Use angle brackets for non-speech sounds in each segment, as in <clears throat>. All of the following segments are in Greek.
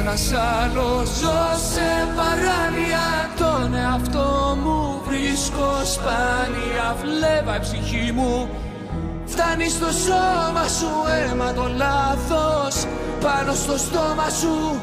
Ένας άλλος ζω σε παράνοια Τον εαυτό μου βρίσκω σπάνια Βλέβα η ψυχή μου Φτάνει στο σώμα σου αίμα το λάθος Πάνω στο στόμα σου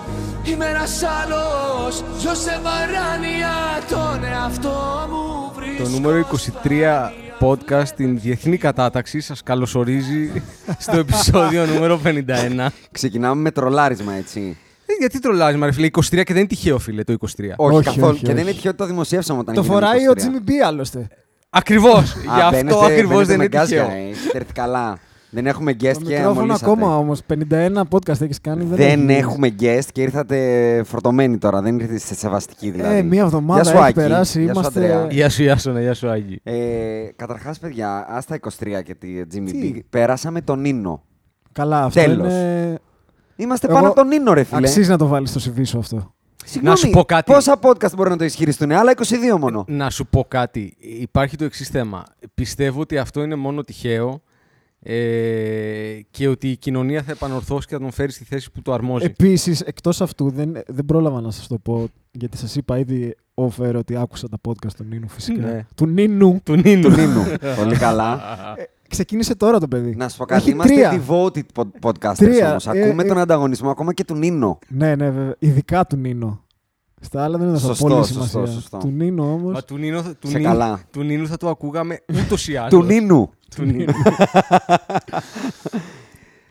είμαι ένας άλλος Ζω σε παράνοια τον εαυτό μου βρίσκω Το νούμερο 23 σπάνια. podcast στην διεθνή κατάταξη σας καλωσορίζει στο επεισόδιο νούμερο 51. Ξεκινάμε με τρολάρισμα, έτσι. Ε, Γιατί τρολάζει, μα ρε φίλε, 23 και δεν είναι τυχαίο, φίλε, το 23. Όχι, Όχι, καθόλου. όχι, και δεν όχι. είναι τυχαίο ότι το δημοσιεύσαμε όταν Το έγινε φοράει 23. ο Jimmy B άλλωστε. Ε, Ακριβώς, γι' Α, αυτό μπαίνετε- ακριβώς μπαίνετε δεν με είναι γκάζια, τυχαίο. ε, Έχετε έρθει καλά. Δεν έχουμε Το guest και μικρόφωνο αμολύσατε. ακόμα όμως. 51 podcast έχεις κάνει. Δεν, Δεν έχει- έχουμε guest και ήρθατε φορτωμένοι τώρα. Δεν ήρθατε σε σεβαστική δηλαδή. Ε, μία εβδομάδα Γεια σου, έχει Άκη. περάσει, Γεια σου, είμαστε- Ανδρέα. Γεια σου, γεια σου, ναι, γεια σου, Άγγι. Ε, Καταρχάς, παιδιά, ας τα 23 και τη Jimmy Τι? B. Πέρασαμε τον Νίνο. Καλά, αυτό Τέλος. είναι. Είμαστε Εγώ- πάνω από τον Νίνο, ρε φίλε. Αξίζει να το βάλεις στο CV σου αυτό. Συγγνώμη, Να σου πω κάτι. Πόσα podcast μπορεί να το ισχυριστούν, άλλα 22 μόνο. Να σου πω κάτι. Υπάρχει το εξής θέμα. Πιστεύω ότι αυτό είναι μόνο τυχαίο ε, και ότι η κοινωνία θα επανορθώσει και θα τον φέρει στη θέση που του αρμόζει. Επίσης, εκτός αυτού, δεν, δεν πρόλαβα να σας το πω γιατί σας είπα ήδη offer ότι άκουσα τα podcast του Νίνου φυσικά. Ναι. Του Νίνου. Του Νίνου. Του Νίνου. Πολύ καλά. Ξεκίνησε τώρα το παιδί. Να σου πω κάτι. Έχει Είμαστε τρία. devoted pod- podcasters Τρία. όμως. Ε, Ακούμε ε, τον ανταγωνισμό ακόμα και του Νίνο. Ναι, ναι, βέβαια. Ειδικά του Νίνου. Στα άλλα δεν είναι τόσο Σωστό, πολύ σωστό, σημασία. σωστό. Του Νίνου όμως. Μα του Νίνου, θα- του, Σε Νί- καλά. του Νίνου θα το ακούγαμε ούτως ή άλλω. Του Νίνου. Του Νίνου. <laughs>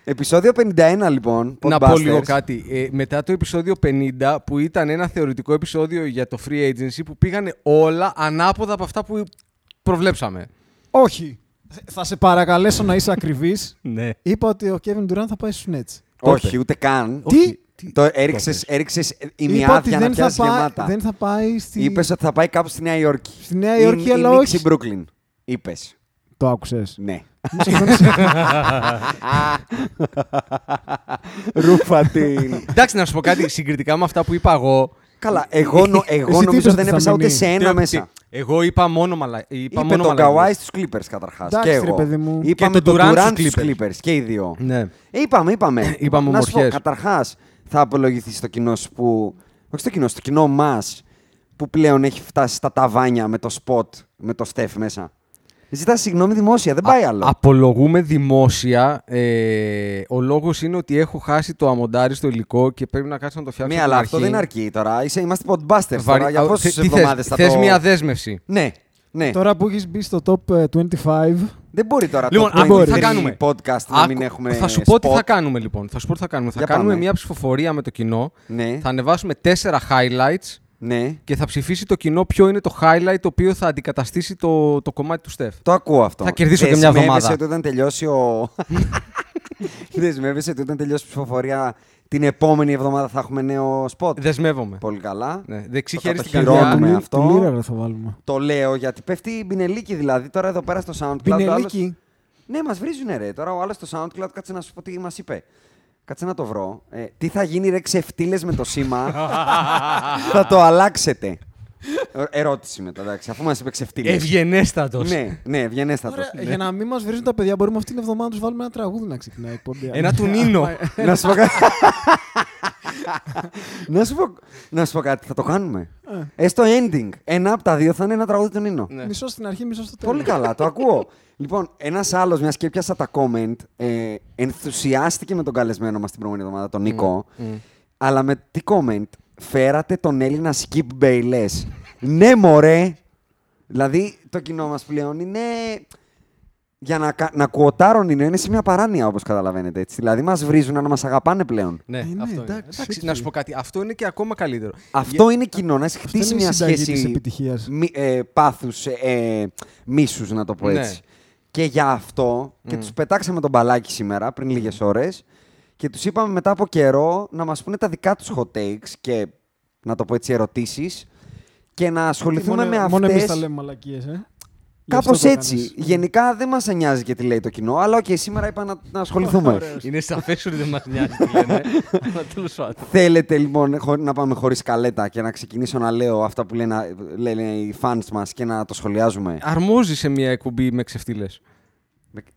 Επισόδιο 51 λοιπόν. Να πω Podbusters. λίγο κάτι. Ε, μετά το επεισόδιο 50, που ήταν ένα θεωρητικό επεισόδιο για το free agency, που πήγανε όλα ανάποδα από αυτά που προβλέψαμε. Όχι. Θα σε παρακαλέσω να είσαι ακριβής. Ναι. Είπα ότι ο Kevin Durant θα πάει στους Nets. Όχι, ούτε καν. Τι? Το έριξες, έριξες η Είπα ότι μοιάδια να δεν θα, πιάσεις πάει, γεμάτα. δεν θα πάει στη. Είπες ότι θα πάει κάπου στη Νέα Υόρκη. Στη Νέα Υόρκη, Ή- ή αλλά Knicks όχι. ή Brooklyn. Είπες. Το άκουσες. <laughs> Ναι. Ρούφατη. Εντάξει, να σου πω <laughs> κάτι συγκριτικά με αυτά που είπα εγώ. Καλά, εγώ, νο- Εσύ εγώ τι είπες νομίζω ότι δεν θα έπεσα ούτε μείνει? σε ένα Τι- μέσα. Εγώ είπα μόνο μαλα... Είπα Είπε μόνο τον μαλακίες. Καουάι στους Clippers καταρχάς. Εντάξει, και ρε εγώ. παιδί μου. Και Είπαμε τον τον Durant Durant στους στους Clippers και οι δύο. Ναι. Ε, Είπαμε, είπαμε. <laughs> Είπαμε να σου πω, ομορφιές. καταρχάς, θα απολογηθεί στο κοινό σου που. Όχι στο κοινό, στο κοινό μας που πλέον έχει φτάσει στα ταβάνια με το σποτ, με το στεφ μέσα. Ζητά συγγνώμη δημόσια, δεν πάει άλλο. Απολογούμε δημόσια. Ε, ο λόγος είναι ότι έχω χάσει το αμοντάρι στο υλικό και πρέπει να κάτσω να το φτιάξω. ναι, από αλλά την αυτό αρχή. δεν αρκεί τώρα. Είσαι, είμαστε podbusters Βαρύ- τώρα. Για Α, πόσες θε- τι εβδομάδε θες, θα θες το. μια δέσμευση. Ναι, ναι. Τώρα που έχεις μπει στο top ε, 25, Δεν μπορεί τώρα Λοιπόν, το άκου, Point τι θα Three κάνουμε. podcast να μην Άκου, έχουμε θα σου πω τι spot. θα κάνουμε λοιπόν. Θα σου πω τι θα κάνουμε. Θα Για κάνουμε πάμε. μια ψηφοφορία με το κοινό. Ναι, Θα ανεβάσουμε τέσσερα highlights ναι. και θα ψηφίσει το κοινό ποιο είναι το highlight το οποίο θα αντικαταστήσει το, το κομμάτι του Στεφ. Το ακούω αυτό. Θα κερδίσω και μια Δεσμεύεσαι εβδομάδα. ότι όταν τελειώσει ο. <laughs> Δεσμεύεσαι ότι όταν τελειώσει η ψηφοφορία την επόμενη εβδομάδα θα έχουμε νέο σποτ. Δεσμεύομαι. Πολύ καλά. Ναι, δεξί Το χέρι στην κατοχυρώνουμε. καρδιά. Κάνουμε Τη- αυτό. τη λίρα ρε, θα βάλουμε. Το λέω γιατί πέφτει η Μπινελίκη δηλαδή τώρα εδώ πέρα στο SoundCloud. ο άλλος- Πινελίκη. Ναι, μας βρίζουνε ρε. Τώρα ο άλλος στο SoundCloud κάτσε να σου πω τι μας είπε. Κάτσε να το βρω. Ε, τι θα γίνει ρε ξεφτύλες με το <laughs> σήμα. θα το αλλάξετε. Ε, Ερώτηση μετά, εντάξει, αφού μας είπε ξεφτύλες. Ευγενέστατος. Ναι, ναι, ευγενέστατος. Ωραία, Για να μην μας βρίζουν τα παιδιά, μπορούμε αυτήν την εβδομάδα να τους βάλουμε ένα τραγούδι να ξεκινάει η εκπομπή. Ένα του Νίνο. να, σου πω κάτι... να, σου πω... να σου πω κάτι, θα το κάνουμε. Έστω ending. Ένα από τα δύο θα είναι ένα τραγούδι του Νίνο. <laughs> Μισό στην αρχή, μισό στο τέλος. <laughs> Πολύ καλά, το ακούω. λοιπόν, ένας άλλος, μιας και πιάσα τα comment, ε, ενθουσιάστηκε με τον καλεσμένο μας την προηγούμενη εβδομάδα, τον Νίκο. Αλλά με τι comment, φέρατε τον Έλληνα Skip Bayless. ναι, μωρέ! Δηλαδή, το κοινό μας πλέον είναι. ναι. Για να, κα- να κουοτάρουν είναι, είναι σε μια παράνοια όπως καταλαβαίνετε. Έτσι. Δηλαδή, μας βρίζουν να μας αγαπάνε πλέον. Ναι, Ε, ναι, αυτό είναι. εντάξει, Εντάξει, οκ. να σου πω κάτι. Αυτό είναι και ακόμα καλύτερο. Αυτό είναι κοινό, να έχει χτίσει είναι η μια συνταγή της σχέση επιτυχίας. μη- ε, πάθους, ε, μίσους, να το πω Ναι. έτσι. Και για αυτό, και Mm. τους πετάξαμε τον μπαλάκι σήμερα πριν λίγες ώρες και τους είπαμε μετά από καιρό να μας πούνε τα δικά τους hot takes και να το πω έτσι ερωτήσεις και να ασχοληθούμε Μόνο- με αυτές. Μόνο εμείς τα λέμε μαλακίες, ε. Γι' αυτό Κάπως το έτσι. κάνεις. Γενικά δεν μας νοιάζει και τι λέει το κοινό, αλλά οκ, σήμερα είπα να, να <laughs> ασχοληθούμε. Είναι σαφές ότι δεν μας νοιάζει τι λένε. Αλλά τέλος πάντων. Θέλετε λοιπόν χω- να πάμε χωρίς καλέτα και να ξεκινήσω να λέω αυτά που λένε, λένε οι fans μας και να το σχολιάζουμε. Αρμόζει σε μια εκπομπή με ξεφτύλες.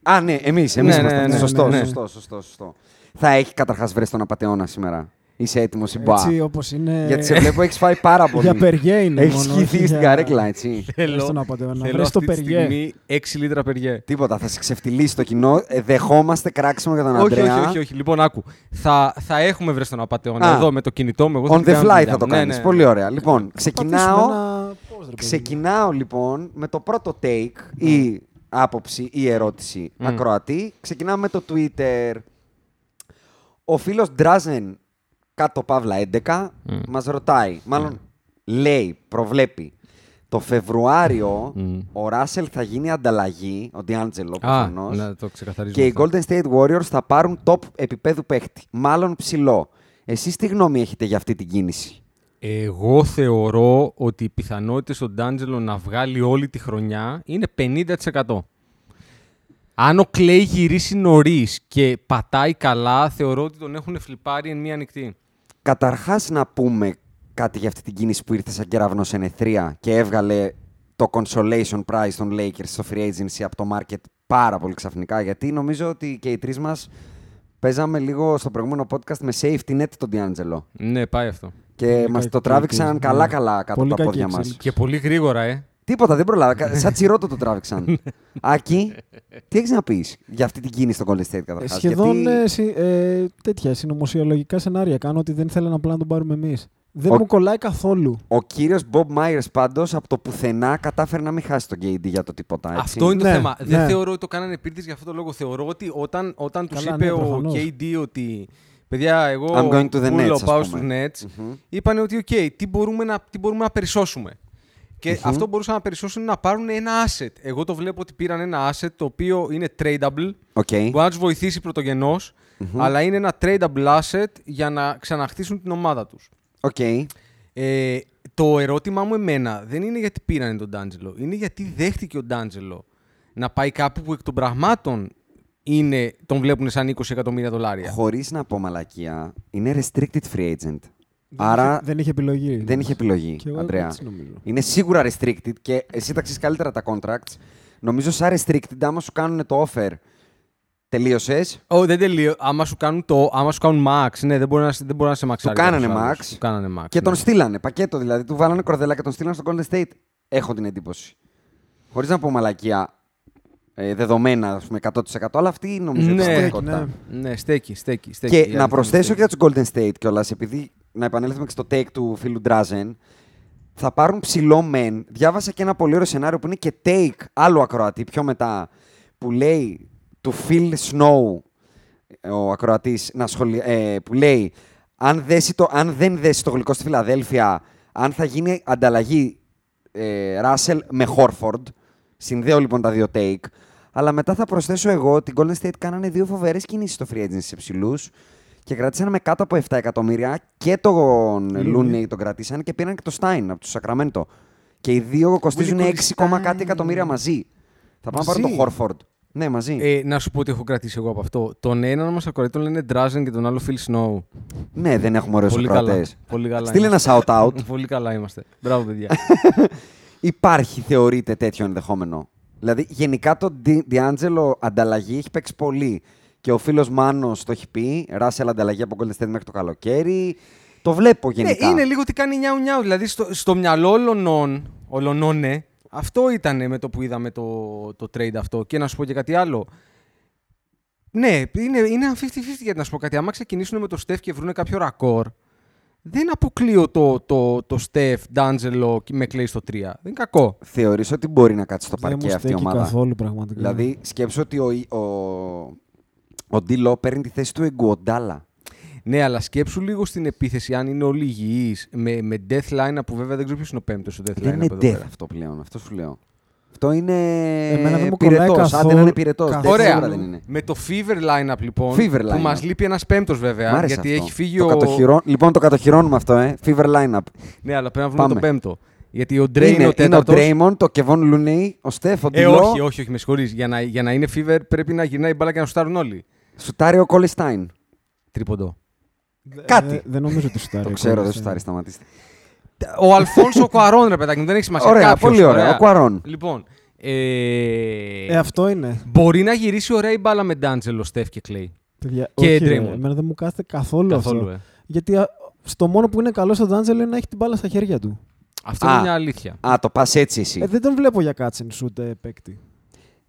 Α, ναι, εμείς. Εμείς Ναι, είμαστε. ναι, ναι, σωστό, ναι, ναι. σωστό, σωστό, σωστό. Θα έχει καταρχάς βρει τον απαταιώνα σήμερα. Είσαι έτοιμος ή μπα. Έτσι όπως είναι. Γιατί σε βλέπω έχεις φάει πάρα πολύ. Για περιγέ είναι. Έχεις μόνο, χυθεί όχι στην για- καρέκλα, έτσι. Θέλω- στον απαντεμένο, να βρες το περιγέ. 6 λίτρα περιέ. Τίποτα, θα σε ξεφτυλίσει το κοινό. Ε, Δεχόμαστε κράξιμο για τον Όχι, όχι, Αντρέα. όχι, όχι. Λοιπόν, άκου. Θα, θα έχουμε βρει τον απαταιώνα Α. εδώ με το κινητό μου. Εγώ On την the κάνω fly δουλειά θα το μου. Ναι, κάνεις. ναι. Πολύ ωραία. Λοιπόν, ξεκινάω. Πατήσουμε ένα pause, ρε παιδί. Ξεκινάω λοιπόν με το πρώτο take Ναι. ή άποψη ή ερώτηση ακροατή. Ξεκινάμε με το Twitter. Ο φίλος Drazen κάτω παύλα 11 μας ρωτάει, μάλλον Ναι. λέει, προβλέπει. Το Φεβρουάριο ο Ράσελ θα γίνει ανταλλαγή, ο Ντιάντζελο Α, προφανώς, να το ξεκαθαρίζουμε. και οι αυτό. Golden State Warriors θα πάρουν top επίπεδου παίχτη, μάλλον ψηλό. Εσείς τι γνώμη έχετε για αυτή την κίνηση. Εγώ θεωρώ ότι οι πιθανότητες στον Ντάντζελο να βγάλει όλη τη χρονιά είναι 50%. Αν ο Κλέη γυρίσει νωρίς και πατάει καλά, θεωρώ ότι τον έχουν φλιπάρει εν μία νυχτή. Καταρχάς να πούμε κάτι για αυτή την κίνηση που ήρθε σαν κεραυνό σε νεθρία και έβγαλε το consolation prize των Lakers στο free agency από το market πάρα πολύ ξαφνικά. Γιατί νομίζω ότι και οι τρεις μας παίζαμε λίγο στο προηγούμενο podcast με safety net τον D'Angelo. Ναι, πάει αυτό. Και μας κακή το τράβηξαν εξέλιξη, ναι. καλά-καλά κάτω από Πολύ τα κακή πόδια μας. εξέλιξη. Και πολύ γρήγορα, ε. Τίποτα, δεν προλάβα. Κα- Σαν τσιρότο το <laughs> τράβηξαν. Άκη, τι έχεις να πεις για αυτή την κίνηση στο Golden State Ε, καταρχάς. Σχεδόν Γιατί- ε, συ- ε, τέτοια συνωμοσιολογικά σενάρια κάνω ότι δεν θέλανε απλά να τον πάρουμε εμείς. Δεν Ο- μου κολλάει καθόλου. Ο κύριος Μπομπ Myers πάντως από το πουθενά κατάφερε να μην χάσει τον KD για το τίποτα. Έτσι. Αυτό είναι το Ναι, θέμα. Δεν ναι. θεωρώ ότι το κάνανε επίτηδε για αυτό το λόγο. Θεωρώ ότι όταν, όταν τους Καλά, είπε ναι, ο προφανώς. KD ότι. Παιδιά, εγώ I'm going to the πουλο, Nets, ας πάω πούμε. Mm-hmm. στους Nets. Είπανε ότι, οκ, τι, μπορούμε να, τι μπορούμε να περισσώσουμε. Mm-hmm. Και αυτό που μπορούσαν να περισσώσουν είναι να πάρουν ένα asset. Εγώ το βλέπω ότι πήραν ένα asset το οποίο είναι tradable. Οκ. Μπορεί να τους βοηθήσει πρωτογενώς, Mm-hmm. αλλά είναι ένα tradable asset για να ξαναχτίσουν την ομάδα τους. Οκ. Ε, το ερώτημά μου εμένα δεν είναι γιατί πήρανε τον Ντάντζελο. Είναι γιατί δέχτηκε ο Ντάντζελο να πάει κάπου που εκ των πραγμάτων είναι, τον βλέπουν σαν 20 εκατομμύρια δολάρια. Χωρίς να πω μαλακία, είναι restricted free agent. Άρα δεν είχε επιλογή. δηλαδή. δεν είχε επιλογή, Και εγώ Αντρέα. έτσι νομίζω. Είναι σίγουρα restricted και εσύ ταξίζει καλύτερα τα contracts. Νομίζω σαν restricted, άμα σου κάνουν το offer, τελείωσες. Ω, δεν τελείω. Άμα σου κάνουν, το, άμα σου κάνουν max, ναι, δεν μπορεί να, σε- δεν μπορεί να σε μαξάρει. κάνανε κάποιος άλλος. max Του κάνανε max. Και τον ναι. στείλανε. Πακέτο δηλαδή. Του βάλανε κορδέλα και τον στείλανε στο Golden State. Έχω την εντύπωση. Χωρίς να πω μαλακία ε, δεδομένα, ας πούμε 100%, αλλά αυτή νομίζω είναι η Ναι. πραγματικότητα. Ναι. Ναι, στέκει, στέκει. στέκει. Η Και αλήθεια να είναι προσθέσω στέκει. και για τους Golden State κιόλας, επειδή να επανέλθουμε και στο take του φίλου Ντράζεν, θα πάρουν ψηλό μεν. Διάβασα και ένα πολύ ωραίο σενάριο που είναι και take άλλο ακροατή πιο μετά, που λέει του Phil Snow, ο ακροατής, ε, που λέει αν, δέσει το, αν δεν δέσει το γλυκό στη Φιλαδέλφια, αν θα γίνει ανταλλαγή ε, Russell με Χόρφορντ. Συνδέω λοιπόν τα δύο take. Αλλά μετά θα προσθέσω εγώ ότι οι Golden State κάνανε δύο φοβερές κινήσεις στο free agency σε ψηλούς και κρατήσαν με κάτω από 7 εκατομμύρια και τον Looney τον κρατήσαν και πήραν και το Stein από το Sacramento. Και οι δύο κοστίζουν Willie 6, κόμμα Stein. κάτι εκατομμύρια μαζί. Θα πάνε να πάρουν τον Μαζί. Χόρφορντ. Ναι, μαζί. Ε, να σου πω ότι έχω κρατήσει εγώ από αυτό. Τον έναν μας ακροατή τον λένε Drazen και τον άλλο Phil Snow. ναι, δεν έχουμε ωραίους Πολύ καλά. ακροατέ. Πολύ καλά. Στείλε ένα είμαστε. shout-out. Πολύ καλά είμαστε. Μπράβο, παιδιά. Υπάρχει, θεωρείται, τέτοιο ενδεχόμενο. Δηλαδή, γενικά το Ντι- Διάντζελο ανταλλαγή έχει παίξει πολύ. Και ο φίλος Μάνος το έχει πει. Ράσελ ανταλλαγή από Golden State μέχρι το καλοκαίρι. Το βλέπω γενικά. Ναι, είναι λίγο τι κάνει νιάου νιάου. Δηλαδή στο, στο μυαλό όλων, όλων ναι, αυτό ήταν με το που είδαμε το, το trade αυτό. Και να σου πω και κάτι άλλο. Ναι, είναι, είναι ένα 50-50 γιατί να σου πω κάτι. Άμα ξεκινήσουν με το Στεφ και βρουν κάποιο ρακόρ, δεν αποκλείω το, το, το Στεφ, Ντάντζελο με Κλέη στο 3. Δεν είναι κακό. Θεωρείς ότι μπορεί να κάτσει στο Δεν μου παρκέ αυτή η στέκει ομάδα. καθόλου πραγματικά. Δηλαδή, σκέψω ότι ο, ο, ο Ντίλο παίρνει τη θέση του Εγκουοντάλα. Ναι, αλλά σκέψου λίγο στην επίθεση αν είναι όλοι υγιείς με, με death line που βέβαια δεν ξέρω ποιος είναι ο πέμπτος ο death Δεν lineup είναι εδώ death πέρα. αυτό πλέον, αυτό σου λέω. Αυτό είναι. Εμένα δεν μου κολλάει πυρετός. Αν δεν καθόλου- είναι πυρετός, καθόλου. Ωραία. δεν είναι. Με το Fever Lineup λοιπόν. Fever Που lineup. μας λείπει ένας πέμπτος Μ' βέβαια. άρεσε Γιατί αυτό. έχει φύγει το ο. κατοχυρών... Λοιπόν, το κατοχυρώνουμε αυτό, ε. Fever lineup. Ναι, αλλά πρέπει να βρούμε Πάμε. τον πέμπτο. Γιατί ο Ντρέι είναι είναι, ο είναι ο τέταρτος. Draymond, το Kevon Looney, ο Στεφ, ο Ε, Ντιλό, όχι, όχι, όχι, με συγχωρείς. Για, να, για να είναι Fever πρέπει να γυρνάει η μπάλα και να σουτάρουν όλοι. σουτάρει ο Κολιστάιν. Τρίποντο. Ε, κάτι. δεν νομίζω ότι σου Το ξέρω, δεν σουτάρει, σταματήστε. Ο Αλφόνσο Κουαρόν, ρε παιδάκι μου, δεν έχει σημασία. Ωραία, Κάποιος, πολύ ωραία, ο Κουαρόν. Λοιπόν. Ε, Ε, αυτό είναι. Μπορεί να γυρίσει ωραία η μπάλα με Ντάντζελο, Στεφ και Κλέη. Παιδιά, Και όχι, ρε, Draymond. Εμένα δεν μου κάθεται καθόλου, Καθόλου, αυτό. ε. Γιατί α, στο μόνο που είναι καλό στον Ντάντζελο είναι να έχει την μπάλα στα χέρια του. Αυτό Α. είναι μια αλήθεια. Α, το πας έτσι εσύ. Ε, δεν τον βλέπω για κάτσεν σουτ ε, παίκτη.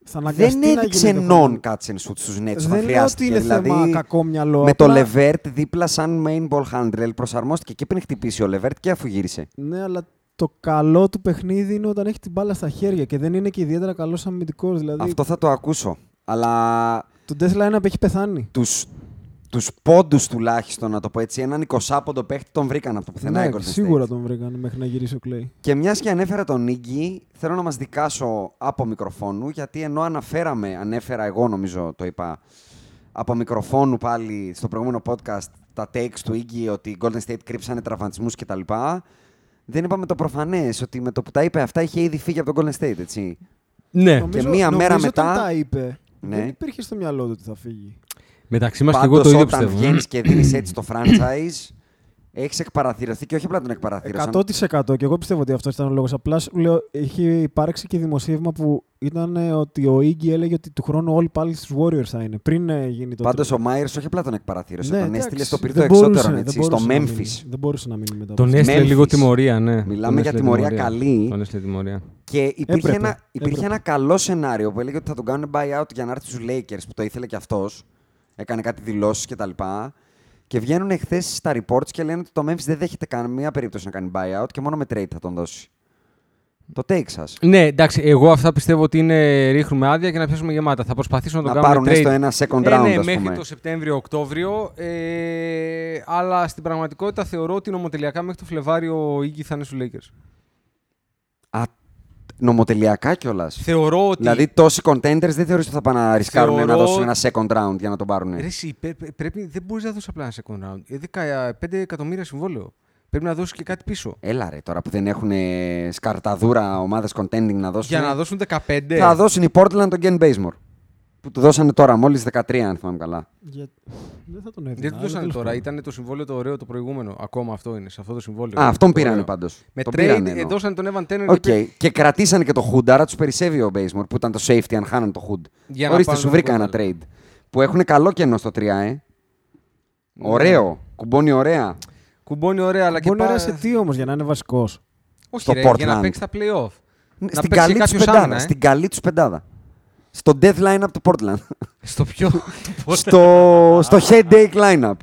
Θα αναγκαστεί δεν να έδειξε γίνει non διαφορετικό. cuts and shoots στους Nets. όταν Δεν λέω ότι χρειάστηκε. είναι δηλαδή, θέμα κακό μυαλό. Με το απλά- Levert δίπλα σαν main ball handler προσαρμόστηκε και πριν χτυπήσει ο Levert και αφού γύρισε. Ναι, αλλά το καλό του παιχνίδι είναι όταν έχει την μπάλα στα χέρια και δεν είναι και ιδιαίτερα καλό αμυντικό. Δηλαδή, Αυτό θα το ακούσω. Αλλά το Tesla ένα που έχει πεθάνει. τους, τους πόντους τουλάχιστον, να το πω έτσι, έναν 20 παίχτη τον βρήκαν από το πουθενά. οι ναι, Golden State. σίγουρα τον βρήκαν μέχρι να γυρίσει ο Clay. Και μιας και ανέφερα τον Νίγκη, θέλω να μας δικάσω από μικροφόνου, γιατί ενώ αναφέραμε, ανέφερα εγώ νομίζω το είπα, από μικροφόνου πάλι στο προηγούμενο podcast τα takes του Ίγκη ότι οι Golden State κρύψανε τραυματισμούς κτλ. Δεν είπαμε το προφανές ότι με το που τα είπε αυτά είχε ήδη φύγει από τον Golden State, έτσι. Ναι. Νομίζω- μία νομίζω μέρα όταν μετά- τα είπε, Ναι. δεν υπήρχε στο μυαλό του ότι θα φύγει. Μεταξύ μας και εγώ Πάντως, το ίδιο όταν πιστεύω. ναι. βγαίνεις και δίνεις έτσι το franchise, έχεις εκπαραθυρωθεί και όχι απλά τον εκπαραθύρωσαν. 100% και εγώ πιστεύω ότι αυτός ήταν ο λόγος. Απλά σου λέω, έχει υπάρξει και δημοσίευμα που ήταν ε, ότι ο Iggy έλεγε ότι του χρόνου όλοι πάλι στους Warriors θα είναι. Πριν ε, γίνει το. Πάντως ο Μάιερ όχι απλά τον εκπαραθύρωσε, τον Ναι, εντάξει, έστειλε στο πυρτό δεν μπορούσε, εξώτερων, δεν έτσι, στο μπορούσε να μείνει. Memphis. Δεν μπορούσε να μείνει μετά. από Τον αυτό. έστειλε Memphis. λίγο τιμωρία, ναι. Μιλάμε Τον για έστειλε τιμωρία καλή. Τον έστειλε τιμωρία. Και υπήρχε, Έπρεπε. ένα, υπήρχε Έπρεπε. ένα καλό σενάριο που έλεγε ότι θα τον κάνουν buyout για να έρθει στους Lakers που το ήθελε κι αυτός. Έκανε κάτι δηλώσεις κτλ. Και βγαίνουν εχθές στα reports και λένε ότι το Memphis δεν δέχεται καμία περίπτωση να κάνει buyout και μόνο με trade θα τον δώσει. Το take σας. Ναι, εντάξει, εγώ αυτά πιστεύω ότι είναι ρίχνουμε άδεια και να πιάσουμε γεμάτα. Θα προσπαθήσω να τον Να κάνουμε πάρουν trade. έστω ένα second round, Ε, ναι, ας μέχρι πούμε. το Σεπτέμβριο-Οκτώβριο. Ε, αλλά στην πραγματικότητα θεωρώ ότι νομοτελειακά μέχρι το Φλεβάριο ο Ίγκη θα είναι στους Lakers. Α, νομοτελειακά κιόλας. Θεωρώ ότι. Δηλαδή τόσοι contenders δεν θεωρείς ότι θα πάνε να ρισκάρουν Θεωρώ να δώσουν ένα ότι- second round για να τον πάρουν. Ρε, εσύ, πρέ- πρέ- πρέπει, δεν μπορείς να δώσεις απλά ένα second round. Ε, 15 εκατομμύρια συμβόλαιο. Πρέπει να δώσεις και κάτι πίσω. Έλα ρε, τώρα που δεν έχουν ε, σκαρταδούρα ομάδες contending να δώσουν. Για να ναι. δώσουν 15. Θα δώσουν η Portland τον Ken Bazemore. Που του δώσανε τώρα, μόλις 13, αν θυμάμαι καλά. Για- Δεν θα τον έδινα. Δεν του αλλά δώσανε τέλος τώρα. πάντων. Ήταν το συμβόλαιο το ωραίο το προηγούμενο. Ακόμα αυτό είναι. Σε αυτό το συμβόλαιο. Α, αυτόν Το πήρανε ωραίο. πάντως. Με τον trade πήρανε. ε, εννοώ. δώσανε τον Evan Turner. Οκ. και Και κρατήσανε και το Hood, άρα τους περισσεύει ο Bazemore που ήταν το safety αν χάναν το Hood. Για να Ορίστε, πάρουν σου τον βρήκα ένα Hood, trade. Που έχουν καλό κενό στο 3, ε. Ναι. Ωραίο. Κουμπώνει ωραία. Κουμπώνει ωραία, αλλά και Μπορεί να πά- είναι σε τι όμως για να είναι βασικός. Όχι, στο ρε, για να Portland. Ναι, παίξει τα playoff. Να Στην παίξει καλή, τους κάποιος πεντάδα, άμυνα, ε. στην καλή τους πεντάδα. Στο deadline από το Portland. Στο πιο. <laughs> στο, στο headache lineup.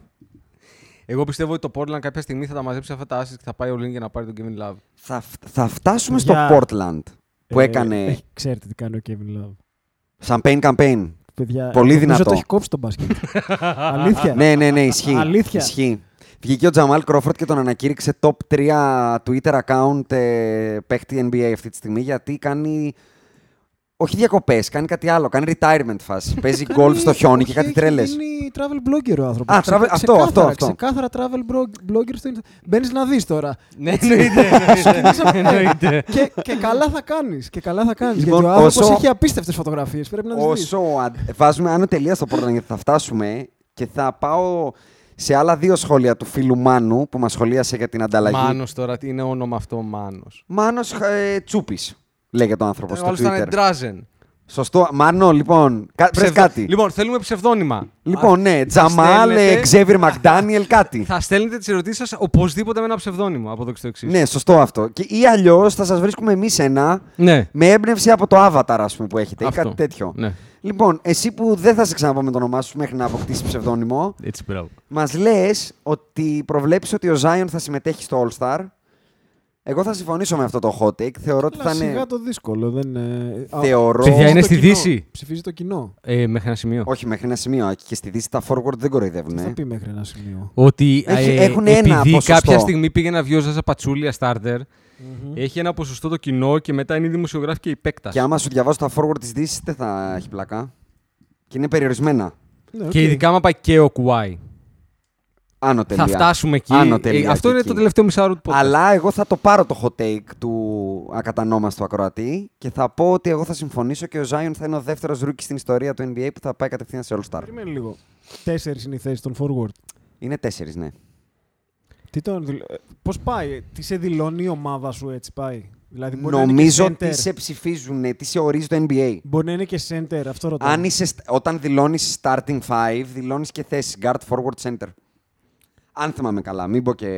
Εγώ πιστεύω ότι το Portland κάποια στιγμή θα τα μαζέψει αυτά τα assets και θα πάει ο Link για να πάρει τον Kevin Love. Θα, φ- θα φτάσουμε στο Παιδιά, Portland που έκανε Ε, Έχει, ξέρετε τι κάνει ο Kevin Love. champagne campaign. Παιδιά, Πολύ νομίζω δυνατό. το έχει κόψει το <laughs> μπάσκετ. Αλήθεια. ναι, ναι, ναι, ισχύει. ε, Αλήθεια. Ισχύει. Βγήκε ο Τζαμάλ Κρόφορτ και τον ανακήρυξε top 3 Twitter account ε, παίχτη NBA αυτή τη στιγμή γιατί κάνει. Όχι διακοπές, κάνει κάτι άλλο. Κάνει retirement φάση. Ε, Παίζει golf στο χιόνι και κάτι τρέλε. Είναι travel blogger ο άνθρωπος. Α, travel- αυτό, αυτό, αυτό. Ξεκάθαρα travel bro- blogger στο Instagram. Μπαίνεις να δεις τώρα. Ναι, <laughs> εννοείται. εννοείται. και, και καλά θα κάνεις. Και καλά θα κάνεις. Λοιπόν, γιατί ο άνθρωπος όσο- έχει απίστευτες φωτογραφίες. Πρέπει να τις δεις. Όσο αν- βάζουμε άνω τελεία στο Portland γιατί θα φτάσουμε και θα πάω σε άλλα δύο σχόλια του φίλου Μάνου που μας σχολίασε για την ανταλλαγή. Μάνος τώρα, τι είναι όνομα αυτό, Μάνος. Μάνος ε, Τσούπης, λέγεται ο άνθρωπο Ο στο άλλος ήταν Twitter. Ντράζεν. Σωστό. Μάνο, λοιπόν, κα... βρες Ψευδο- κάτι. Λοιπόν, θέλουμε ψευδόνυμα. Λοιπόν, ναι, Τζαμάλ, στέλνετε- ε, Xavier Μακδάνιελ, κάτι. Θα στέλνετε τις ερωτήσεις σας οπωσδήποτε με ένα ψευδόνυμο από εδώ και στο εξής. ναι, σωστό αυτό. Και, ή αλλιώς θα σας βρίσκουμε εμείς ένα ναι. με έμπνευση από το avatar, ας πούμε, που έχετε Αυτό. ή κάτι τέτοιο. Ναι. Λοιπόν, εσύ που δεν θα σε ξαναπώ με το όνομά σου μέχρι να αποκτήσεις ψευδόνυμο, Έτσι, μπράβο. μας λες ότι προβλέπει ότι ο Zion θα συμμετέχει στο All Star. Εγώ θα συμφωνήσω με αυτό το hot take. Θεωρώ ότι θα Αλλά είναι. Σιγά το δύσκολο. Δεν, ε, α, Θεωρώ. ψηφίζει Παιδιά, είναι το στη κοινό. Δύση. Ψηφίζει το κοινό. Ε, μέχρι ένα σημείο. Όχι, μέχρι ένα σημείο. Άκη, Και στη Δύση τα forward δεν κοροϊδεύουν. Τι ε. θα πει μέχρι ένα σημείο. Ότι Έχει- ε, έχουν ένα επειδή ποσοστό. κάποια στιγμή πήγε να βγει ο Ζάζα Πατσούλια starter, έχει ένα ποσοστό το κοινό και μετά είναι οι δημοσιογράφοι και οι παίκτας. Και άμα σου διαβάσω τα forward της Δύσης, δεν θα έχει πλακά. Και είναι περιορισμένα. Ναι, οκ. Και ειδικά άμα πάει και ο Κουάι. Άνω τελεία. Θα φτάσουμε εκεί. Άνω τελεία Ε, αυτό και είναι εκεί. το τελευταίο μισάωρο του podcast. Αλλά εγώ θα το πάρω το hot take του ακατανόμαστου ακροατή και θα πω ότι εγώ θα συμφωνήσω και ο Zion θα είναι ο δεύτερος ρούκι στην ιστορία του NBA που θα πάει κατευθείαν σε All Star. Περίμενε λίγο. Τέσσερις είναι οι θέσεις των forward. Είναι τέσσερις, ναι. Ε, Τι τον δηλ... Πώς πάει, τι σε δηλώνει η ομάδα σου έτσι πάει. Δηλαδή, μπορεί Νομίζω να είναι και ότι center. σε ψηφίζουν, τι σε ορίζει το NBA. Μπορεί να είναι και center, αυτό ρωτάω. Αν είσαι, στα- όταν δηλώνεις starting five, δηλώνεις και θέσεις guard, forward, center. Αν θυμάμαι καλά, μην πω και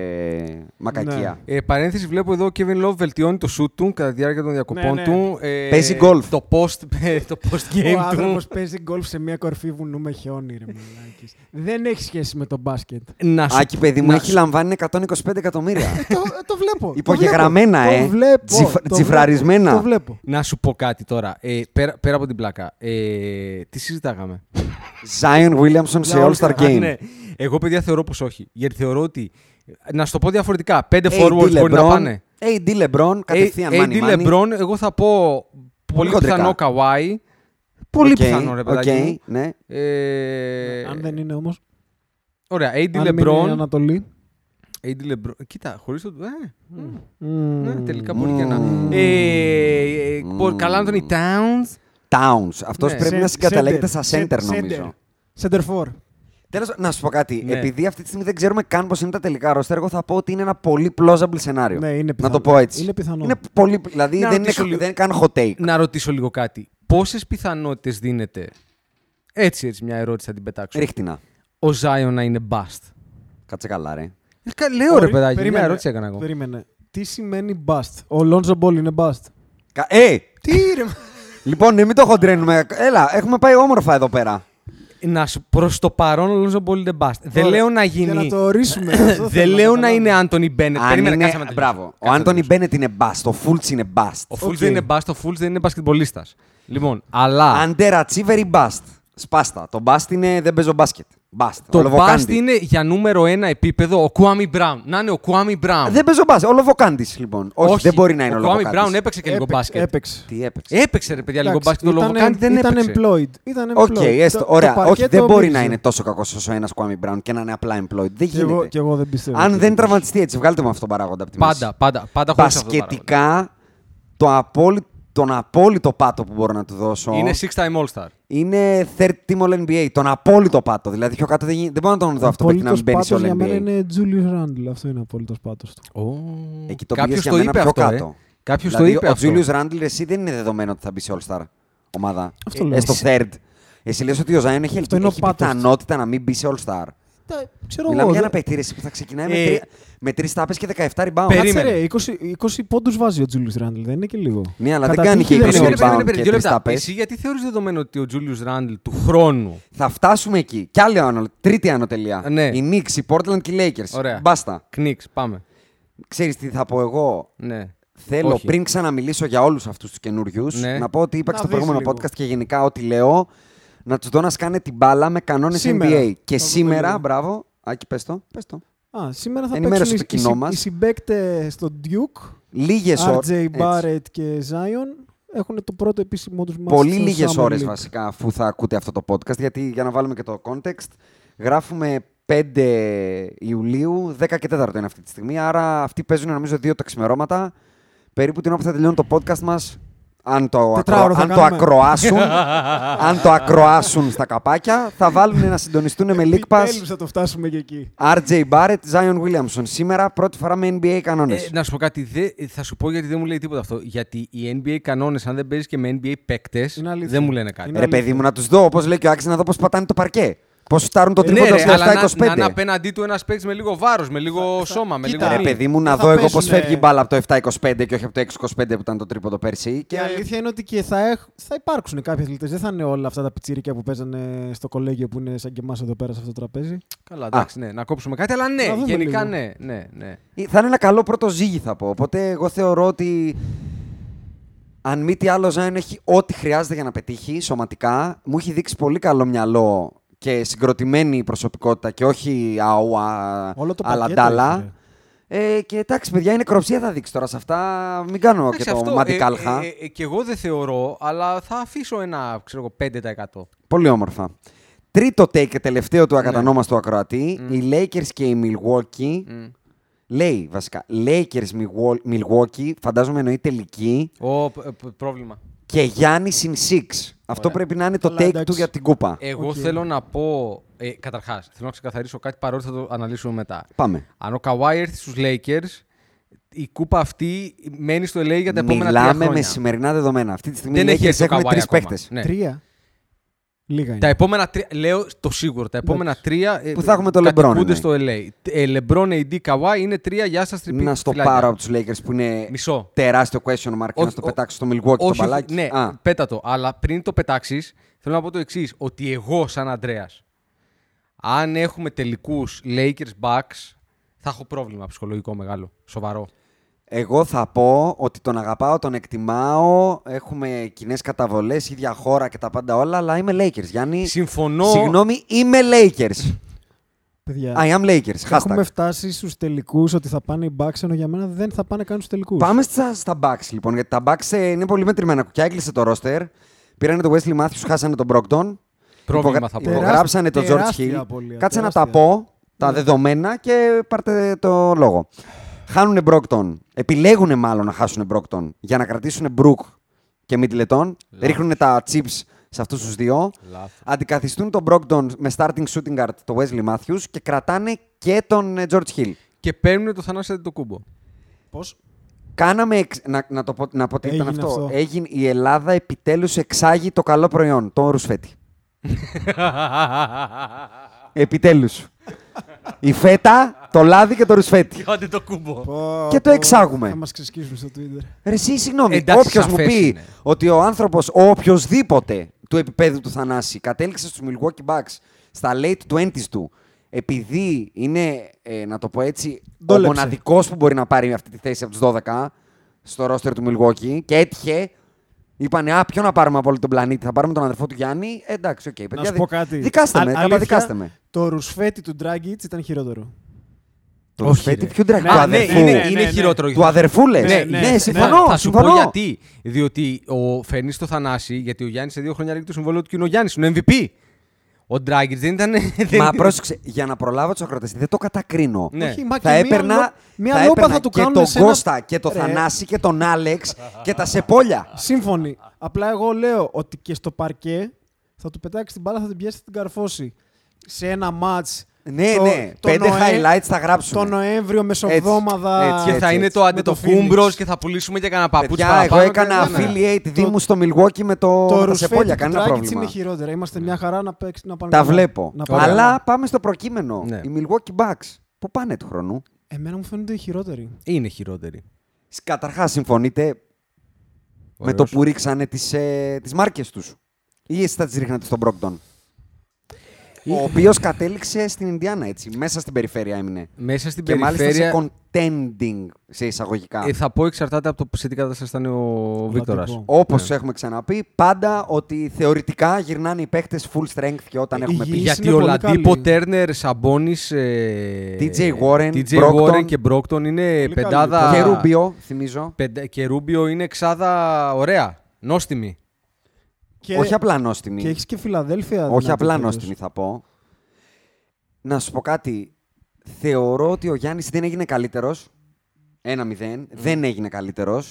μακακία. Ε, παρένθεση, βλέπω εδώ ο Kevin Love βελτιώνει το σουτ του κατά τη διάρκεια των διακοπών Ναι, ναι. του. Ε, Παίζει γκολφ. Το post, <laughs> ε, το post Ο game του. άνθρωπος παίζει γκολφ σε μια κορφή βουνού με χιόνι, ρε μαλάκες. Δεν έχει σχέση με το μπάσκετ. Να σου- Άκη, παιδί μου, να έχει σου- λαμβάνει 125 <laughs> εκατομμύρια. το, το βλέπω. Υπογεγραμμένα, το βλέπω, ε. Το βλέπω. Τζιφ- το βλέπω, τζιφραρισμένα. Το βλέπω. Να σου πω κάτι τώρα. Ε, πέρα, πέρα από την πλάκα. Ε, τι συζητάγαμε. Zion Williamson σε Για All όλα- Star Α, Game. ναι. Εγώ, παιδιά, θεωρώ πως όχι. Γιατί θεωρώ ότι. Να σου το πω διαφορετικά. Πέντε AD forwards μπορεί να Ε, LeBron, πάνε. AD LeBron, κατευθείαν AD money money. LeBron, εγώ θα πω πολύ Χοντρικά. πιθανό Καουάι. Πολύ Οκ, πιθανό, ρε οκ, παιδάκι. μου. ναι. Ε, Αν δεν είναι όμως. Ωραία, AD Αν μείνει LeBron. Ανατολή. AD LeBron. Κοίτα, χωρίς το. Ε, ναι, Mm. τελικά μπορεί και να. Mm. Ε, ε, ε, πο- Καλά, Anthony Towns. Towns. Αυτός Ναι. πρέπει Center, να συγκαταλέγεται στα center, center, center. νομίζω. Center for. Τέλος, να σου πω κάτι. Ναι. Επειδή αυτή τη στιγμή δεν ξέρουμε καν πώς είναι τα τελικά ρόστερ, εγώ θα πω ότι είναι ένα πολύ plausible σενάριο. Ναι, είναι να πιθανό. το πω έτσι. Είναι πιθανό. Είναι πολύ, δηλαδή Να δεν, είναι, ρωτήσω λίγο. Ναι. δεν είναι καν hot take. Να ρωτήσω λίγο κάτι. Πόσες πιθανότητες δίνεται. Έτσι, έτσι, μια ερώτηση θα την πετάξω. Ρίχτηνα. Ο Zion να είναι bust. Κάτσε καλά, ρε. Ε, κα- Λέω ρε Ωρι- παιδάκι, μια περίμενε, ερώτηση έκανα εγώ. Περίμενε. Τι σημαίνει bust. Ο Λόντζο Μπολ είναι bust. Κα- Ε! Τι ρε. μα- Λοιπόν, ναι, μην το χοντρένουμε. Έλα, έχουμε πάει όμορφα εδώ πέρα. Να σου προς το παρόν ο Lonzo Ball είναι bust. Δεν Ωραία. λέω να Για να γίνει... <clears throat> το <laughs> ορίσουμε. Αυτό Δεν θέλω λέω να καταλάβω. είναι Άντωνι Μπένετ. Αν Ναι, Περίμενε, είναι- κάτσε να τελειώσω. Μπράβο. Ο Κάτσε να Άντωνι τελειώσω. Μπένετ είναι μπαστ. Ο Φούλτ είναι μπαστ. Ο Φούλτ Οκ. δεν είναι bust, ο Φούλτ δεν είναι μπασκετμπολίστας. Λοιπόν, αλλά Underachiever ή μπαστ. Σπάστα. Το μπαστ είναι δεν παίζω μπάσκετ. Μπαστ. το bust Ολοβοκάντη. είναι για νούμερο ένα επίπεδο ο Κουάμι Μπράουν. Να είναι ο Κουάμι Μπράουν. Δεν παίζω μπάσκετ. Ολοβοκάντη λοιπόν. Όχι, δεν μπορεί να είναι Ο Κουάμι Μπράουν ολοβοκάντη. έπαιξε και λίγο Έπαιξε- μπάσκετ. Έπαιξε. Τι έπαιξε. Έπαιξε ρε παιδιά λίγο Εντάξει, μπάσκετ. Ο ήταν- Λοβοκάντης δεν ήταν έπαιξε. employed. Ήταν employed. Οκ, έστω. Το- το Ωραία. Όχι, παρκέτο δεν μπορεί μύριζε. να είναι τόσο κακός όσο ένας Κουάμι Μπράουν και να είναι απλά employed. Δεν Κι εγώ, γίνεται. κι εγώ δεν πιστεύω. Αν δεν τραυματιστεί έτσι, βγάλτε με αυτόν τον παράγοντα από τη μέση. Πάντα, πάντα, πάντα χωρίς αυτό το παράγοντα. Μπασκετικά, το απόλυ- τον απόλυτο πάτο που μπορώ να του δώσω Είναι six time all-star. είναι third team all NBA. Τον απόλυτο πάτο. Δηλαδή, πιο κάτω δεν, γίνει- δεν μπορώ να τον δω αυτό που να μην μπαίνει σε πάτος all για μένα NBA. είναι Julius Randle. Αυτό είναι απόλυτος πάτος του. Εκεί το Κάποιος πήγες για μένα πιο κάτω. ε. Κάποιος δηλαδή, το είπε ο αυτό. Τζούλιου Ράντλ, εσύ δεν είναι δεδομένο ότι θα μπει σε All-Star ομάδα. Αυτό λέω. ε, στο third. Εσύ λες ότι ο Ζάιν έχει, Αυτό είναι ο έχει πάτος της. πιθανότητα να μην μπει σε All-Star. Τα- Ξέρω Μιλάμε εγώ. για ένα δεν- παίκτη ρε, εσύ, που θα ξεκινάει με Ε, τρι- με τρεις τάπες και 17 rebound. περί- Κάτσε Περίμενε. ρε, 20, 20 πόντους βάζει ο Τζούλιους Ράντλ, δεν είναι και λίγο. Ναι, αλλά Κατά δεν κάνει τύχη και δεν 20 είναι. Περίμενε, περίμενε, rebound περίμενε, και δύο 3 λεπτά. τάπες. Εσύ γιατί θεωρείς δεδομένο ότι ο Τζούλιους Ράντλ του χρόνου. Θα φτάσουμε εκεί. Κι άλλη άνω, τρίτη ανωτελεία. Ναι. Η Knicks, η Portland και οι Lakers. Ωραία. Μπάστα. Κνίξ, πάμε. Ξέρεις τι θα πω εγώ. Ναι. Θέλω Όχι. πριν ξαναμιλήσω για όλους αυτούς τους καινούριους Ναι. να πω ότι είπα Να στο δεις προηγούμενο λίγο. podcast και γενικά ό,τι λέω να τους δω να σκάνε την μπάλα με κανόνες Σήμερα. NBA. Και Θα δούμε σήμερα, λίγο. μπράβο, Άκη, πες το. Πες το. Α, σήμερα θα Ενημέρωσε το παίξουν οι, οι, κοινό συ- μας. οι συμπαίκτες στον Duke, Λίγε ώρε. RJ Barrett και Zion έχουν το πρώτο επίσημό τους μάτι. Πολύ λίγες ώρες βασικά αφού θα ακούτε αυτό το podcast. Γιατί για να βάλουμε και το context, γράφουμε 5 Ιουλίου, 10 και 4 είναι αυτή τη στιγμή. Άρα αυτοί παίζουν νομίζω δύο τα ξημερώματα. Περίπου την ώρα που θα τελειώνει το podcast μας. Αν το, Τετράωρο ακρο- θα αν το κάνουμε. <laughs> ακροάσουν, αν το ακροάσουν στα καπάκια, θα βάλουν να συντονιστούν με League Pass. Τέλο θα το φτάσουμε και εκεί. RJ Barrett, Zion Williamson. Σήμερα πρώτη φορά με NBA κανόνες. Ε, να σου πω κάτι. Δε, θα σου πω γιατί δεν μου λέει τίποτα αυτό. Γιατί οι NBA κανόνες, αν δεν παίζεις και με NBA παίκτες, Είναι αλήθεια. δεν μου λένε κάτι. Είναι Ρε παιδί μου, να τους δω, όπως λέει και ο Άξι, να δω πώς πατάνε το παρκέ. Πώς φτάρουν το Ε, ναι, τρίποντο ρε, στο αλλά να, 7-25. να είναι απέναντί του ένας παίκτης με λίγο βάρος, με λίγο σώμα, με λίγο. κοίτα, Ρε μη. παιδί μου, να Ε, θα δω εγώ πώ παίζουνε. φεύγει η μπάλα από το 7-25 και όχι από το 6-25 που ήταν το τρίποντο πέρσι. Και η αλήθεια είναι ότι και θα, έχ, θα υπάρξουν κάποιοι αθλητές. Δεν θα είναι όλα αυτά τα πιτσίρικα που παίζανε στο κολέγιο που είναι σαν και εμάς εδώ πέρα σε αυτό το τραπέζι. Καλά, εντάξει, ναι, να κόψουμε κάτι, αλλά ναι, Να δούμε γενικά λίγο. ναι, ναι, ναι. ε, Θα είναι ένα καλό πρώτο ζύγι, θα πω. Οπότε εγώ θεωρώ ότι. Αν μη τι άλλο, Ζάιν έχει ό,τι χρειάζεται για να πετύχει σωματικά. Μου έχει δείξει πολύ καλό μυαλό και συγκροτημένη προσωπικότητα και όχι αούα, Όλο το πακέτο έχει, αλαντάλα. Ε, και εντάξει, παιδιά, είναι κροψία θα δείξει τώρα σε αυτά. Μην κάνω και Εντάξει, το αυτό, μάτι ε, κάλχα. ε, ε, και εγώ δεν θεωρώ, αλλά θα αφήσω ένα, ξέρω εγώ, 5%. Πολύ όμορφα. Τρίτο take και τελευταίο Ναι. του ακατανόμαστου ακροατή. Οι Lakers και οι Milwaukee. Λέει βασικά. Lakers Milwau- Milwaukee. Φαντάζομαι εννοεί τελική. Ω, π- π- πρόβλημα. Και Γιάννη in six. Αυτό πρέπει να είναι το Καλά, take εντάξει. του για την κούπα. Εγώ Οκ. θέλω να πω. Ε, Καταρχάς, θέλω να ξεκαθαρίσω κάτι παρότι θα το αναλύσουμε μετά. Πάμε. Αν ο Καουάι έρθει στους Lakers, η κούπα αυτή μένει στο LA για τα επόμενα τρία Μιλάμε χρόνια. με σημερινά δεδομένα. Αυτή τη στιγμή Δεν οι έχει Lakers έρθει ο έχουν Καουάι τρεις ακόμα. παίχτε. Ναι. Τρία. Λίγα Τα είναι. επόμενα τρία, λέω το σίγουρο, τα επόμενα τρία ε, Που θα έχουμε το LeBron, κατοικούνται εννοεί. στο LA. Ε, LeBron, AD, Kawhi είναι τρία, γεια σας, τρυπή. Να στο φυλάκια. πάρω από τους Lakers που είναι Ναι. Μισό. τεράστιο question mark και Όχι, να στο ο- πετάξω στο Milwaukee το όχι, μπαλάκι. Ναι, Α, πέτα το. Αλλά πριν το πετάξεις, θέλω να πω το εξής: Ότι εγώ, σαν Αντρέα, αν έχουμε τελικούς Lakers Bucks, θα έχω πρόβλημα ψυχολογικό μεγάλο. Σοβαρό. εγώ θα πω ότι τον αγαπάω, τον εκτιμάω. Έχουμε κοινές καταβολές, ίδια χώρα και τα πάντα όλα, αλλά είμαι Lakers. Γιάννη, Συμφωνώ. συγγνώμη, είμαι Lakers. Παιδιά, I am Lakers. Hashtag. Ε, έχουμε φτάσει στους τελικούς ότι θα πάνε οι Bucks, ενώ για μένα δεν θα πάνε καν στους τελικούς. Πάμε στα, στα Bucks λοιπόν, γιατί τα Bucks ε, είναι πολύ μετρημένα κουκιά. Έκλεισε το roster. Πήρανε τον Wesley Matthews, χάσανε τον Brockton. Πρόβλημα θα πω. Υπογράψανε τον George Τεράστια Ναι. Hill. απώλεια, Κάτσε να τα τεράστια. πω, τα δεδομένα και πάρτε το λόγο. Χάνουνε Brockton. Επιλέγουν μάλλον να χάσουν Brockton για να κρατήσουν Brook και Middleton. Ρίχνουν τα chips σε αυτούς τους δύο. Λάθος. Αντικαθιστούν τον Brockton με starting shooting guard το Wesley Matthews και κρατάνε και τον ε, George Hill. Και παίρνουν το Θανάση το κούμπο. Ε, Πώς? Κάναμε. εξ- Να, να το πω, να πω τι ήταν Έγινε αυτό. αυτό. Έγινε, η Ελλάδα επιτέλους εξάγει το καλό προϊόν, τον ρουσφέτη. επιτέλους. η φέτα, το λάδι και το ρουσφέτη. Κάντε το κούμπο. Και το εξάγουμε. Θα μας ξεσκίσουν στο Twitter. Ρε, εσύ, συγγνώμη, Εντάξει, όποιος μου σαφές πει είναι. ότι ο άνθρωπος, ο οποιοδήποτε του επίπεδου του Θανάση, κατέληξε στους Milwaukee Bucks στα late 20s του, επειδή είναι, ε, να το πω έτσι, Δόλεψε. ο μοναδικός που μπορεί να πάρει αυτή τη θέση από τους 12 στο ρόστερ του Milwaukee και έτυχε. Είπανε, Α, ποιο να πάρουμε από όλο τον πλανήτη. Θα πάρουμε τον αδερφό του Γιάννη. Ε, εντάξει, οκ. παιδιά, Να σου δι- πω κάτι. Δικάστε Α- με, αλήθεια, καταδικάστε με. Το ρουσφέτη του Ντράγκητ ήταν χειρότερο. Το όχι, Ρουσφέτη, ρε. ποιον τρέχει, του Α, ναι, αδερφού. είναι, Ναι, είναι ναι, χειρότερο. Του αδερφού λες. Ναι, ναι, ναι. συμφωνώ. θα σου συμφωνώ. πω γιατί. Διότι ο φέρνει το Θανάση, γιατί ο Γιάννης σε δύο χρόνια λύγει το συμβόλαιο του και είναι ο Γιάννης, είναι MVP. Ο Ντράγκης δεν ήταν. δεν- <laughs> Μα πρόσεξε, για να προλάβω τους ακροτές, δεν το κατακρίνω. Ναι. Όχι, μα και θα μία έπαιρνα, λο- μία θα λόπα έπαιρνα θα του και κάνουν τον εσένα- Ε. Κώστα και τον Ρε. Θανάση και τον Άλεξ και τα Σεπόλια. Σύμφωνοι. Απλά εγώ λέω ότι και στο παρκέ θα του πετάξει την μπάλα, θα την πιάσει, θα την καρφώσει. Σε ένα ματ. Ναι, ναι. Πέντε highlights θα γράψουμε. Το Νοέμβριο, μεσοβδόμαδα. Έτσι, και έτσι, θα είναι έτσι. το Με αντε το το Phoenix. Κούμπρος και θα πουλήσουμε και κανένα παπούτσι Παιδιά, εγώ παραπάνω. και έκανα δεν- ναι. affiliate Το- δήμου στο Milwaukee με το, Το με τα ρουσφέτη Σεπόλια. του Κανένα Dragic πρόβλημα. Ναι. είναι χειρότερα. Είμαστε μια χαρά να, παίξει, να πάμε Τα καλά. βλέπω. Να πάμε καλά. Αλλά πάμε στο προκείμενο. Ναι. Οι Milwaukee Bucks. Πού πάνε του χρονού. Εμένα μου φαίνονται οι χειρότεροι. Είναι χειρότερη. Καταρχάς, συμφωνείτε με Ωραίος. το που ρίξανε τις ε, τις μάρκες τους. Ή εσύ θα τις ρίχνατε στον Brogdon. Ο οποίος κατέληξε στην Ινδιάνα, έτσι. Μέσα στην περιφέρεια έμεινε. Μέσα στην Και μάλιστα περιφέρεια. σε contending σε εισαγωγικά. ε, θα πω εξαρτάται από το σε τι κατάσταση ήταν ο Βίκτορα. Λατικό. Όπως ναι. έχουμε ξαναπεί, πάντα ότι θεωρητικά γυρνάνε οι παίχτε full strength και όταν Ε, έχουμε υγιείς. πει. Γιατί είναι ο πολύ Λαντίπο, καλή. Τέρνερ, Σαμπόνι. Ε, TJ Warren, TJ Brockton. Warren και Μπρόκτον είναι καλή. πεντάδα. Και Ρούμπιο, θυμίζω. πεντα- και Ρούμπιο είναι εξάδα ωραία. Νόστιμη. Και, Όχι απλά νόστιμη. και έχεις και Φιλαδέλφια. Όχι δυνατή απλά φέτος. νόστιμη, θα πω. Να σου πω κάτι. Θεωρώ ότι ο Γιάννης δεν έγινε καλύτερος. 1-0. Ναι. Δεν έγινε καλύτερος.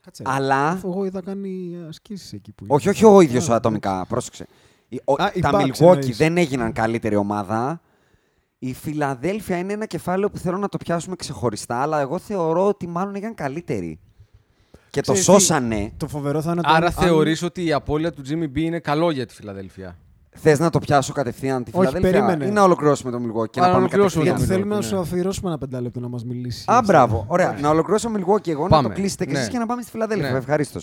Κάτσε. Αλλά. Εγώ είδα κάνει ασκήσεις εκεί που. Όχι, ήταν. όχι ο ίδιος Α, ατομικά. Πρόσεξε. Η- ο- Ναι. Α, οι τα Bucks Milwaukee εννοείς. δεν έγιναν καλύτερη ομάδα. Η Φιλαδέλφια είναι ένα κεφάλαιο που θέλω να το πιάσουμε ξεχωριστά, αλλά εγώ θεωρώ ότι μάλλον έγιναν καλύτεροι. Και το Ξέρεις τι, σώσανε. Το φοβερό θα είναι το. Άρα αν- θεωρείς ότι η απώλεια του Jimmy B είναι καλό για τη Φιλαδέλφια. Θες να το πιάσω κατευθείαν τη Όχι, Φιλαδέλφια. Ή περίμενε. να ολοκληρώσουμε το Milwaukee και Α, να να πάμε ολοκληρώσουμε το Γιατί Μιλγόκι, κατευθείαν. θέλουμε να ναι. σου αφιερώσουμε ένα πεντάλεπτο να μας μιλήσεις. Α, μπράβο. Ωραία. Να ολοκληρώσω Milwaukee εγώ, να Πάμε. το κλείσετε και Ναι. εσείς και να πάμε στη Φιλαδέλφια. Ναι. Ευχαρίστως.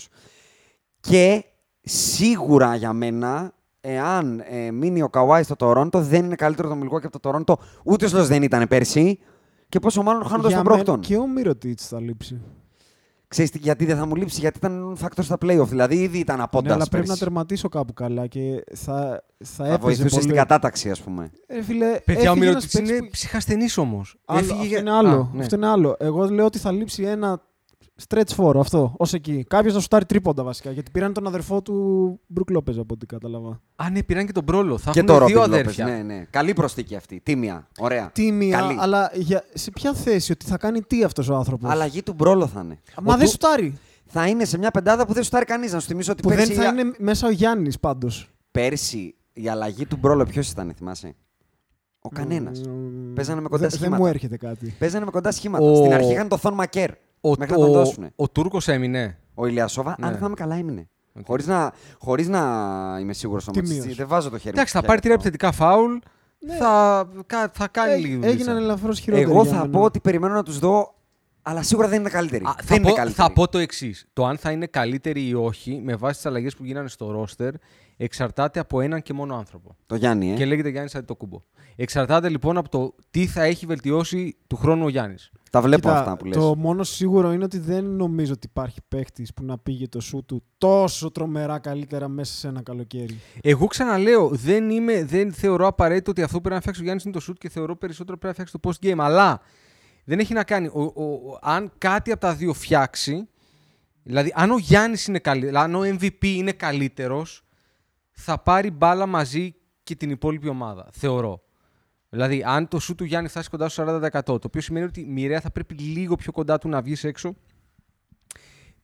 Και σίγουρα για μένα, εάν ε, μείνει ο Καουάι στο Τωρόντο, δεν είναι καλύτερο το Milwaukee από το Τωρόντο. Ούτε ο δεν ήταν πέρσι. Και πόσο μάλλον χάνοντας τον Πρόκτον. Και ο Μύρωτιτ θα λείψει. Ξέρεις τι, γιατί δεν θα μου λείψει, γιατί ήταν φάκτορ στα playoff. Δηλαδή ήδη ήταν Ναι, απόντα. αλλά πρέπει να τερματίσω κάπου καλά και θα, θα Θα έπαιζε βοηθούσε πολύ. στην κατάταξη, ας πούμε. Ε, φίλε, Παιδιά, ο έφυγε Μιλωτής ένας είναι ναι. παίκτης που- ψυχασθενής όμως. Άλλο, αυτό είναι άλλο. ναι. Αυτό είναι άλλο. Εγώ λέω ότι θα λείψει ένα stretch φόρο αυτό, ως εκεί. Κάποιος να σουτάρει τρίποντα βασικά, γιατί πήραν τον αδερφό του Μπρουκ Λόπεζ από ό,τι κατάλαβα. Α, ναι, πήραν και τον Πρόλο. Θα Και έχουν το δύο Ρόμπιν Λόπες. αδέρφια. Ναι, ναι. Καλή προσθήκη αυτή. Τίμια. Ωραία. Τίμια, Καλή. αλλά για, σε ποια θέση, ότι θα κάνει τι αυτός ο άνθρωπος. Αλλαγή του Μπρόλο θα είναι. Μα δεν σουτάρει. Θα είναι σε μια πεντάδα που δεν σου τάρει κανείς. Να σου θυμίσω ότι Που πέρσι, δεν θα η- είναι μέσα ο Γιάννης πάντως. πέρσι η αλλαγή του Μπρόλο ποιος ήταν, θυμάσαι. Ο κανένας. Παίζανε με κοντά Δεν σχήματα. μου έρχεται κάτι. Παίζανε με κοντά σχήματα. Ο- Στην αρχή είχαν το Θον Μακέρ. Ο, μέχρι να τον ο, δώσουν. ο Τούρκος έμεινε. Ο Ηλιασόβα, αν Ναι. θυμάμαι καλά, έμεινε. Χωρίς να, χωρίς να είμαι σίγουρος όμως. Τιμίως. Δεν βάζω το χέρι. μου Εντάξει, στο θα πάρει τρία χέρι αυτό. επιθετικά φάουλ. Θα, κα- θα κάνει Έγι- λίγο. δουλίτσα. Ε, Έγιναν ελαφρώς χειρότεροι. Εγώ για θα μένα. πω ότι περιμένω να τους δω, αλλά σίγουρα δεν είναι καλύτεροι. Α, δεν θα, είναι πω, καλύτεροι. θα πω το εξής. Το αν θα είναι καλύτεροι ή όχι, με βάση τις αλλαγές που γίνανε στο ρόστερ, εξαρτάται από έναν και μόνο άνθρωπο. Το Γιάννη, ε. Και λέγεται Γιάννης Αντιτοκούμπο. Εξαρτάται λοιπόν από το τι θα έχει βελτιώσει του χρόνου ο Γιάννης. Τα βλέπω Κοίτα, αυτά που λες. Το μόνο σίγουρο είναι ότι δεν νομίζω ότι υπάρχει παίχτης που να πήγε το σου του τόσο τρομερά καλύτερα μέσα σε ένα καλοκαίρι. Εγώ ξαναλέω, δεν, είμαι, δεν θεωρώ απαραίτητο ότι αυτό που πρέπει να φτιάξει ο Γιάννης είναι το shoot και θεωρώ περισσότερο πρέπει να φτιάξει το post game. Αλλά δεν έχει να κάνει. Ο, ο- ο- αν κάτι από τα δύο φτιάξει, δηλαδή αν ο Γιάννης είναι καλύτερο, αν ο MVP είναι καλύτερος, θα πάρει μπάλα μαζί και την υπόλοιπη ομάδα. Θεωρώ. Δηλαδή, αν το σου του Γιάννη φτάσει κοντά στο 40%, το οποίο σημαίνει ότι μοιραία θα πρέπει λίγο πιο κοντά του να βγεις έξω.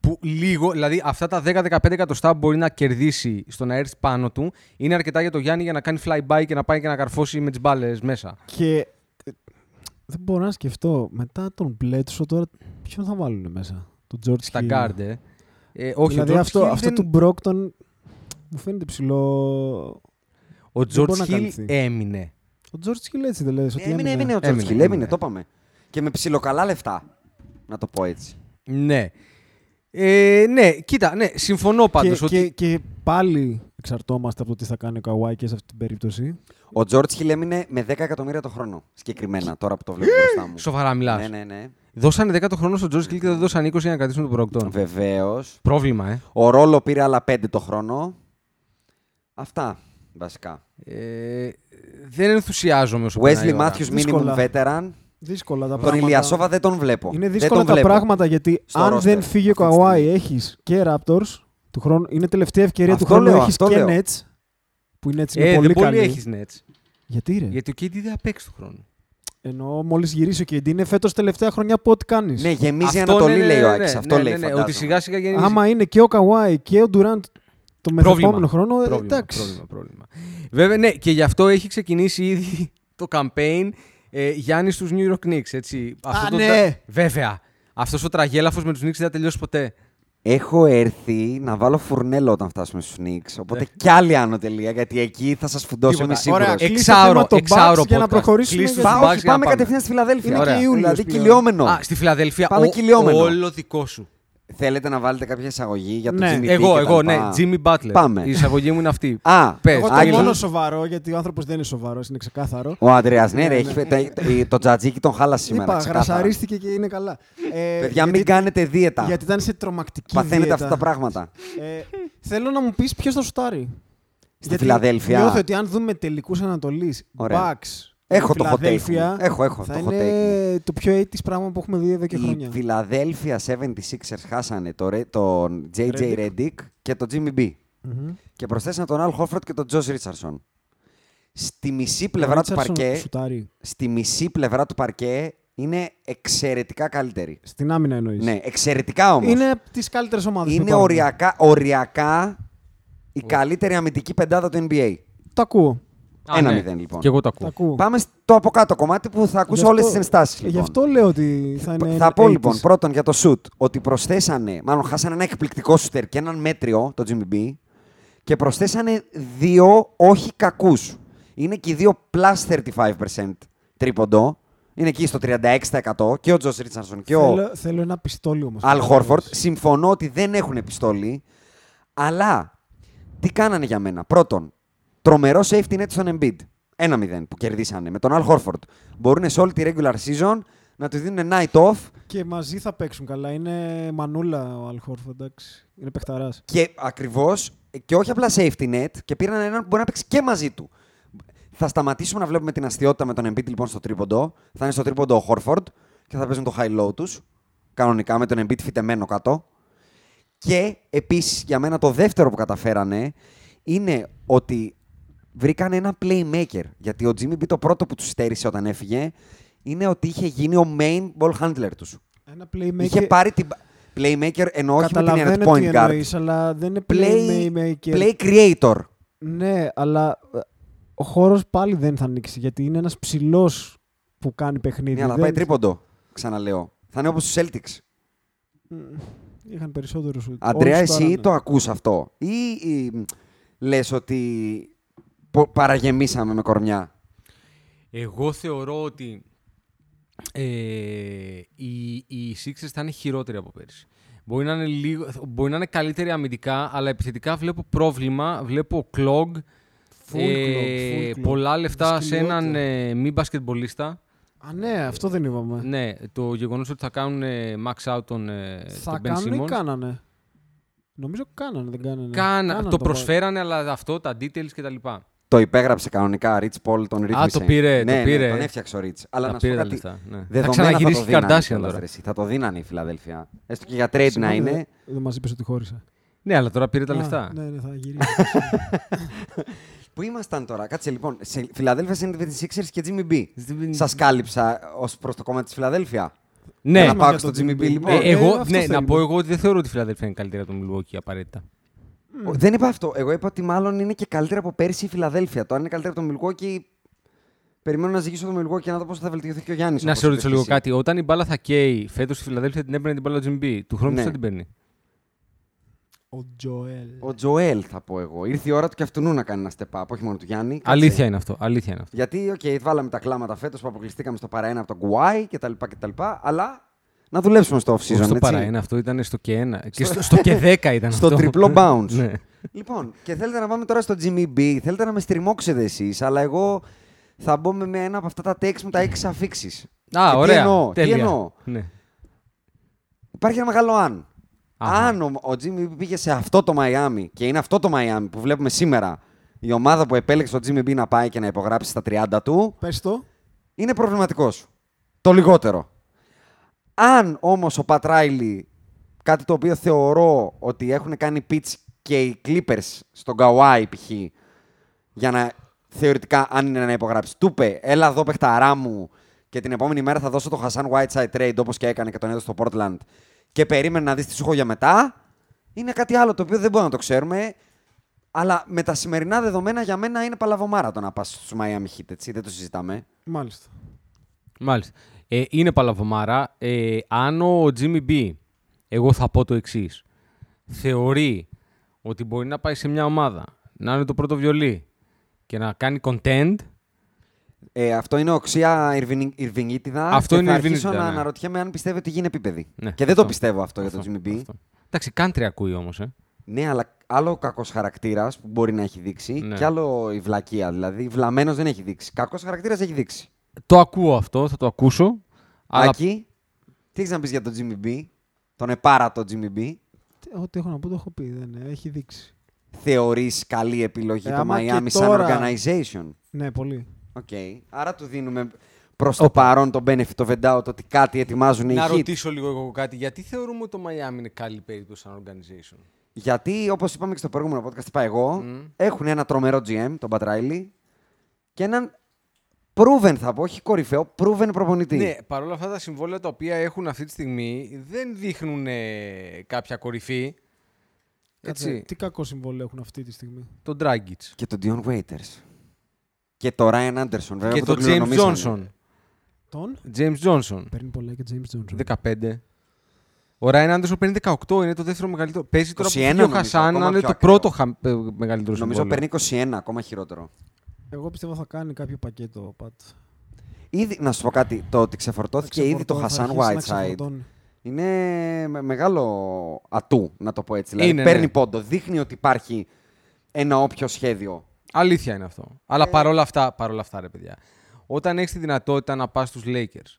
Που λίγο, δηλαδή αυτά τα 10-15 εκατοστά που μπορεί να κερδίσει στο να έρθει πάνω του, είναι αρκετά για το Γιάννη για να κάνει fly-by και να πάει και να καρφώσει με τις μπάλες μέσα. Και ε, δεν μπορώ να σκεφτώ μετά τον Μπλέτσο τώρα ποιον θα βάλουν μέσα. Τον Τζόρτ Στα guard, ε. Ε, όχι, δηλαδή ο George αυτό, Hill αυτό δεν- του Μπρόκτον μου φαίνεται ψηλό. Ο μπορεί George να Hill καλυφθεί. έμεινε. Ο Τζόρτ Χιλ έτσι δεν λες. ότι Ε, Έμεινε, έμεινε ο Ε, Έμεινε, Τζορτζ Χιλ, έμεινε, έμεινε. το είπαμε. Και με ψιλοκαλά λεφτά, να το πω έτσι. Ναι. Ε, ναι, κοίτα, ναι, συμφωνώ πάντως και, ότι... και, και πάλι εξαρτώμαστε από το τι θα κάνει ο Καουάι και σε αυτή την περίπτωση. Ο Τζορτζ Χιλ έμεινε με 10 εκατομμύρια το χρόνο. Συγκεκριμένα, τώρα που το βλέπω μπροστά μου. Σοβαρά μιλάς. Ναι, ναι, ναι. Δώσανε 10 το χρόνο στον George Hill και δεν δώσαν 20 για να κρατήσουν τον προοκτών. Βεβαίως. Πρόβλημα, ε. Ο Ρόλο πήρε άλλα 5 το χρόνο. Αυτά, βασικά. ε. δεν ενθουσιάζομαι όσο περνάει η Wesley ώρα. Matthews, minimum Δύσκολα. veteran. Δύσκολα τα Τον πράγματα. Ηλιασόβα δεν τον βλέπω. Είναι Δεν δύσκολα τον τα βλέπω. πράγματα γιατί στο αν roster δεν φύγει ο αυτή τη στιγμή. Καουάι, έχεις και Raptors. Του χρόνου, είναι τελευταία ευκαιρία Αυτό του χρόνου. λέω, Έχεις αυτό και λέω. Nets. Που είναι έτσι Ε, είναι δεν πολύ πολύ καλή. έχεις Nets. Γιατί ρε. Γιατί ο KD δεν θα παίξει του χρόνου. Ενώ μόλις γυρίσει ο Κεντή, είναι φέτος τελευταία χρονιά που ό,τι κάνεις. Ναι, γεμίζει η Αυτό, Ανατολή, ναι, ναι, λέει ναι, ο ναι, Άκης. ναι, Αυτό ναι, λέει. ναι, ναι, φαντάζομαι. Ότι σιγά σιγά γεννήσει. Άμα είναι και ο Καουάι και ο Ντουράντ το μεθεπόμενο χρόνο, ε, πρόβλημα, εντάξει. Πρόβλημα, πρόβλημα. Βέβαια, ναι, και γι' αυτό έχει ξεκινήσει ήδη το campaign ε, Γιάννη στους New York Knicks. Έτσι. Α, το ναι. τρα- Βέβαια. Αυτός ο τραγέλαφος με τους Knicks δεν θα τελειώσει ποτέ. Έχω έρθει να βάλω φουρνέλο όταν φτάσουμε στους Νίξ. Οπότε κι άλλη άνω τελεία, γιατί εκεί θα σας φουντώσω, Ε. Τίποτα. είμαι σίγουρο. Ωραία, κλείσ' το Εξάωρο, θέμα των εξάωρο Bucks για να podcast. προχωρήσουμε. Κλείσ' γιατί- τους Bucks. Πάμε, Bucks για να πάμε. κατευθείαν στη Φιλαδέλφια. Είναι και Ωραία. Ιούλιος Δηλαδή πλέον. κυλιόμενο. Α, στη Φιλαδέλφια. Πάμε ο- κυλιόμενο. Όλο δικό σου. Θέλετε να βάλετε κάποια εισαγωγή για τον Ναι. Jimmy B Εγώ, και τα εγώ, ναι. λοιπά. Jimmy Butler. Πάμε. Η εισαγωγή μου είναι αυτή. Α, Πες, Εγώ το Άγγελε. μόνο σοβαρό, γιατί ο άνθρωπος δεν είναι σοβαρός, είναι ξεκάθαρο. Ο Αντρέα, ναι, ρε, έχει, τα- ε, το τζατζίκι τον χάλασε σήμερα. Είπα, ξεκάθαρα. γρασαρίστηκε και είναι καλά. Ε, Παιδιά, μην γιατί- κάνετε δίαιτα. Γιατί ήταν σε τρομακτική Παθαίνετε δίαιτα. αυτά τα πράγματα. Ε, θέλω να μου πεις ποιος θα σουτάρει. Στη Φιλαδέλφια. Νιώθω ότι αν δούμε τελικούς Ανατολή, Ωραία. Bucks, Έχω το hot take. Φιλαδέλφια, μου. Έχω, έχω το θα hot take. μου. είναι το πιο 80 πράγμα που έχουμε δει εδώ και Οι χρόνια. Φιλαδέλφια 76ers χάσανε το Re- τον JJ Reddick. Reddick και τον Jimmy B. Μμμ. Και προσθέσανε τον Al Horford και τον Josh Richardson. Στη μισή Ο πλευρά του Ρίτσαρσον παρκέ, σουτάρει. στη μισή πλευρά του παρκέ είναι εξαιρετικά καλύτερη. Στην άμυνα εννοείς. Ναι, εξαιρετικά όμως. Είναι από τις καλύτερες ομάδες. Είναι οριακά, οριακά η καλύτερη αμυντική πεντάδα του NBA. Το ακούω. Α, Ένα ναι. μηδέν λοιπόν. Και εγώ το Το ακούω. ακούω. Πάμε στο από κάτω κομμάτι που θα ακούσω Γι' όλες αυτό- ε, τις ενστάσεις. Γι' αυτό λέω ότι θα είναι. λοιπόν. Θα πω 80s. λοιπόν πρώτον για το σουτ ότι προσθέσανε, μάλλον χάσανε ένα εκπληκτικό σουτέρ και έναν μέτριο, το Jimmy B, και προσθέσανε δύο όχι κακούς. Είναι και οι δύο plus 35% τρίποντο. Είναι εκεί στο 36% και ο Τζο Ρίτσανσον και ο Θέλω, θέλω ένα πιστόλι όμως. Αλ Χόρφορντ. Συμφωνώ ότι δεν έχουν επιστολή. Αλλά τι κάνανε για μένα. Πρώτον, τρομερό safety net στον Embiid. 1-0 που κερδίσανε με τον Αλ Χόρφορντ. Μπορούν σε όλη τη regular season να του δίνουν night off Και μαζί θα παίξουν καλά. Είναι μανούλα ο Αλ Χόρφορντ. εντάξει. Είναι παιχταράς. και ακριβώς και όχι απλά safety net και πήραν έναν που μπορεί να παίξει και μαζί του. Θα σταματήσουμε να βλέπουμε την αστείωτα με τον Embiid λοιπόν στο τρίποντο. Θα είναι στο τρίποντο ο Χόρφορντ και θα παίζουν το high-low τους. Κανονικά με τον Embiid φυτεμένο κάτω. Και επίσης για μένα το δεύτερο που καταφέρανε είναι ότι βρήκαν ένα playmaker. Γιατί ο Jimmy B το πρώτο που τους στέρισε όταν έφυγε είναι ότι είχε γίνει ο main ball handler τους. Ένα playmaker. Είχε πάρει την... Playmaker εννοώ όχι με την έννοια του Καταλαβαίνω τι point guard. εννοείς, αλλά δεν είναι Play, playmaker. play creator. Ναι, αλλά ε, ο χώρος πάλι δεν θα ανοίξει γιατί είναι ένας ψηλός που κάνει παιχνίδι. Ναι, αλλά θα δεν... πάει τρίποντο. Ξαναλέω. Θα είναι όπως στους Celtics. Είχαν περισσότερου σουτ. Αντρέα, Όλους εσύ παράνε. το ακούς αυτό ή, ή λες ότι πο- παραγεμίσαμε με κορμιά. Εγώ θεωρώ ότι ε, οι, οι Sixers θα είναι χειρότεροι από πέρυσι. Μπορεί να είναι, λίγο, μπορεί να είναι καλύτεροι αμυντικά, αλλά επιθετικά βλέπω πρόβλημα, βλέπω clog, Full clog, full Ε, clog. πολλά λεφτά σε Δυσκολιότητα. έναν ε, μη μπασκετμπολίστα. Α, ναι, αυτό δεν είπαμε. Ναι, το γεγονός ότι θα κάνουν ε, max out τον, ε, Θα τον Ben κάνουν ή Simmons. κάνανε. Νομίζω κάνανε, δεν κάνανε. Κάνα- Κάνανε το το προσφέρανε, αλλά αυτό, τα details κτλ. Το υπέγραψε κανονικά, Ρίτ Πολ τον ρύθμισε. το πήρε, το ναι, πήρε. Ναι, τον έφτιαξε ο Ρίτς. Αλλά Τα να σου πήρε πω τα κάτι, λεφτά, ναι. Θα δεδομένα ξαναγυρίσει το η δίνανε Kardashian κιόλας, τώρα. ρε εσύ. Θα το δίνανε η Φιλαδέλφια. Έστω και για trade να Συγγνώμη, είναι. δεν- Δεν μας είπες ότι χώρισα. Ναι, αλλά τώρα πήρε τα Α, λεφτά. Ναι, ναι, θα γυρίσει. <laughs> Πού ήμασταν τώρα, κάτσε λοιπόν. Σε Φιλαδέλφια είναι τη Sixers και Jimmy B. Σας κάλυψα ως προς το κόμμα της Φιλαδέλφια. Ναι, Να Μα πάω για στο τον Jimmy B, Jimmy B. λοιπόν. Ε, Ε, εγώ, αυτό ναι, να θέλουμε. πω εγώ ότι δεν θεωρώ ότι η Φιλαδέλφια είναι καλύτερη από τον Milwaukee απαραίτητα. Ο- Δεν είπα αυτό. Εγώ είπα ότι μάλλον είναι και καλύτερα από πέρσι η Φιλαδέλφια. Το αν είναι καλύτερα από τον Milwaukee. Περιμένω να ζυγίσω τον Milwaukee και να δω πώς θα βελτιωθεί και ο Γιάννης. να σε ρωτήσω λίγο κάτι. Όταν η μπάλα θα καίει, φέτος η Φιλαδέλφια την έπαιρνε την μπάλα του Jimmy B. Του χρόνου Ναι. ποιος θα την παίρνει. Ο Τζοέλ. Ο Τζοέλ θα πω εγώ. Ήρθε η ώρα του και αυτού να κάνει ένα step up, όχι μόνο του Γιάννη. Κάτσε. Αλήθεια είναι αυτό. Αλήθεια είναι αυτό. Γιατί, οκ, βάλαμε τα κλάματα φέτος που αποκλειστήκαμε στο παραένα από τον Κουάι κτλ. κτλ αλλά να δουλέψουμε στο off-season. Όχι στο έτσι. παραένα αυτό, ήταν στο και ένα. Και στο, στο και δέκα ήταν Στο αυτό. τριπλό bounce. ναι. Λοιπόν, και θέλετε να πάμε τώρα στο Jimmy B. Θέλετε να με στριμώξετε εσείς, αλλά εγώ θα μπω με ένα από αυτά τα takes μου, τα έξι αφήξεις. Α, ωραία. Τι εννοώ, τι Τέλεια. εννοώ. Ναι. Υπάρχει ένα μεγάλο αν. Αχα. Αν ο, ο Jimmy B πήγε σε αυτό το Μαϊάμι και είναι αυτό το Μαϊάμι που βλέπουμε σήμερα, η ομάδα που επέλεξε ο Jimmy B να πάει και να υπογράψει στα 30 του, Πες το. είναι προβληματικός. Το λιγότερο. Αν όμως ο Πατράιλι, κάτι το οποίο θεωρώ ότι έχουν κάνει pitch και οι Clippers στον Καουάι π.χ. για να θεωρητικά αν είναι να υπογράψει. Του είπε, έλα εδώ παιχταρά μου και την επόμενη μέρα θα δώσω το Χασάν Whiteside trade όπως και έκανε και τον έδωσε στο Portland και περίμενε να δεις τι σου έχω για μετά. Είναι κάτι άλλο το οποίο δεν μπορούμε να το ξέρουμε. Αλλά με τα σημερινά δεδομένα για μένα είναι παλαβομάρα το να πας στους Miami Heat, έτσι, δεν το συζητάμε. Μάλιστα. Μάλιστα. Ε, είναι παλαβομάρα. Ε, αν ο Jimmy B, εγώ θα πω το εξής. Θεωρεί ότι μπορεί να πάει σε μια ομάδα, να είναι το πρώτο βιολί και να κάνει content, Ε, αυτό είναι οξία Ιρβινι- Ιρβινίτιδα. Αυτό και είναι θα αρχίσω Ιρβινίτιδα, να ναι. αναρωτιέμαι αν πιστεύει ότι γίνει επίπεδη. Ναι, και δεν το αυτό. πιστεύω αυτό, Αυτό, για το Jimmy B. αυτό. Εντάξει, country ακούει όμως. Ε. Ναι, αλλά άλλο ο κακός χαρακτήρας που μπορεί να έχει δείξει Ναι. και άλλο η βλακεία. Δηλαδή, βλαμμένος δεν έχει δείξει. Κακός χαρακτήρας έχει δείξει. Το ακούω αυτό, θα το ακούσω. Αλλά Άκη, τι έχεις να πεις για τον Jimmy B, τον επάρατο Jimmy B. Τι- Ό,τι έχω να πω το έχω πει. Δεν είναι. Έχει δείξει. Θεωρείς καλή επιλογή Ε, το άμα και Miami σαν τώρα. organization. Ναι, πολύ. Οκ. Άρα του δίνουμε προς το παρόν τον benefit, το vend out, ότι κάτι ετοιμάζουν οι να Heat. ρωτήσω λίγο εγώ κάτι. Γιατί θεωρούμε ότι το Miami είναι καλή περίπτωση σαν organization. Γιατί, όπως είπαμε και στο προηγούμενο podcast, είπα εγώ, Μμμ. έχουν ένα τρομερό GM, τον Πατράιλι, και έναν proven, θα πω, όχι κορυφαίο, proven προπονητή. Ναι, παρόλα αυτά τα συμβόλαια τα οποία έχουν αυτή τη στιγμή δεν δείχνουν ε, κάποια κορυφή. Κάτσε, Έτσι, τι κακό συμβόλαιο έχουν αυτή τη στιγμή. τον Dragic. Και τον Dion Waiters. Και τον Ryan Anderson, βέβαια. και που τον τον James κληρονομήσανε. Johnson. Τον. James Johnson. Παίρνει πολλά και James Johnson. 15. Ο Ryan Anderson παίρνει 18, είναι το δεύτερο μεγαλύτερο. Παίζει τώρα που 21 φύγει ο νομίζω, Χασάν ακόμα να είναι πιο το ακραίο. πρώτο χα... ε, μεγαλύτερο Νομίζω συμβόλαιο. παίρνει 21, ακόμα χειρότερο. Εγώ πιστεύω θα κάνει κάποιο πακέτο. Πατ. Ήδη, να σου πω κάτι, το ότι ξεφορτώθηκε ήδη το Χασάν Whiteside είναι με- μεγάλο ατού, να το πω έτσι. Δηλαδή, Είναι, παίρνει ναι. πόντο, δείχνει ότι υπάρχει ένα όποιο σχέδιο. Αλήθεια είναι αυτό. Ε. Αλλά παρόλα αυτά, παρόλα αυτά, ρε παιδιά, όταν έχεις τη δυνατότητα να πας στους Lakers,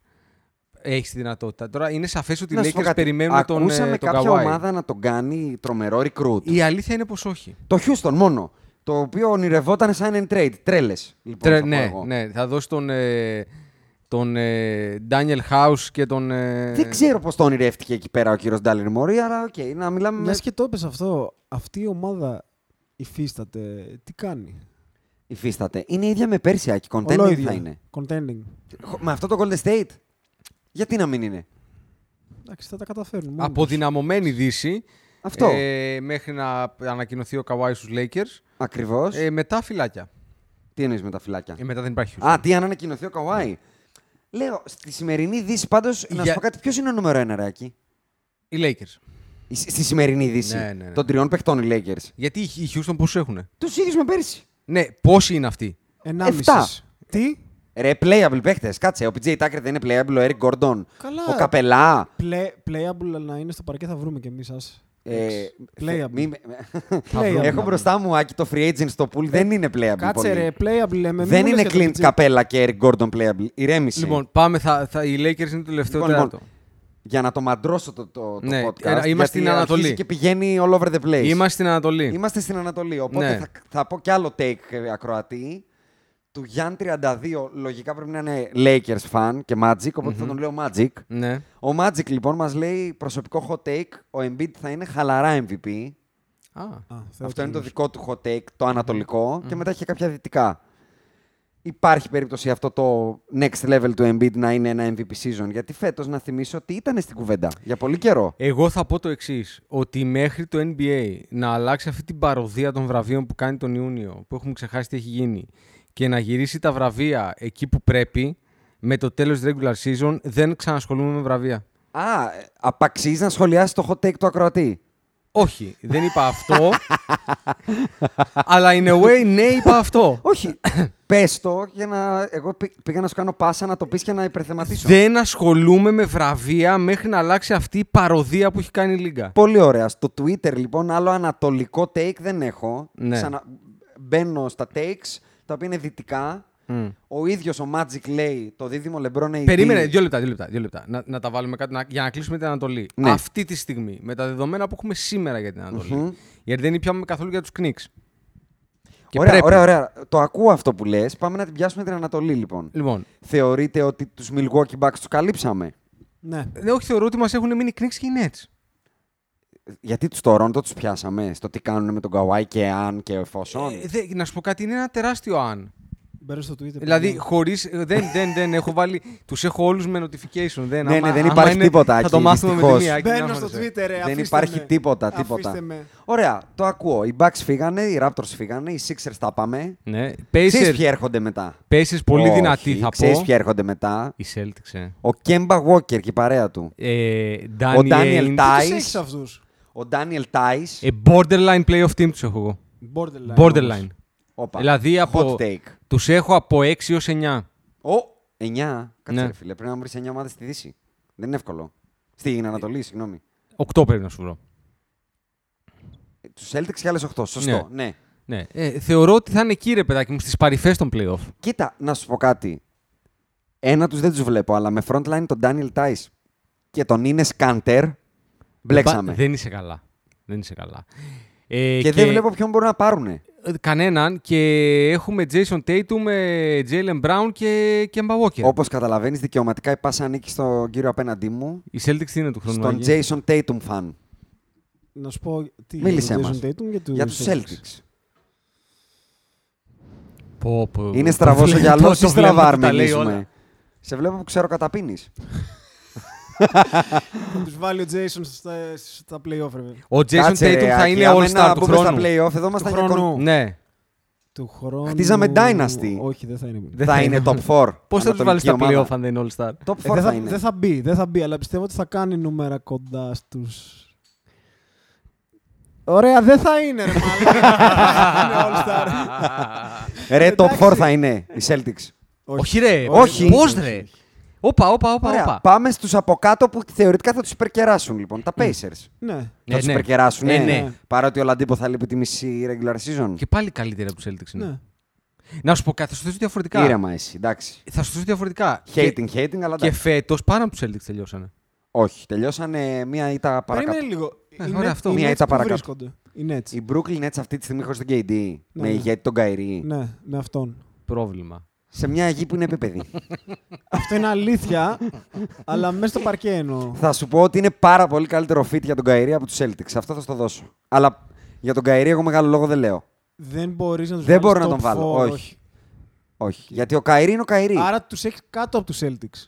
έχεις τη δυνατότητα. Τώρα είναι σαφές ότι οι Να σου πω Lakers κάτι. περιμένουν τον, ε, Ακούσαμε τον κάποια Kawhi. ομάδα να τον κάνει τρομερό recruit. Η αλήθεια είναι πως όχι. Το Houston μόνο. Το οποίο ονειρευόταν sign and trade. Τρέλες. Λοιπόν, Τρε- θα πω ναι, εγώ. ναι, θα δώσει τον, ε, τον ε, Daniel House και τον. ε, Δεν ξέρω πώς το ονειρεύτηκε εκεί πέρα ο κύριος Ντάλιν Μωρή, αλλά οκ, να μιλάμε. Μιας Με... και το έπες αυτό, αυτή η ομάδα υφίσταται. Τι κάνει. Υφίσταται. Είναι η ίδια με πέρσι, Άκη. Contending Ολόιδια. θα είναι. Contending. Χω- Με αυτό το Golden State. Γιατί να μην είναι. Εντάξει, θα τα καταφέρουν. μόνοι τους. Αποδυναμωμένη Δύση. Αυτό. Ε, μέχρι να ανακοινωθεί ο Kawhi στους Lakers. Ακριβώς. Ε, μετά φυλάκια. Τι εννοείς με τα φυλάκια. Ε, μετά δεν υπάρχει. Houston. Α, τι αν ανακοινωθεί ο Καουάι. Λέω, στη σημερινή Δύση πάντως, να Για- σου πω κάτι, ποιος είναι ο νούμερο ένα, Ράκη. Οι Lakers. Στη σημερινή Δύση. Ναι, ναι, ναι. Των τριών παιχτών οι Lakers. Γιατί οι- οι Houston πόσους έχουν. Τους ίδιους με πέρσι. Ναι, πόσοι είναι αυτοί. Εφτά. Ενάμιση. Τι. Ρε, playable παίχτες. Κάτσε. Ο PJ Tucker δεν είναι playable. Ο Eric Gordon. Καλά. Ο Καπελά. Play, playable να είναι στο παρκέ θα βρούμε κι εμείς σας. Ε, playable. μη με- Playable. Έχω μπροστά μου Άκη το free agent στο pool. Δεν είναι playable. Κάτσε πολύ. ρε, playable λέμε. Δεν μην μου λες είναι για το Clint PG. Καπέλα και Eric Gordon playable. Ηρέμηση. Λοιπόν, πάμε. Θα, θα, οι Lakers είναι το τελευταίο Λοιπόν, λοιπόν, τέταρτο. για να το μαντρώσω το, το, το Ναι, podcast. ε, είμαστε γιατί στην Ανατολή. αρχίζει Και πηγαίνει all over the place. Είμαστε στην Ανατολή. Είμαστε στην Ανατολή. Οπότε Ε. Ναι. θα, θα πω κι άλλο take ε, ακροατή. Του Γιάνν 32 λογικά πρέπει να είναι Lakers fan και Magic, οποτε θα τον λέω Magic. Ναι. Ο Magic λοιπόν μας λέει προσωπικό hot take, ο Embiid θα είναι χαλαρά MVP. Α, Α, Θεό Αυτό είναι το Κύριος. δικό του hot take, το ανατολικο και μετά είχε κάποια δυτικά. Υπάρχει περίπτωση αυτό το next level του Embiid να είναι ένα MVP season, γιατί φέτος να θυμίσω ότι ήταν στην κουβέντα για πολύ καιρό. Εγώ θα πω το εξής: Ότι μέχρι το NBA να αλλάξει αυτή την παροδία των βραβείων που κάνει τον Ιούνιο, που έχουμε ξεχάσει τι έχει γίνει, και να γυρίσει τα βραβεία εκεί που πρέπει, με το τέλος regular season, δεν ξανασχολούμαι με βραβεία. Α, ε, απαξίζει να σχολιάσεις το hot take του ακροατή. Όχι, δεν είπα <laughs> αυτό. αλλά in a way, ναι, είπα αυτό. Όχι. Πες το για να. Εγώ πη- πήγα να σου κάνω πάσα να το πεις και να υπερθεματίσω. δεν ασχολούμαι με βραβεία μέχρι να αλλάξει αυτή η παροδία που έχει κάνει η Λίγκα. Πολύ ωραία. Στο Twitter λοιπόν, άλλο ανατολικό take δεν έχω. Ναι. Μπαίνω στα takes, τα οποία είναι δυτικά. Ο ίδιος ο Magic λέει το δίδυμο λεμπρόν AD. Περίμενε, δύο λεπτά, δύο λεπτά. Δύο λεπτά. Να, να τα βάλουμε κάτω να, για να κλείσουμε την Ανατολή. Ναι. Αυτή τη στιγμή, με τα δεδομένα που έχουμε σήμερα για την ανατολη Γιατί δεν πιάμε καθόλου για τους Κνίξ. Και Ωραία, πρέπει. ωραία, ωραία. Το ακούω αυτό που λες. Πάμε να την πιάσουμε την Ανατολή λοιπόν. Λοιπόν, Θεωρείτε ότι τους Milwaukee Bucks τους καλύψαμε. Ναι. ναι, όχι θεωρώ ότι μας έχουν μείνει Κνίξ και οι Nets. Γιατί του Toronto τους πιάσαμε στο τι κάνουν με τον Καουάι και αν και εφόσον. Ε, δε- να σου πω κάτι, είναι ένα τεράστιο αν. Μπαίνω στο Twitter. Δηλαδή, παιδιά. χωρίς. Δεν, δεν, δεν έχω βάλει. Τους έχω όλους με notification. Δεν, Ναι, άμα- ναι, δεν άμα υπάρχει είναι- τίποτα Θα εκεί, το μάθουμε με τη δυστυχώς. μία. Μπαίνω στο Twitter, ρε, Δεν αφήστε υπάρχει με. τίποτα, Αφήστε τίποτα. με. Ωραία, το ακούω. Οι Bucks φύγανε, οι Raptors φύγανε, οι Sixers τα πάμε. Ναι, Ξέρεις ποιοι Pacers, έρχονται μετά. Pacers πολύ Όχι, δυνατή θα Ξέρεις πω. ποιοι έρχονται μετά. Η Celtics. ε. Ο Kemba Walker και η παρέα του. Ε, Ο Daniel Ainge. Τι τους έχεις Tice. αυτούς. Ο Daniel Tice. Ε, borderline playoff team τους έχω εγώ. Borderline. Borderline. Όπα. Δηλαδή από. Hot take. Τους έχω από 6 έω 9. Ο 9. Κάτσε Ναι. ρε φίλε, πρέπει να βρεις 9 ομάδες στη Δύση. Δεν είναι εύκολο. Στην Ανατολή, συγγνώμη. 8 πρέπει να σου βρω. Ε, Τους Celtics και άλλες 8. Σωστό, ναι. Ναι. Ε, θεωρώ ότι θα είναι εκεί ρε παιδάκι μου στις παρυφές των playoff. Κοίτα, να σου πω κάτι. Ένα τους δεν τους βλέπω, αλλά με frontline τον Daniel Tice και τον Ines Canter Μπα- μπλέξαμε. Δεν είσαι καλά. Δεν είσαι καλά. Ε, Και δεν βλέπω ποιον μπορούν να πάρουνε. ε, Κανέναν και έχουμε Jason Tatum, ε, Jalen Brown και Kemba Walker. Όπως καταλαβαίνεις, δικαιωματικά η πάσα ανήκει στον κύριο απέναντί μου, Η Celtics τι είναι του χρόνου. στον Άγγι? Jason Tatum fan. Να σου πω τι Μίλησέ για τον μας. Jason Tatum και τους Για τους Celtics. Πω, πω, Είναι το στραβός ο βλέπω- γυαλός το ή βλέπω που στραβά τα λέει όλα. αρμενίζουμε. Σε βλέπω που ξέρω καταπίνεις. Θα τους βάλει ο Jason στα, στα playoff, ρε. παιδιά. Ο Jason Tatum θα είναι all-star του στα χρόνου. playoff, εδώ μας Του τα για χρόνου. κον- Ναι. Του χρόνου... Χτίζαμε Dynasty. Όχι, δεν θα είναι. Δεν Θα είναι top 4. Πώς θα τους βάλεις Ανατολική τα playoff ομάδα. αν δεν είναι all-star. Top 4 Ε, δεν, θα θα, είναι. δεν θα μπει, δεν θα μπει, αλλά πιστεύω ότι θα κάνει νούμερα κοντά στους... Ωραία, δεν θα είναι, ρε <laughs> μάλλον. είναι all-star. Ρε, top Εντάξει. 4 θα είναι οι Celtics. Όχι, ρε. Όχι. Πώς ρε. Όπα, όπα, όπα. Ωραία, όπα. πάμε στους από κάτω που θεωρητικά θα τους υπερκεράσουν λοιπόν, τα Pacers. Ναι. Ναι, Θα τους ναι. υπερκεράσουν, Ε, ναι. ναι. Παρότι ο Λαντίπο θα λείπει τη μισή regular season. Και πάλι καλύτερα από του Celtics είναι. ναι. Να σου πω κάτι, θα σου το θέσω διαφορετικά. Ήρεμα εσύ, εντάξει. Θα σου το θέσω διαφορετικά. Hating, hating, αλλά Και, και εντάξει. φέτος πάνω από τους Celtics τελειώσανε. Όχι, τελειώσανε μία ήττα παρακάτω. Περίμενε λίγο. Ε, Είναι- ωραία, αυτό. είναι Μία έτσι ήττα που παρακάτω. βρίσκονται. Είναι έτσι. Η Brooklyn Nets αυτή τη στιγμή χωρίς τον KD, Ναι, με ναι. ηγέτη τον Καϊρή, Ναι, με αυτόν. Πρόβλημα. σε μια γη που είναι <laughs> επίπεδη. Αυτό είναι αλήθεια, αλλά μέσα στο παρκέ εννοώ. θα σου πω ότι είναι πάρα πολύ καλύτερο fit για τον Καϊρή από τους Celtics. Αυτό θα σου το δώσω. Αλλά για τον Καϊρή εγώ μεγάλο λόγο δεν λέω. Δεν μπορείς να τους Δεν μπορώ να τον βάλω. Όχι. Όχι. Γιατί ο Καϊρή είναι ο Καϊρή. Άρα τους έχεις κάτω από τους Celtics.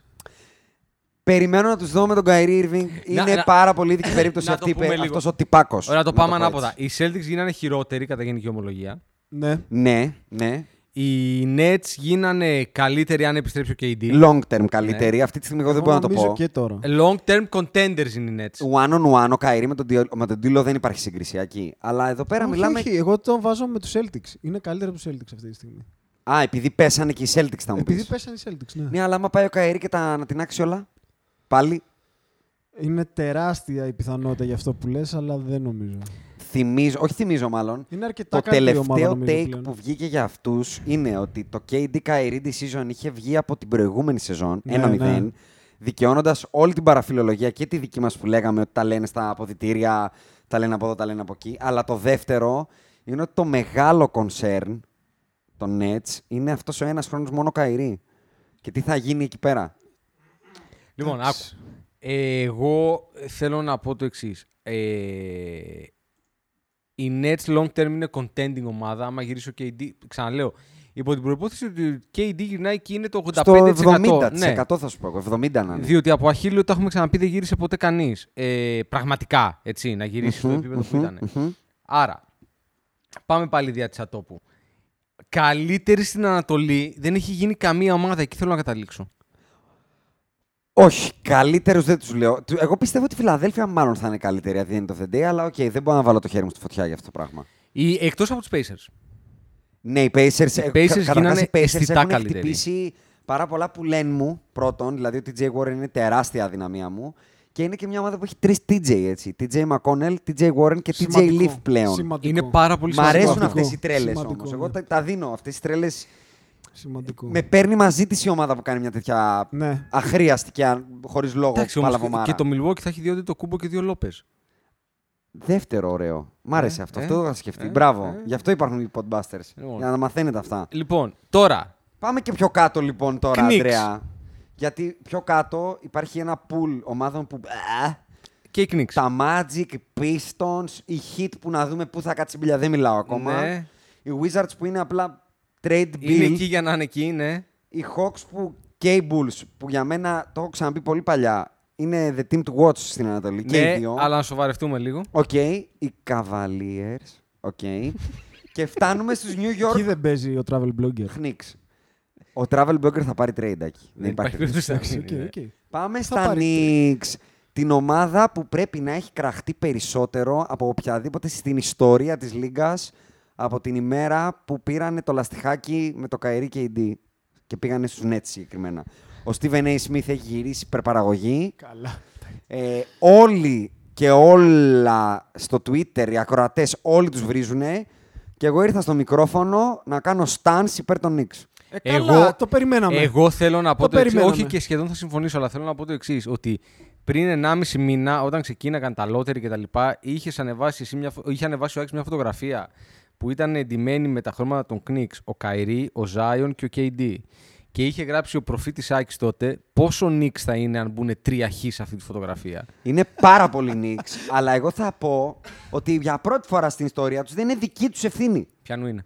Περιμένω να τους δω με τον Καϊρή Irving. Είναι να- πάρα πολύ δίκη περίπτωση να αυτή. το πούμε Είπε, λίγο. αυτός ο τυπάκος. Ωραία, το να πάμε πω ανάποδα. έτσι. Οι Celtics γίνανε χειρότεροι κατά γενική ομολογία. Ναι. Ναι, ναι. Οι Nets γίνανε καλύτεροι αν επιστρέψει ο KD. Long term καλύτερη. Αυτή τη στιγμή εγώ δεν μπορώ να το πω. Ε, και τώρα. Long term contenders είναι οι Nets. One on one, ο Καϊρή με τον, Ντιο- με τον Ντίλο δεν υπάρχει συγκρισιακή. Αλλά εδώ πέρα όχι, μιλάμε. όχι, εγώ τον βάζω με τους Celtics. Είναι καλύτερο από τους Celtics αυτή τη στιγμή. Α, επειδή πέσανε και οι Celtics θα μου Επειδή πεις. πέσανε οι Celtics, ναι. Ναι, αλλά άμα πάει ο Καϊρή και τα ανατινάξει όλα. Πάλι Είναι τεράστια η πιθανότητα για αυτό που λες, αλλά δεν νομίζω. θυμίζω, όχι θυμίζω μάλλον. Είναι αρκετά Το καλή η ομάδα, τελευταίο νομίζω, take πλέον. που βγήκε για αυτούς είναι ότι το KD Kyrie decision είχε βγει από την προηγούμενη σεζόν Ναι, 1-0, ναι. δικαιώνοντας όλη την παραφιλολογία και τη δική μας που λέγαμε ότι τα λένε στα αποδητήρια, τα λένε από εδώ, τα λένε από εκεί. Αλλά το δεύτερο είναι ότι το μεγάλο concern των Nets είναι αυτός ο ένας χρόνος μόνο Kyrie. Και τι θα γίνει εκεί πέρα. Λοιπόν, άκου. Εντάξει. Ε, εγώ θέλω να πω το εξής. Ε, η Nets long term είναι contending ομάδα. Άμα γυρίσει ο KD, ξαναλέω. Υπό την προπόθεση ότι ο KD γυρνάει εκεί είναι το 85%. Στο 70% Ναι. θα σου πω εγώ. 70% να είναι. Διότι από Αχίλιο το έχουμε ξαναπεί δεν γύρισε ποτέ κανείς. Ε, πραγματικά έτσι, να γυρισει στο επίπεδο που ήταν. Μμμ. Άρα, πάμε πάλι διά της ατόπου. Καλύτερη στην Ανατολή δεν έχει γίνει καμία ομάδα. Εκεί θέλω να καταλήξω. Όχι, καλύτερους δεν τους λέω. Του- Εγώ πιστεύω ότι η Φιλαδέλφια μάλλον θα είναι καλύτερη at the end of the day, αλλά οκ, δεν μπορώ να βάλω το χέρι μου στη φωτιά για αυτό το πράγμα. Η- Εκτός από τους Pacers. Ναι, οι Pacers, οι Pacers γίνανε οι Pacers αισθητά έχουν καλύτεροι. χτυπήσει πάρα πολλά που λένε μου πρώτον, δηλαδή ότι TJ Warren είναι τεράστια αδυναμία μου και είναι και μια ομάδα που έχει τρεις TJ έτσι. TJ McConnell, TJ Warren και TJ Leaf Σημαντικό. πλέον. Σημαντικό. Είναι πάρα πολύ Μ' σημαντικό αρέσουν αυτό. αυτές οι τρέλες Σημαντικό, όμως. ναι. Εγώ τα, τα δίνω. Αυτές οι τρέλες Σημαντικό. με παίρνει μαζί της η ομάδα που κάνει μια τέτοια Ναι. αχρίαστη και χωρίς λόγο Εντάξει, όμως παλαβομάρα. και το Milwaukee θα έχει δύο το κούμπο και δύο Λόπε. Δεύτερο ωραίο. Μ' άρεσε Ε, αυτό. ε, αυτό το είχα σκεφτεί. ε, Μπράβο. ε. Γι' αυτό υπάρχουν οι podbusters. Λοιπόν. Για να τα μαθαίνετε αυτά. Λοιπόν, τώρα. Πάμε και πιο κάτω λοιπόν τώρα, Knicks. Ανδρέα. Γιατί πιο κάτω υπάρχει ένα pool ομάδων που. Α, Και η Knicks. τα Magic, οι Pistons, οι Heat που να δούμε πού θα κάτσει η μπιλιά. Δεν μιλάω ακόμα. Ναι. Οι Wizards που είναι απλά trade bill. Είναι εκεί για να είναι εκεί, ναι. Οι Hawks που. και οι Bulls που για μένα το έχω ξαναπεί πολύ παλιά. Είναι the team to watch στην Ανατολή. και ναι, οι δύο. αλλά να σοβαρευτούμε λίγο. Οκ, οι Cavaliers. <laughs> Οκ. και φτάνουμε στους New Εκεί York δεν παίζει ο travel blogger. Knicks. Ο Travel Blogger θα πάρει trade εκεί. Δεν υπάρχει περίπτωση να Εντάξει, μην οκ, είναι. οκ. Ε, Πάμε Θα στα πάρει Knicks. Την ομάδα που πρέπει να έχει κραχτεί περισσότερο από οποιαδήποτε στην ιστορία της Λίγκας από την ημέρα που πήρανε το λαστιχάκι με το Καερί και η και πήγανε στους Nets συγκεκριμένα. Ο Steven A. Smith έχει γυρίσει υπερπαραγωγή. Καλά. Ε, όλοι και όλα στο Twitter, οι ακροατές, όλοι τους βρίζουνε. Και εγώ ήρθα στο μικρόφωνο να κάνω stance υπέρ των Knicks. Ε, καλά, το περιμέναμε. Εγώ θέλω να πω Το το, εξής. περιμέναμε. Όχι και σχεδόν θα συμφωνήσω, αλλά θέλω να πω το εξής. Ότι πριν 1,5 μήνα, όταν ξεκίναγαν τα λότερη κτλ., είχες ανεβάσει, εσύ μια, φω- είχε ανεβάσει ο Άξι μια φωτογραφία που ήταν εντυμένη με τα χρώματα των Knicks, ο Καϊρή, ο Ζάιον και ο KD. Και είχε γράψει ο προφήτης Άκης τότε πόσο Knicks θα είναι αν μπουν τρία χ σε αυτή τη φωτογραφία. Είναι πάρα πολύ Knicks, αλλά εγώ θα πω ότι για πρώτη φορά στην ιστορία τους δεν είναι δική τους ευθύνη. Ποιανού είναι.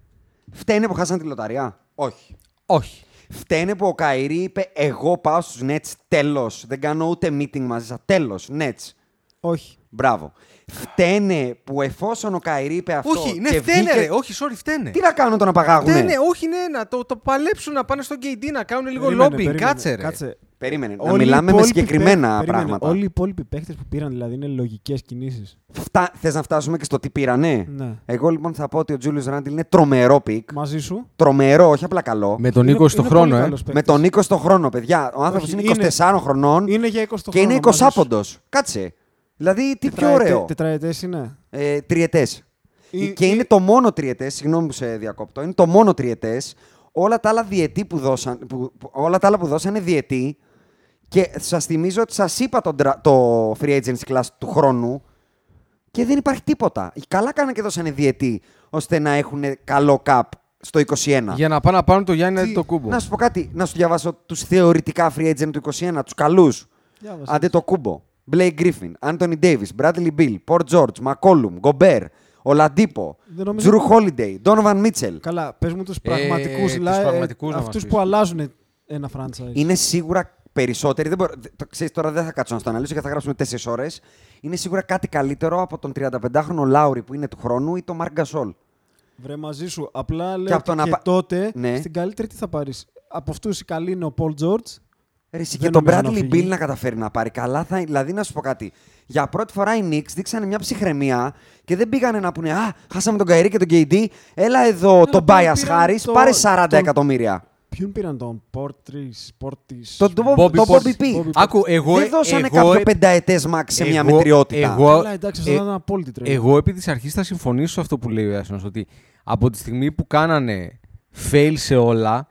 Φταίνε που χάσαν τη λοταριά. Όχι. Όχι. Φταίνε που ο Καϊρή είπε εγώ πάω στους Nets τέλος. Δεν κάνω ούτε meeting μαζί σας. Τέλος. Nets. Όχι. Μπράβο. Φταίνε που εφόσον ο Καϊρή είπε αυτό Όχι, ναι, και φταίνε, βγήκε- ρε. Όχι, sorry, φταίνε. Τι να κάνουν τον απαγάγουνε. Φταίνε, όχι, ναι, να το, το παλέψουν να πάνε στο KD να κάνουν λίγο Περίμενε, lobbying. περίμενε. Κάτσε, ρε. Κάτσε. Περίμενε. Όλοι να οι μιλάμε με υπόλοιποι συγκεκριμένα παίκτες- περίμενε. πράγματα. Όλοι οι υπόλοιποι παίχτες που πήραν δηλαδή είναι λογικές κινήσεις. Φτα... Θες να φτάσουμε και στο τι πήρανε. Ναι. Εγώ λοιπόν θα πω ότι ο Τζούλιος Ράντιλ είναι τρομερό πικ. Μαζί σου. Τρομερό, όχι απλά καλό. Με τον Είναι- Νίκο στο είναι χρόνο, πολύ ε. καλός Με παίκτης. τον 20 χρόνο, παιδιά. Ο άνθρωπος Όχι, είναι είναι- 24 χρονών Είναι για 20 και είναι 20 άποντο. Κάτσε. Δηλαδή, τι πιο ωραίο. Τετραετές είναι. Ε, τριετές. Ε, Και ε, είναι το μόνο τριετές, συγγνώμη που σε διακόπτω, είναι το μόνο τριετές. Όλα τα άλλα διετή που δώσαν, που, που- όλα τα άλλα που δώσαν είναι διετή. Και σας θυμίζω ότι σας είπα το, το free agency class του χρόνου και δεν υπάρχει τίποτα. Καλά κάνανε και δώσανε διετή ώστε να έχουν καλό cap στο 21. Για να πάνε να πάρουν το Γιάννη να δει Τι- Ναι, το κούμπο. Να σου πω κάτι, να σου διαβάσω τους θεωρητικά free agent του 21, τους καλούς. Διάβασε. Αντί το κούμπο. Blake Griffin, Anthony Davis, Bradley Bill, Port George, McCollum, Gobert, Oladipo, Δεν νομίζω- Drew Holiday, Donovan Mitchell. Καλά, πες μου τους Ε, τους πραγματικού πραγματικούς να μας Αυτούς πεις. ε, που αλλάζουν ένα franchise. Είναι σίγουρα περισσότεροι. Δεν μπορώ, δε- το ξέρεις, τώρα δεν θα κάτσω να στο αναλύσω γιατί θα γράψουμε 4 ώρες. Είναι σίγουρα κάτι καλύτερο από τον 35χρονο Λάουρι που είναι του χρόνου ή τον Μαρκ Γκασόλ. Βρε μαζί σου. Απλά λέω απ' και, το να και πα- τότε Ναι. στην καλύτερη τι θα πάρεις. Από αυτούς οι καλοί είναι ο Πολ Τζόρτζ. Ρε, εσύ και Δεν τον νομίζω να Bradley φύγει. Bill να καταφέρει να πάρει. Καλά θα, δηλαδή να σου πω κάτι. Για πρώτη φορά οι Knicks δείξανε μια ψυχραιμία και δεν πήγανε να πούνε Α, χάσαμε τον Καϊρή και τον KD. Έλα εδώ τον Ε, πήραν- Bias πήραν Harris, το- πάρε 40 τον- εκατομμύρια. Ποιον πήραν τον Πόρτη. Πόρτη. Τον το, Bobby το Portis. Bobby P. Bobby Άκου, εγώ. ε, δεν δώσανε εγώ, κάποιο πενταετές max σε μια εγώ- μετριότητα. εγώ- Καλά, εντάξει, αυτό ε, ήταν ένα απόλυτη τρέλα. Εγώ επί της αρχής θα συμφωνήσω σε αυτό που λέει ο Ιάσονας, ότι από τη στιγμή που κάνανε fail σε όλα,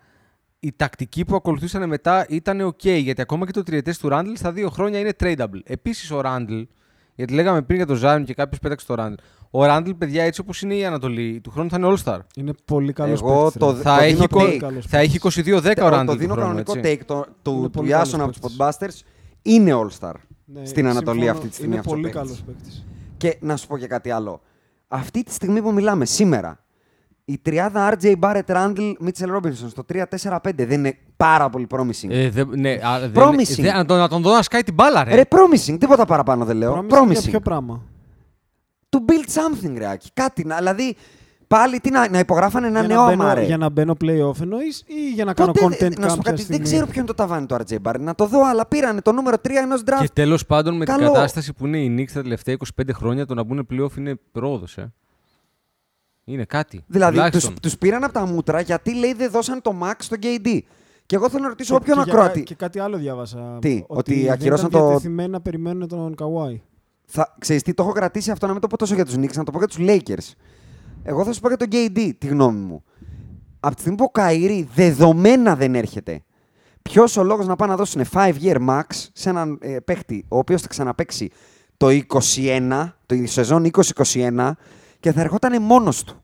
η τακτική που ακολουθούσαν μετά ήταν ok, γιατί ακόμα και το τριετές του Ράντλ στα δύο χρόνια είναι tradable. Επίσης ο Ράντλ, γιατί λέγαμε πριν για τον Ζάιον και κάποιος πέταξε το Ράντλ, ο Ράντλ, παιδιά, έτσι όπως είναι η Ανατολή, του χρόνου θα είναι All-Star. Είναι πολύ καλός. Εγώ το- Θα, δίνω έχει, πολύ κο- καλός θα έχει 22-10 ο Ράντλ το του δίνω χρόνου, κανονικό έτσι. take το, Είναι του, του πολύ Ιάσονα από καλός Ναι, του Podbusters. Είναι All-Star στην Ανατολή αυτή τη στιγμή. Είναι αυτός ο πολύ παίκτης. καλός παίκτης. Και να σου πω και κάτι άλλο. Αυτή τη στιγμή που μιλάμε, σήμερα, η τριάδα RJ Barrett, Randall, Mitchell Robinson στο 3-4-5 δεν είναι πάρα πολύ promising. Ε, δε, ναι, α, δεν- Promising. δε- να, τον, να τον δω να σκάει την μπάλα, ναι. ρε. Ρε, promising, τίποτα παραπάνω Ε, δεν λέω. Για Promising. ποιο πράγμα. To build something, ρε, Άκη. Κάτι, να, δηλαδή, πάλι τι να, να υπογράφανε ένα για, νέο να μπαίνω, αμάρε. για να μπαίνω playoff εννοείς ή για να κάνω Ποτέ δεν- content να σου πω κάποια κάτι, δεν στιγμή. ξέρω ποιο είναι το ταβάνι του RJ Barrett. Να το δω, αλλά πήρανε το νούμερο 3 ενός draft. Και τέλος πάντων, με την Καλό. κατάσταση που είναι η Knicks τα τελευταία 25 χρόνια, το να μπουν playoff είναι πρόοδος. Ε. Είναι κάτι. Δηλαδή, τουλάχιστον. τους τους πήραν από τα μούτρα γιατί λέει δεν δώσαν το max στο KD. Και εγώ θέλω να ρωτήσω όποιον και, ακρότη. Και, και κάτι άλλο διάβασα. Τι, ότι δεν ακυρώσαν ήταν το- διατεθειμένοι να περιμένουν τον Καουάι. Θα, ξέρεις τι, το έχω κρατήσει αυτό να μην το πω τόσο για τους Knicks, να το πω για τους Lakers. Εγώ θα σου πω για τον KD, τη γνώμη μου. Από τη στιγμή που ο Καϊρή δεδομένα δεν έρχεται, ποιος ο λόγος να πάνε να δώσουν 5 year max σε έναν ε, παίχτη, ο οποίος θα ξαναπαίξει το 21, το η σεζόν 2021 και θα ερχόταν μόνος του.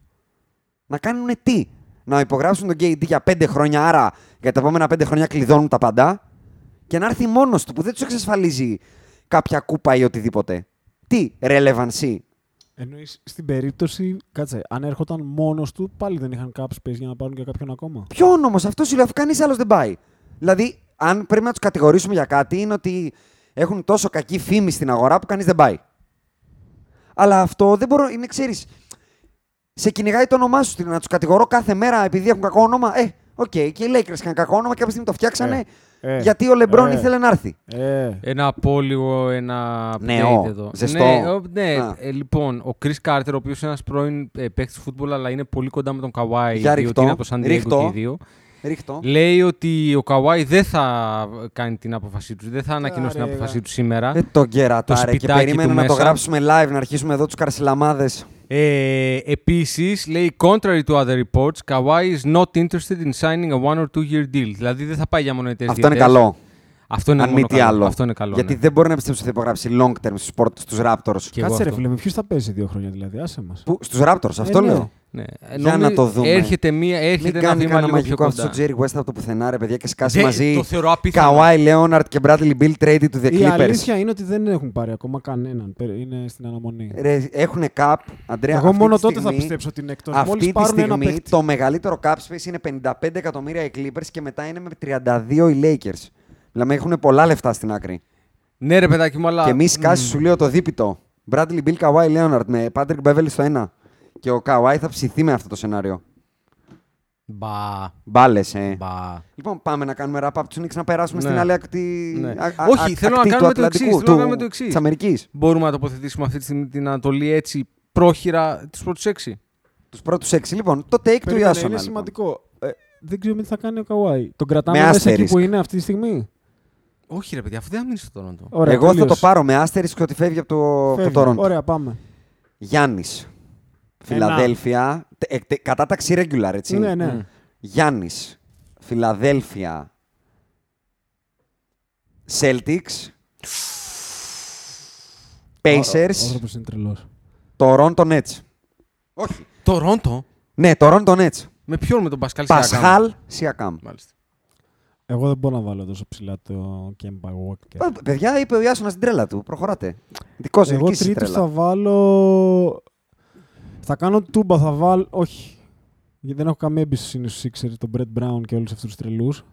Να κάνουν τι, να υπογράψουν τον KD για 5 χρόνια, άρα για τα επόμενα 5 χρόνια κλειδώνουν τα παντά και να έρθει μόνος του που δεν τους εξασφαλίζει κάποια κούπα ή οτιδήποτε. Τι, relevancy. Εννοείς στην περίπτωση, κάτσε, αν έρχονταν μόνος του, πάλι δεν είχαν cap space για να πάρουν και κάποιον ακόμα. Ποιον όμως, αυτός σου λέω, αφού κανείς άλλος δεν πάει. Δηλαδή, αν πρέπει να τους κατηγορήσουμε για κάτι, είναι ότι έχουν τόσο κακή φήμη στην αγορά που κανείς δεν πάει. Αλλά αυτό δεν μπορώ, είναι, ξέρεις. Σε κυνηγάει το όνομά σου, να τους κατηγορώ κάθε μέρα επειδή έχουν κακό όνομα. Ε, οκ, και οι Lakers είχαν κακό όνομα και κάποια στιγμή το φτιάξανε Ε, ε, γιατί ο Λεμπρόν ε. ήθελε να έρθει. Ε, Ένα απόλυτο, ένα update Νεό, εδώ. ζεστό. Ναι, ο- ναι. Να. Ε, λοιπόν, ο Chris Carter, ο οποίος είναι ένας πρώην ε, παίκτης φούτμπολ, αλλά είναι πολύ κοντά με τον Καουάι, Για διότι ριχτό, είναι από το San Diego ριχτό. και οι δύο. Ρίχτω. Λέει ότι ο Καουάι δεν θα κάνει την απόφασή τους, δεν θα ανακοινώσει την ρε, απόφασή γα. τους σήμερα. Ε, το κερατάρε και σπιτάκι περίμενα του να το μέσα. γράψουμε live, να αρχίσουμε εδώ τους καρσιλαμάδες. Ε, επίσης, λέει, contrary to other reports, Kawhi is not interested in signing a one or two year deal. Δηλαδή δεν θα πάει για μονοετές Αυτό είναι διετές. καλό. Αυτό είναι αν μόνο μη τι καλό. άλλο. Αυτό είναι καλό, Γιατί ναι. δεν μπορεί να πιστέψει ότι θα υπογράψει long term στους στους Raptors. Και εγώ κάτσε ρε αυτό. φίλε, με ποιους θα παίζει δύο χρόνια δηλαδή, άσε μας. Που, στους Raptors, αυτό ναι. λέω. Ναι. Ε, Για νομίζω να το δούμε. Έρχεται, μία, έρχεται Μην ένα κάνει βήμα κανένα λίγο πιο μαγικό κοντά. αυτό ο Jerry West από το πουθενά, ρε παιδιά, και σκάσει Δεν- μαζί. το θεωρώ απίθανο. Καουάι Λέοναρτ και Bradley Bill trade to the Η Clippers. αλήθεια είναι ότι δεν έχουν πάρει ακόμα κανέναν, Περι- είναι στην αναμονή. Ε, Ρε, έχουν cap. Αντρέα, Εγώ αυτή μόνο τη τότε θα στιγμή- πιστέψω ότι είναι εκτός. Αυτή Μόλις τη πάρουν ένα στιγμή παίκτη. το μεγαλύτερο cap space είναι 55 εκατομμύρια οι Clippers και μετά είναι με 32 οι Lakers. Δηλαδή έχουν πολλά λεφτά στην άκρη. Ναι ρε παιδάκι μου, αλλά... Και μη σκάσει, σου λέω το δίπητο. Bradley Bill, Kawhi Leonard με Patrick Beverly στο ένα. Και ο Kawhi θα ψηθεί με αυτό το σενάριο. Μπα, Μπάλες, ε. μπα. Λοιπόν, πάμε να κάνουμε wrap up τους Knicks να περάσουμε Ναι. στην άλλη ακτή. Ναι. α- α- Όχι, ακτή θέλω να του κάνουμε το εξής, θέλω Ατλαντικού, να του- κάνουμε το εξής. της Αμερικής. Μπορούμε να τοποθετήσουμε αυτή τη στιγμή την Ανατολή έτσι πρόχειρα τους πρώτους έξι. Τους πρώτους έξι, λοιπόν. Το take του Περίμενε, Ιάσονα. είναι λοιπόν. σημαντικό. Ε, δεν ξέρουμε τι θα κάνει ο Καουάι. Τον κρατάμε Με μέσα εκεί αστερίσκ. που είναι αυτή τη στιγμή. Όχι ρε παιδιά, αφού δεν θα μείνεις στο Τωρόντο. Ωραία, Εγώ θα το τέλειωσε. πάρω με άστερισκ ότι φεύγει από το, από το Φεύγει. Τόροντο. Ωραία, πάμε. Γιάννης. Φιλαδέλφια. Τε- ε, τε- Κατάταξη regular, έτσι. Ναι, ναι. Μμ. Γιάννης. Φιλαδέλφια. Celtics. Ο Pacers. άνθρωπος είναι τρελός. Toronto Nets. Όχι. Τωρόντο, Ναι, Toronto Nets. με ποιον με τον Πασκάλ Σιακάμ. Πασχάλ Σιακάμ. Ε. Μάλιστα. Εγώ δεν μπορώ να βάλω τόσο ψηλά το Kemba Walker. Ε, Παιδιά, είπε ο Ιάσονας την τρέλα του. Προχωράτε. Δικό σα Εγώ δική σας η τρίτος τρέλα. θα βάλω... Θα κάνω τούμπα, θα βάλω... Όχι. Γιατί δεν έχω καμία εμπιστοσύνη στους Sixers, τον Brett Brown και όλους αυτούς τους τρελούς.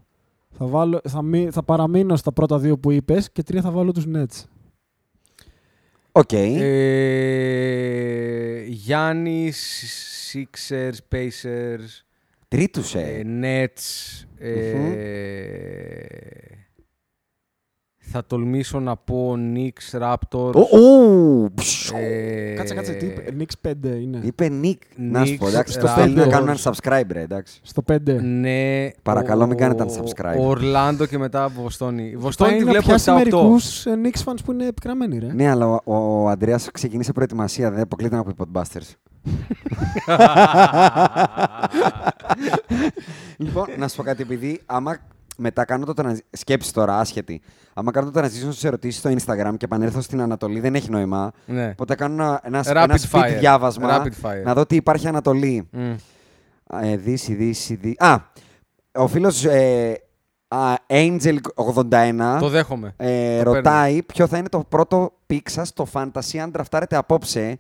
Θα, βάλω, θα, μει- θα παραμείνω στα πρώτα δύο που είπες και τρία θα βάλω τους Nets. Οκ. Ε, Γιάννης, Sixers, Pacers, Τρίτους, ε, ε. Nets. ε, θα τολμήσω να πω Knicks, Raptors. Ω, ου, ψου. ε, Κάτσε, κάτσε, τι είπε. Νίξ 5 είναι. Είπε Νίκ. Να σου Knicks, πω, εντάξει, το ε, Raptors. θέλει να κάνουν ένα subscribe, ρε, εντάξει. Στο 5. Ναι. Παρακαλώ, ο- μην κάνετε ο- unsubscribe. ο Ορλάντο και μετά Βοστόνη. Η Βοστόνη Πάει τη να βλέπω πιάσει 7-8. μερικούς <laughs> ε, Knicks fans που είναι επικραμμένοι, ρε. Ναι, αλλά ο, ο Αντρέα ξεκίνησε προετοιμασία, δεν αποκλείται να πει Podbusters. λοιπόν, να σου πω κάτι, επειδή άμα μετά κάνω το transition. Σκέψη τώρα, άσχετη. Άμα κάνω το transition στις ερωτήσεις στο Instagram και επανέλθω στην Ανατολή, δεν έχει νόημα. Ναι. Οπότε κάνω ένα, ένα, Rapid ένα speed fire. διάβασμα. Rapid fire. Να δω τι υπάρχει <laughs> Ανατολή. Μμ. Α, Ε, δύση, δύση, δύ- Α, ο φίλος ε, α, Angel81. Το δέχομαι. Ε, Το ρωτάει ποιο θα είναι το πρώτο πικ σας στο fantasy αν τραφτάρετε απόψε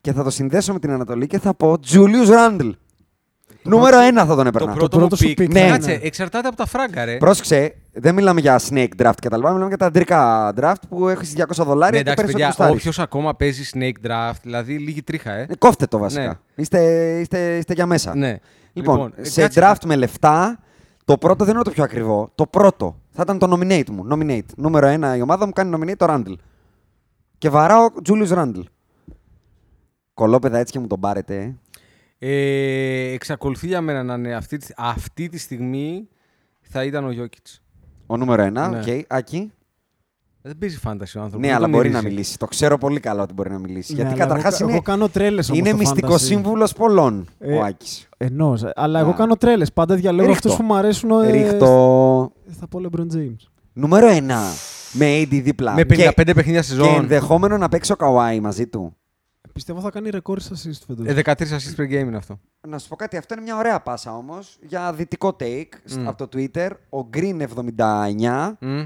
και θα το συνδέσω με την Ανατολή και θα πω Julius Randle. Νούμερο ένα θα τον Το έπαιρνα. πρώτο, πρώτο μου σου pick. pick, ναι. Κάτσε, ναι. εξαρτάται από τα φράγκα, ρε. Πρόσεξε, δεν μιλάμε για snake draft και τα λοιπά, μιλάμε για τα αντρικά draft που έχεις 200 Ναι, δολάρια και εντάξει, παίρνει παιδιά, ό,τι όποιος ακόμα παίζει snake draft, δηλαδή λίγη τρίχα, ε. Ε, κόφτε το βασικά. Ναι. Είστε, είστε, είστε για μέσα. Ναι. Λοιπόν, ε, σε κάτσε. draft με λεφτά, το πρώτο δεν είναι το πιο ακριβό. Το πρώτο θα ήταν το nominate μου. Nominate. Νούμερο ένα η ομάδα μου κάνει nominate το Randall. Και βαράω Julius Randall. Κολόπεδα έτσι και μου τον πάρετε. ε. Ε, εξακολουθεί για μένα να είναι αυτή, τη- αυτή τη στιγμή θα ήταν ο Γιώκητ. Ο νούμερο ένα, Ναι. οκ. Άκη. Δεν παίζει φάνταση ο άνθρωπος. Ναι, αλλά μπορεί να μιλήσει. Το ξέρω πολύ καλά ότι μπορεί να μιλήσει. Ναι, Γιατί αλλά καταρχά εγώ, είναι, εγώ κάνω τρέλες όμως είναι στο μυστικό fantasy. σύμβουλος πολλών Ε, ο Άκης. Εννοώς, ε, αλλά Να. εγώ κάνω τρέλες. Πάντα διαλέγω Ρίχτω. αυτούς που μου αρέσουν. ε, Ρίχτω. Θα πω LeBron James. Νούμερο ένα. Με AD δίπλα. Με Και- 55 παιχνίδια Και σεζόν. ενδεχόμενο να παίξει ο Καουάι μαζί του. Πιστεύω θα κάνει ρεκόρ σας assist φέτος. Ε, 13 assists per game είναι αυτό. Να σου πω κάτι, αυτό είναι μια ωραία πάσα όμως για δυτικό take Mm. σ- από το Twitter. Ο Green 79. Μμ.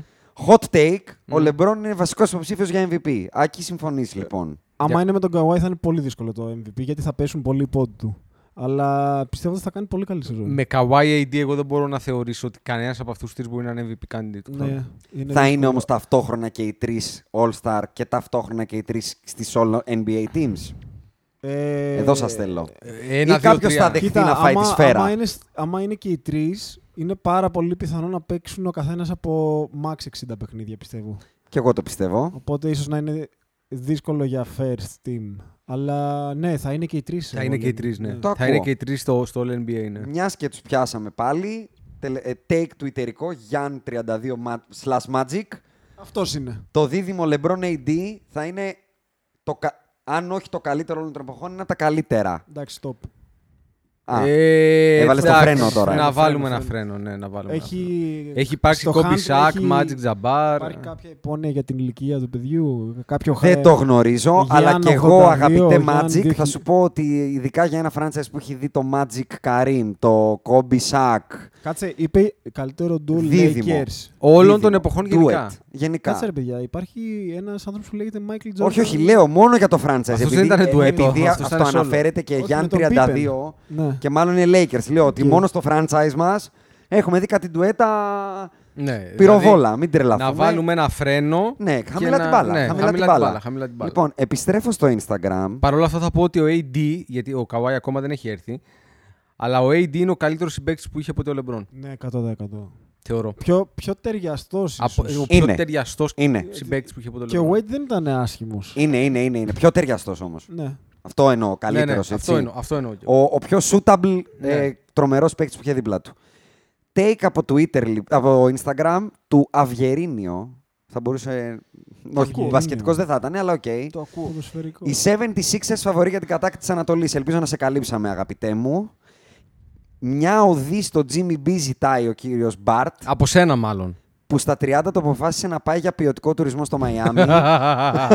Hot take. Mm. Ο LeBron είναι βασικός υποψήφιος για MVP. Άκη, συμφωνείς λοιπόν. Άμα Για- Ε, είναι με τον Καουάι θα είναι πολύ δύσκολο το MVP γιατί θα πέσουν πολύ οι πόντοι του. Αλλά πιστεύω ότι θα κάνει πολύ καλή σεζόν. Με Kawhi AD, εγώ δεν μπορώ να θεωρήσω ότι κανένας από αυτούς τους τρεις μπορεί να είναι MVP candidate. του Ναι, χρόνου. είναι Θα είναι δύσκολο. όμως ταυτόχρονα και οι τρεις All-Star και ταυτόχρονα και οι τρεις στις All NBA teams. Ε, Εδώ σας θέλω. Ε, Ένα, Ή δύο, κάποιος τρία. θα δεχτεί. να φάει τη σφαίρα. Άμα είναι, σ- άμα είναι και οι τρεις, είναι πάρα πολύ πιθανό να παίξουν ο καθένας από max 60 παιχνίδια, πιστεύω. Και εγώ το πιστεύω. Οπότε ίσως να είναι δύσκολο για first team. Αλλά ναι, θα είναι και οι τρεις. Θα είναι και οι τρεις, ναι. Το Θα είναι ακούω. και οι τρεις στο, στο All NBA, Ε. ναι. Μιας και τους πιάσαμε πάλι. τελε- ε, Take Twitterικό, Γιάν 32 ma- slash Magic. Αυτός είναι. Το δίδυμο LeBron AD θα είναι, το κα- αν όχι το καλύτερο όλων των εποχών, είναι από τα καλύτερα. Εντάξει, top. Α, Ε, έβαλες το εντάξει, φρένο τώρα. Να Φρένο, βάλουμε φρένο, ένα φρένο, ναι, να βάλουμε. ένα Έχει, φρένο. Έχει υπάρξει στο Kobe hand Shaq, έχει- Magic Jabbar. Υπάρχει κάποια υπόνοια για την ηλικία του παιδιού. Κάποιο δεν ε, χα- το γνωρίζω, Γιάν αλλά και 82, εγώ αγαπητέ Γιάν Magic, θα 2000. σου πω ότι ειδικά για ένα franchise που έχει δει το Magic Karim, το Kobe Shaq, Κάτσε, είπε καλύτερο duel Δίδυμο. Lakers. Όλων των δίδυμο, εποχών do γενικά. it, γενικά. Κάτσε ρε παιδιά, υπάρχει ένας άνθρωπος που λέγεται Michael Jordan. όχι, όχι, λέω μόνο για το franchise. Αυτός επειδή, δεν ήτανε ε, duet, επειδή αυτός αυτός ήταν solo. αναφέρεται και Όχι, Γιάν με τον 32 Ναι. και μάλλον είναι Lakers. Λέω ότι Οκ. μόνο στο franchise μας έχουμε δει κάτι ντουέτα Ναι, δηλαδή, πυροβόλα, μην τρελαθούμε. να βάλουμε ένα φρένο. Ναι, και χαμηλά να- την μπάλα. ναι, χαμηλά, την μπάλα. χαμηλά την μπάλα. Λοιπόν, επιστρέφω στο Instagram. Παρ' όλα αυτά θα πω ότι ο AD, γιατί ο Καουάι ακόμα δεν έχει έρθει, αλλά ο AD είναι ο καλύτερος συμπαίκτης που είχε ποτέ ο Λεμπρόν. Ναι, 100%. Θεωρώ. Πιο, πιο ταιριαστός Από, ο πιο Είναι. ταιριαστός Είναι. συμπαίκτης που είχε ποτέ ο Και ο Λεμπρόν. Wade δεν ήταν άσχημος. Είναι, είναι, είναι, είναι. Πιο ταιριαστός όμως. Ναι. Αυτό εννοώ. Καλύτερος. ναι, ναι, έτσι. αυτό εννοώ. Αυτό εννοώ. Ο, ο πιο suitable Ναι. ε, τρομερός παίκτης που είχε δίπλα του. Take από Twitter, λι- από Instagram του Αυγερίνιο. Θα μπορούσε. Όχι, Αυγερίνιο. βασιλετικό δεν θα ήταν, αλλά οκ. Το ακούω. Ποδοσφαιρικό. Οι 76ers φαβορεί για την κατάκτηση της Ανατολής. Ελπίζω να σε καλύψαμε, αγαπητέ μου. Μια οδή στο Jimmy B ζητάει ο κύριος Μπαρτ. Από σένα, μάλλον. που στα 30 το αποφάσισε να πάει για ποιοτικό τουρισμό στο Μαϊάμι. <laughs>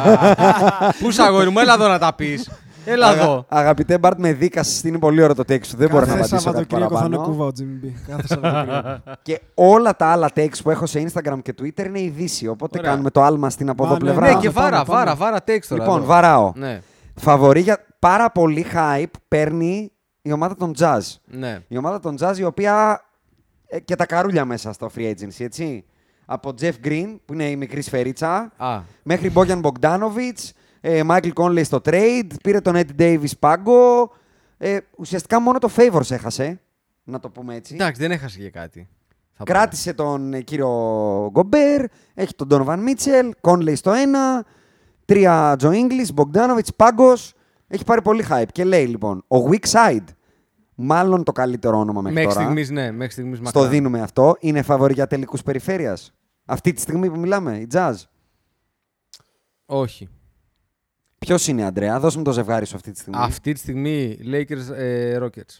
Πού είσαι, αγόρι μου, έλα εδώ να τα πεις. Έλα εδώ. Αγα- Αγαπητέ Μπαρτ, με δίκασες. Είναι πολύ ωραίο το take σου. Δεν μπορώ να Κάθε απαντήσω κάτι Σαββατοκύριακο θα είναι παραπάνω. κούβα ο Jimmy B. Κάθε Σαββατοκύριακο. <laughs> Και όλα τα άλλα takes που έχω σε Instagram και Twitter είναι ειδήσει. Οπότε Ωραία. κάνουμε το άλμα στην Πάμε, αποδοπλευρά. Ναι, Πάμε, και πάμε, βάρα, πάμε. βάρα, βάρα, text τώρα. Λοιπόν, εδώ. βαράω. Ναι, Φαβορεί για πάρα πολύ hype παίρνει η ομάδα των Jazz. ναι. Η ομάδα των Jazz η οποία ε, και τα καρούλια μέσα στο free agency, έτσι. Από Jeff Green, που είναι η μικρή σφαιρίτσα, Α, μέχρι Bojan Bogdanovic, Ε, Michael Conley στο trade, πήρε τον Eddie Davis πάγκο. Ε, ουσιαστικά μόνο το Favors έχασε, να το πούμε έτσι. Εντάξει, δεν έχασε και κάτι. Θα πω. Κράτησε τον ε, κύριο Γκομπέρ, έχει τον Donovan Mitchell, Conley στο ένα, τρία Joe English, Bogdanovic, Πάγκος. Έχει πάρει πολύ hype και λέει λοιπόν, ο Weak Side, μάλλον το καλύτερο όνομα μέχρι, Μέχρι τώρα. στιγμής, ναι, μέχρι στιγμής στο δίνουμε αυτό, είναι φαβορή για τελικούς περιφέρειας. Αυτή τη στιγμή που μιλάμε, η Jazz. Όχι. Ποιος είναι, Αντρέα, δώσ' μου το ζευγάρι σου αυτή τη στιγμή. Αυτή τη στιγμή Lakers ε, Rockets.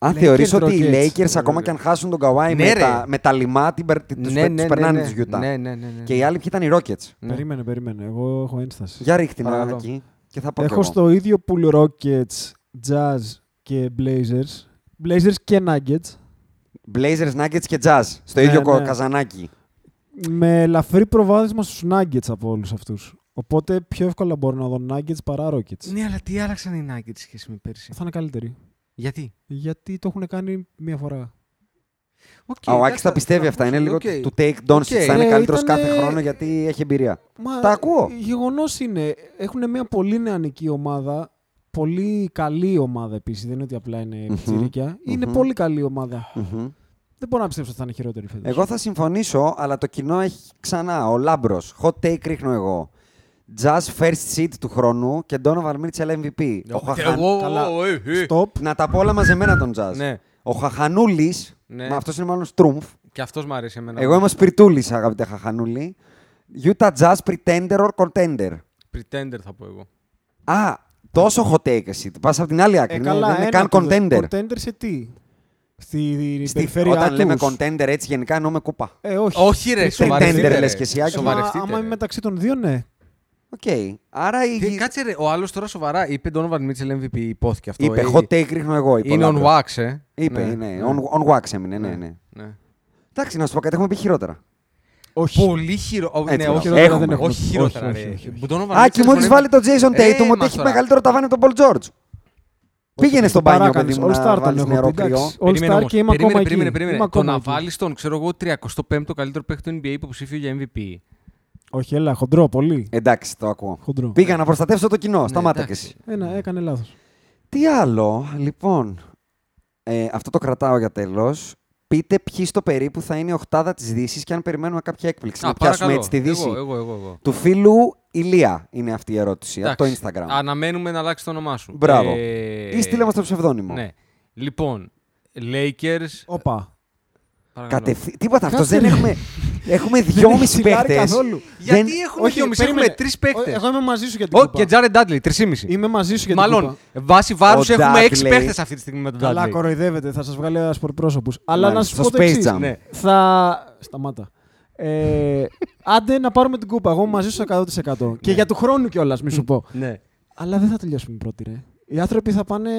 Αν Lakers, θεωρείς ότι οι Rockets. Lakers, ακόμα και αν χάσουν τον Καουάι Ναι, με, ρε. τα, με τα λιμά, την, περ- τους, ναι, τους περνάνε ναι, τους Utah. ναι, ναι, ναι, ναι. Και οι άλλοι ποιοι ήταν οι Rockets. Ναι. Περίμενε, περίμενε. Εγώ έχω ένσταση. Για ρίχτη να Παρακαλώ. εκεί και θα πω κι Έχω εγώ. στο ίδιο pool Rockets, Jazz και Blazers. Blazers και Nuggets. Blazers, Nuggets και Jazz. Στο Ναι, ίδιο κο- ναι. καζανάκι. Με ελαφρύ προβάδισμα στους Nuggets από όλους αυτούς. Οπότε πιο εύκολα μπορώ να δω Nuggets παρά Rockets. Ναι, αλλά τι άλλαξαν οι Nuggets σχέση με πέρσι. Θα είναι καλύτεροι. Γιατί. Γιατί το έχουν κάνει μία φορά. Okay, Α, ο Άκης τα πιστεύει αυτά. Είναι λίγο του take Doncic. Οκ. Θα είναι Ε, καλύτερος ήτανε- κάθε χρόνο γιατί έχει εμπειρία. Μα, Τα ακούω. Γεγονός είναι. Έχουν μια πολύ νεανική ομάδα. Πολύ καλή ομάδα επίσης. Δεν είναι ότι απλά είναι Μμμ. πιτσιρίκια. Είναι Μμμ. πολύ καλή ομάδα. Μμμ. Δεν μπορώ να πιστέψω ότι θα είναι χειρότερη φέτος. Εγώ θα συμφωνήσω, αλλά το κοινό έχει ξανά. Ο Λάμπρος. Hot take ρίχνω εγώ. Jazz first seed του χρόνου και Donovan Mitchell MVP. Ο Ε, Χαχαν- Καλά. Καλά. Stop. Να τα πω όλα μαζεμένα τον Jazz. Ναι. Ο Χαχανούλης. Ναι. Αυτός είναι μάλλον Στρούμφ. Και αυτός μου αρέσει εμένα. Εγώ είμαι ο Σπιρτούλης, αγαπητέ Χαχανούλη. Utah Jazz pretender or contender. Pretender θα πω εγώ. Α, τόσο hot take εσύ. Πας από την άλλη άκρη. Ε, ναι, καλά, δεν είναι ένα καν από τους- contender. Contender σε τι. Στη, Στη- περιφέρεια Όταν λέμε τους. contender έτσι γενικά εννοούμε κούπα. Ε, όχι. Όχι ρε, Pretender σοβαρευτείτε. λες και εσύ, Άκη. Ε, μα Σοβαρευτείτε. άμα ρε. είναι μεταξύ των δύο, ναι. Οκ. Άρα η... Τι, Ε, Κάτσε ρε, ο άλλος τώρα σοβαρά είπε Donovan Mitchell MVP, υπόθηκε αυτό. είπε ε, hot take ρίχνω εγώ. είπε ο Είναι on Λάμπρος. wax, ε. Είπε, ναι. On, on wax έμεινε, ναι, ναι. ναι. Εντάξει, να σου πω κάτι, έχουμε πει χειρότερα. Όχι. Πολύ χειρότερα. Έτσι, Ναι, μπράβο. όχι, Έχουμε. δεν έχουμε. Έχουμε. όχι χειρότερα. Όχι, ρε. όχι, όχι. Που τον Donovan Α, και Mitchell μόλις φωνεύει- βάλει τον Jason Ρε, Tatum ότι μας έχει Ε, τώρα. μεγαλύτερο ταβάνι από τον Paul George. Πήγαινε στον μπάνιο, παιδί μου, να All-star τον βάλεις έχω νερό πει, κρυό. εντάξει. All-Star όμως. και είμαι περίμενε, ακόμα περίμενε, εκεί. περίμενε. Είμαι Το ακόμα να εκεί. βάλεις τον, ξέρω εγώ, 35ο καλύτερο παίκτη του NBA υποψήφιο για MVP. Όχι, έλα, χοντρό, πολύ. Εντάξει, το ακούω. Χοντρό. Πήγα να προστατεύσω το Ναι, κοινό, σταμάτα κι εντάξει. εσύ. Ένα, έκανε λάθος. Τι άλλο, λοιπόν, ε, αυτό το κρατάω για τέλος. Πείτε ποιοι στο περίπου θα είναι η οχτάδα της Δύσης και αν περιμένουμε κάποια έκπληξη. να πιάσουμε έτσι τη Δύση. Εγώ, εγώ, εγώ. εγώ. Του φίλου Ηλία είναι αυτή η ερώτηση Εντάξει. από το Instagram. Αναμένουμε να αλλάξει το όνομά σου. Μπράβο. Ε, Ή στείλε μας το ψευδόνυμο. Ναι. Λοιπόν, Lakers. Όπα. παρακαλώ. Κατευθύ... Τίποτα αυτό. Κάτσε, Δεν ρε. έχουμε. έχουμε <laughs> Δεν δυόμιση έχεις φιλάρει παίχτε. καθόλου. Γιατί έχουμε Όχι, δύο μισή, περίμενε. έχουμε τρει Ε, παίκτες. Εγώ είμαι μαζί σου για την Ω, κούπα. και Jared Dudley, 3,5. Είμαι μαζί σου για την Μάλλον, κούπα. βάσει βάρους Ο έχουμε έξι Dudley. παίχτε αυτή τη στιγμή με τον Καλά, Dudley. κοροϊδεύετε, θα σας βγάλει ένας πορπρόσωπο. Αλλά να Μάλιστα, σας πω στο το Space εξής. Jam. Ναι. Θα. Σταμάτα. Ε, άντε να πάρουμε την κούπα. Εγώ μαζί σου 100%. και για του χρόνου κιόλας, μη σου πω. Ναι. Αλλά δεν θα τελειώσουμε πρώτοι, ρε. Οι άνθρωποι θα πάνε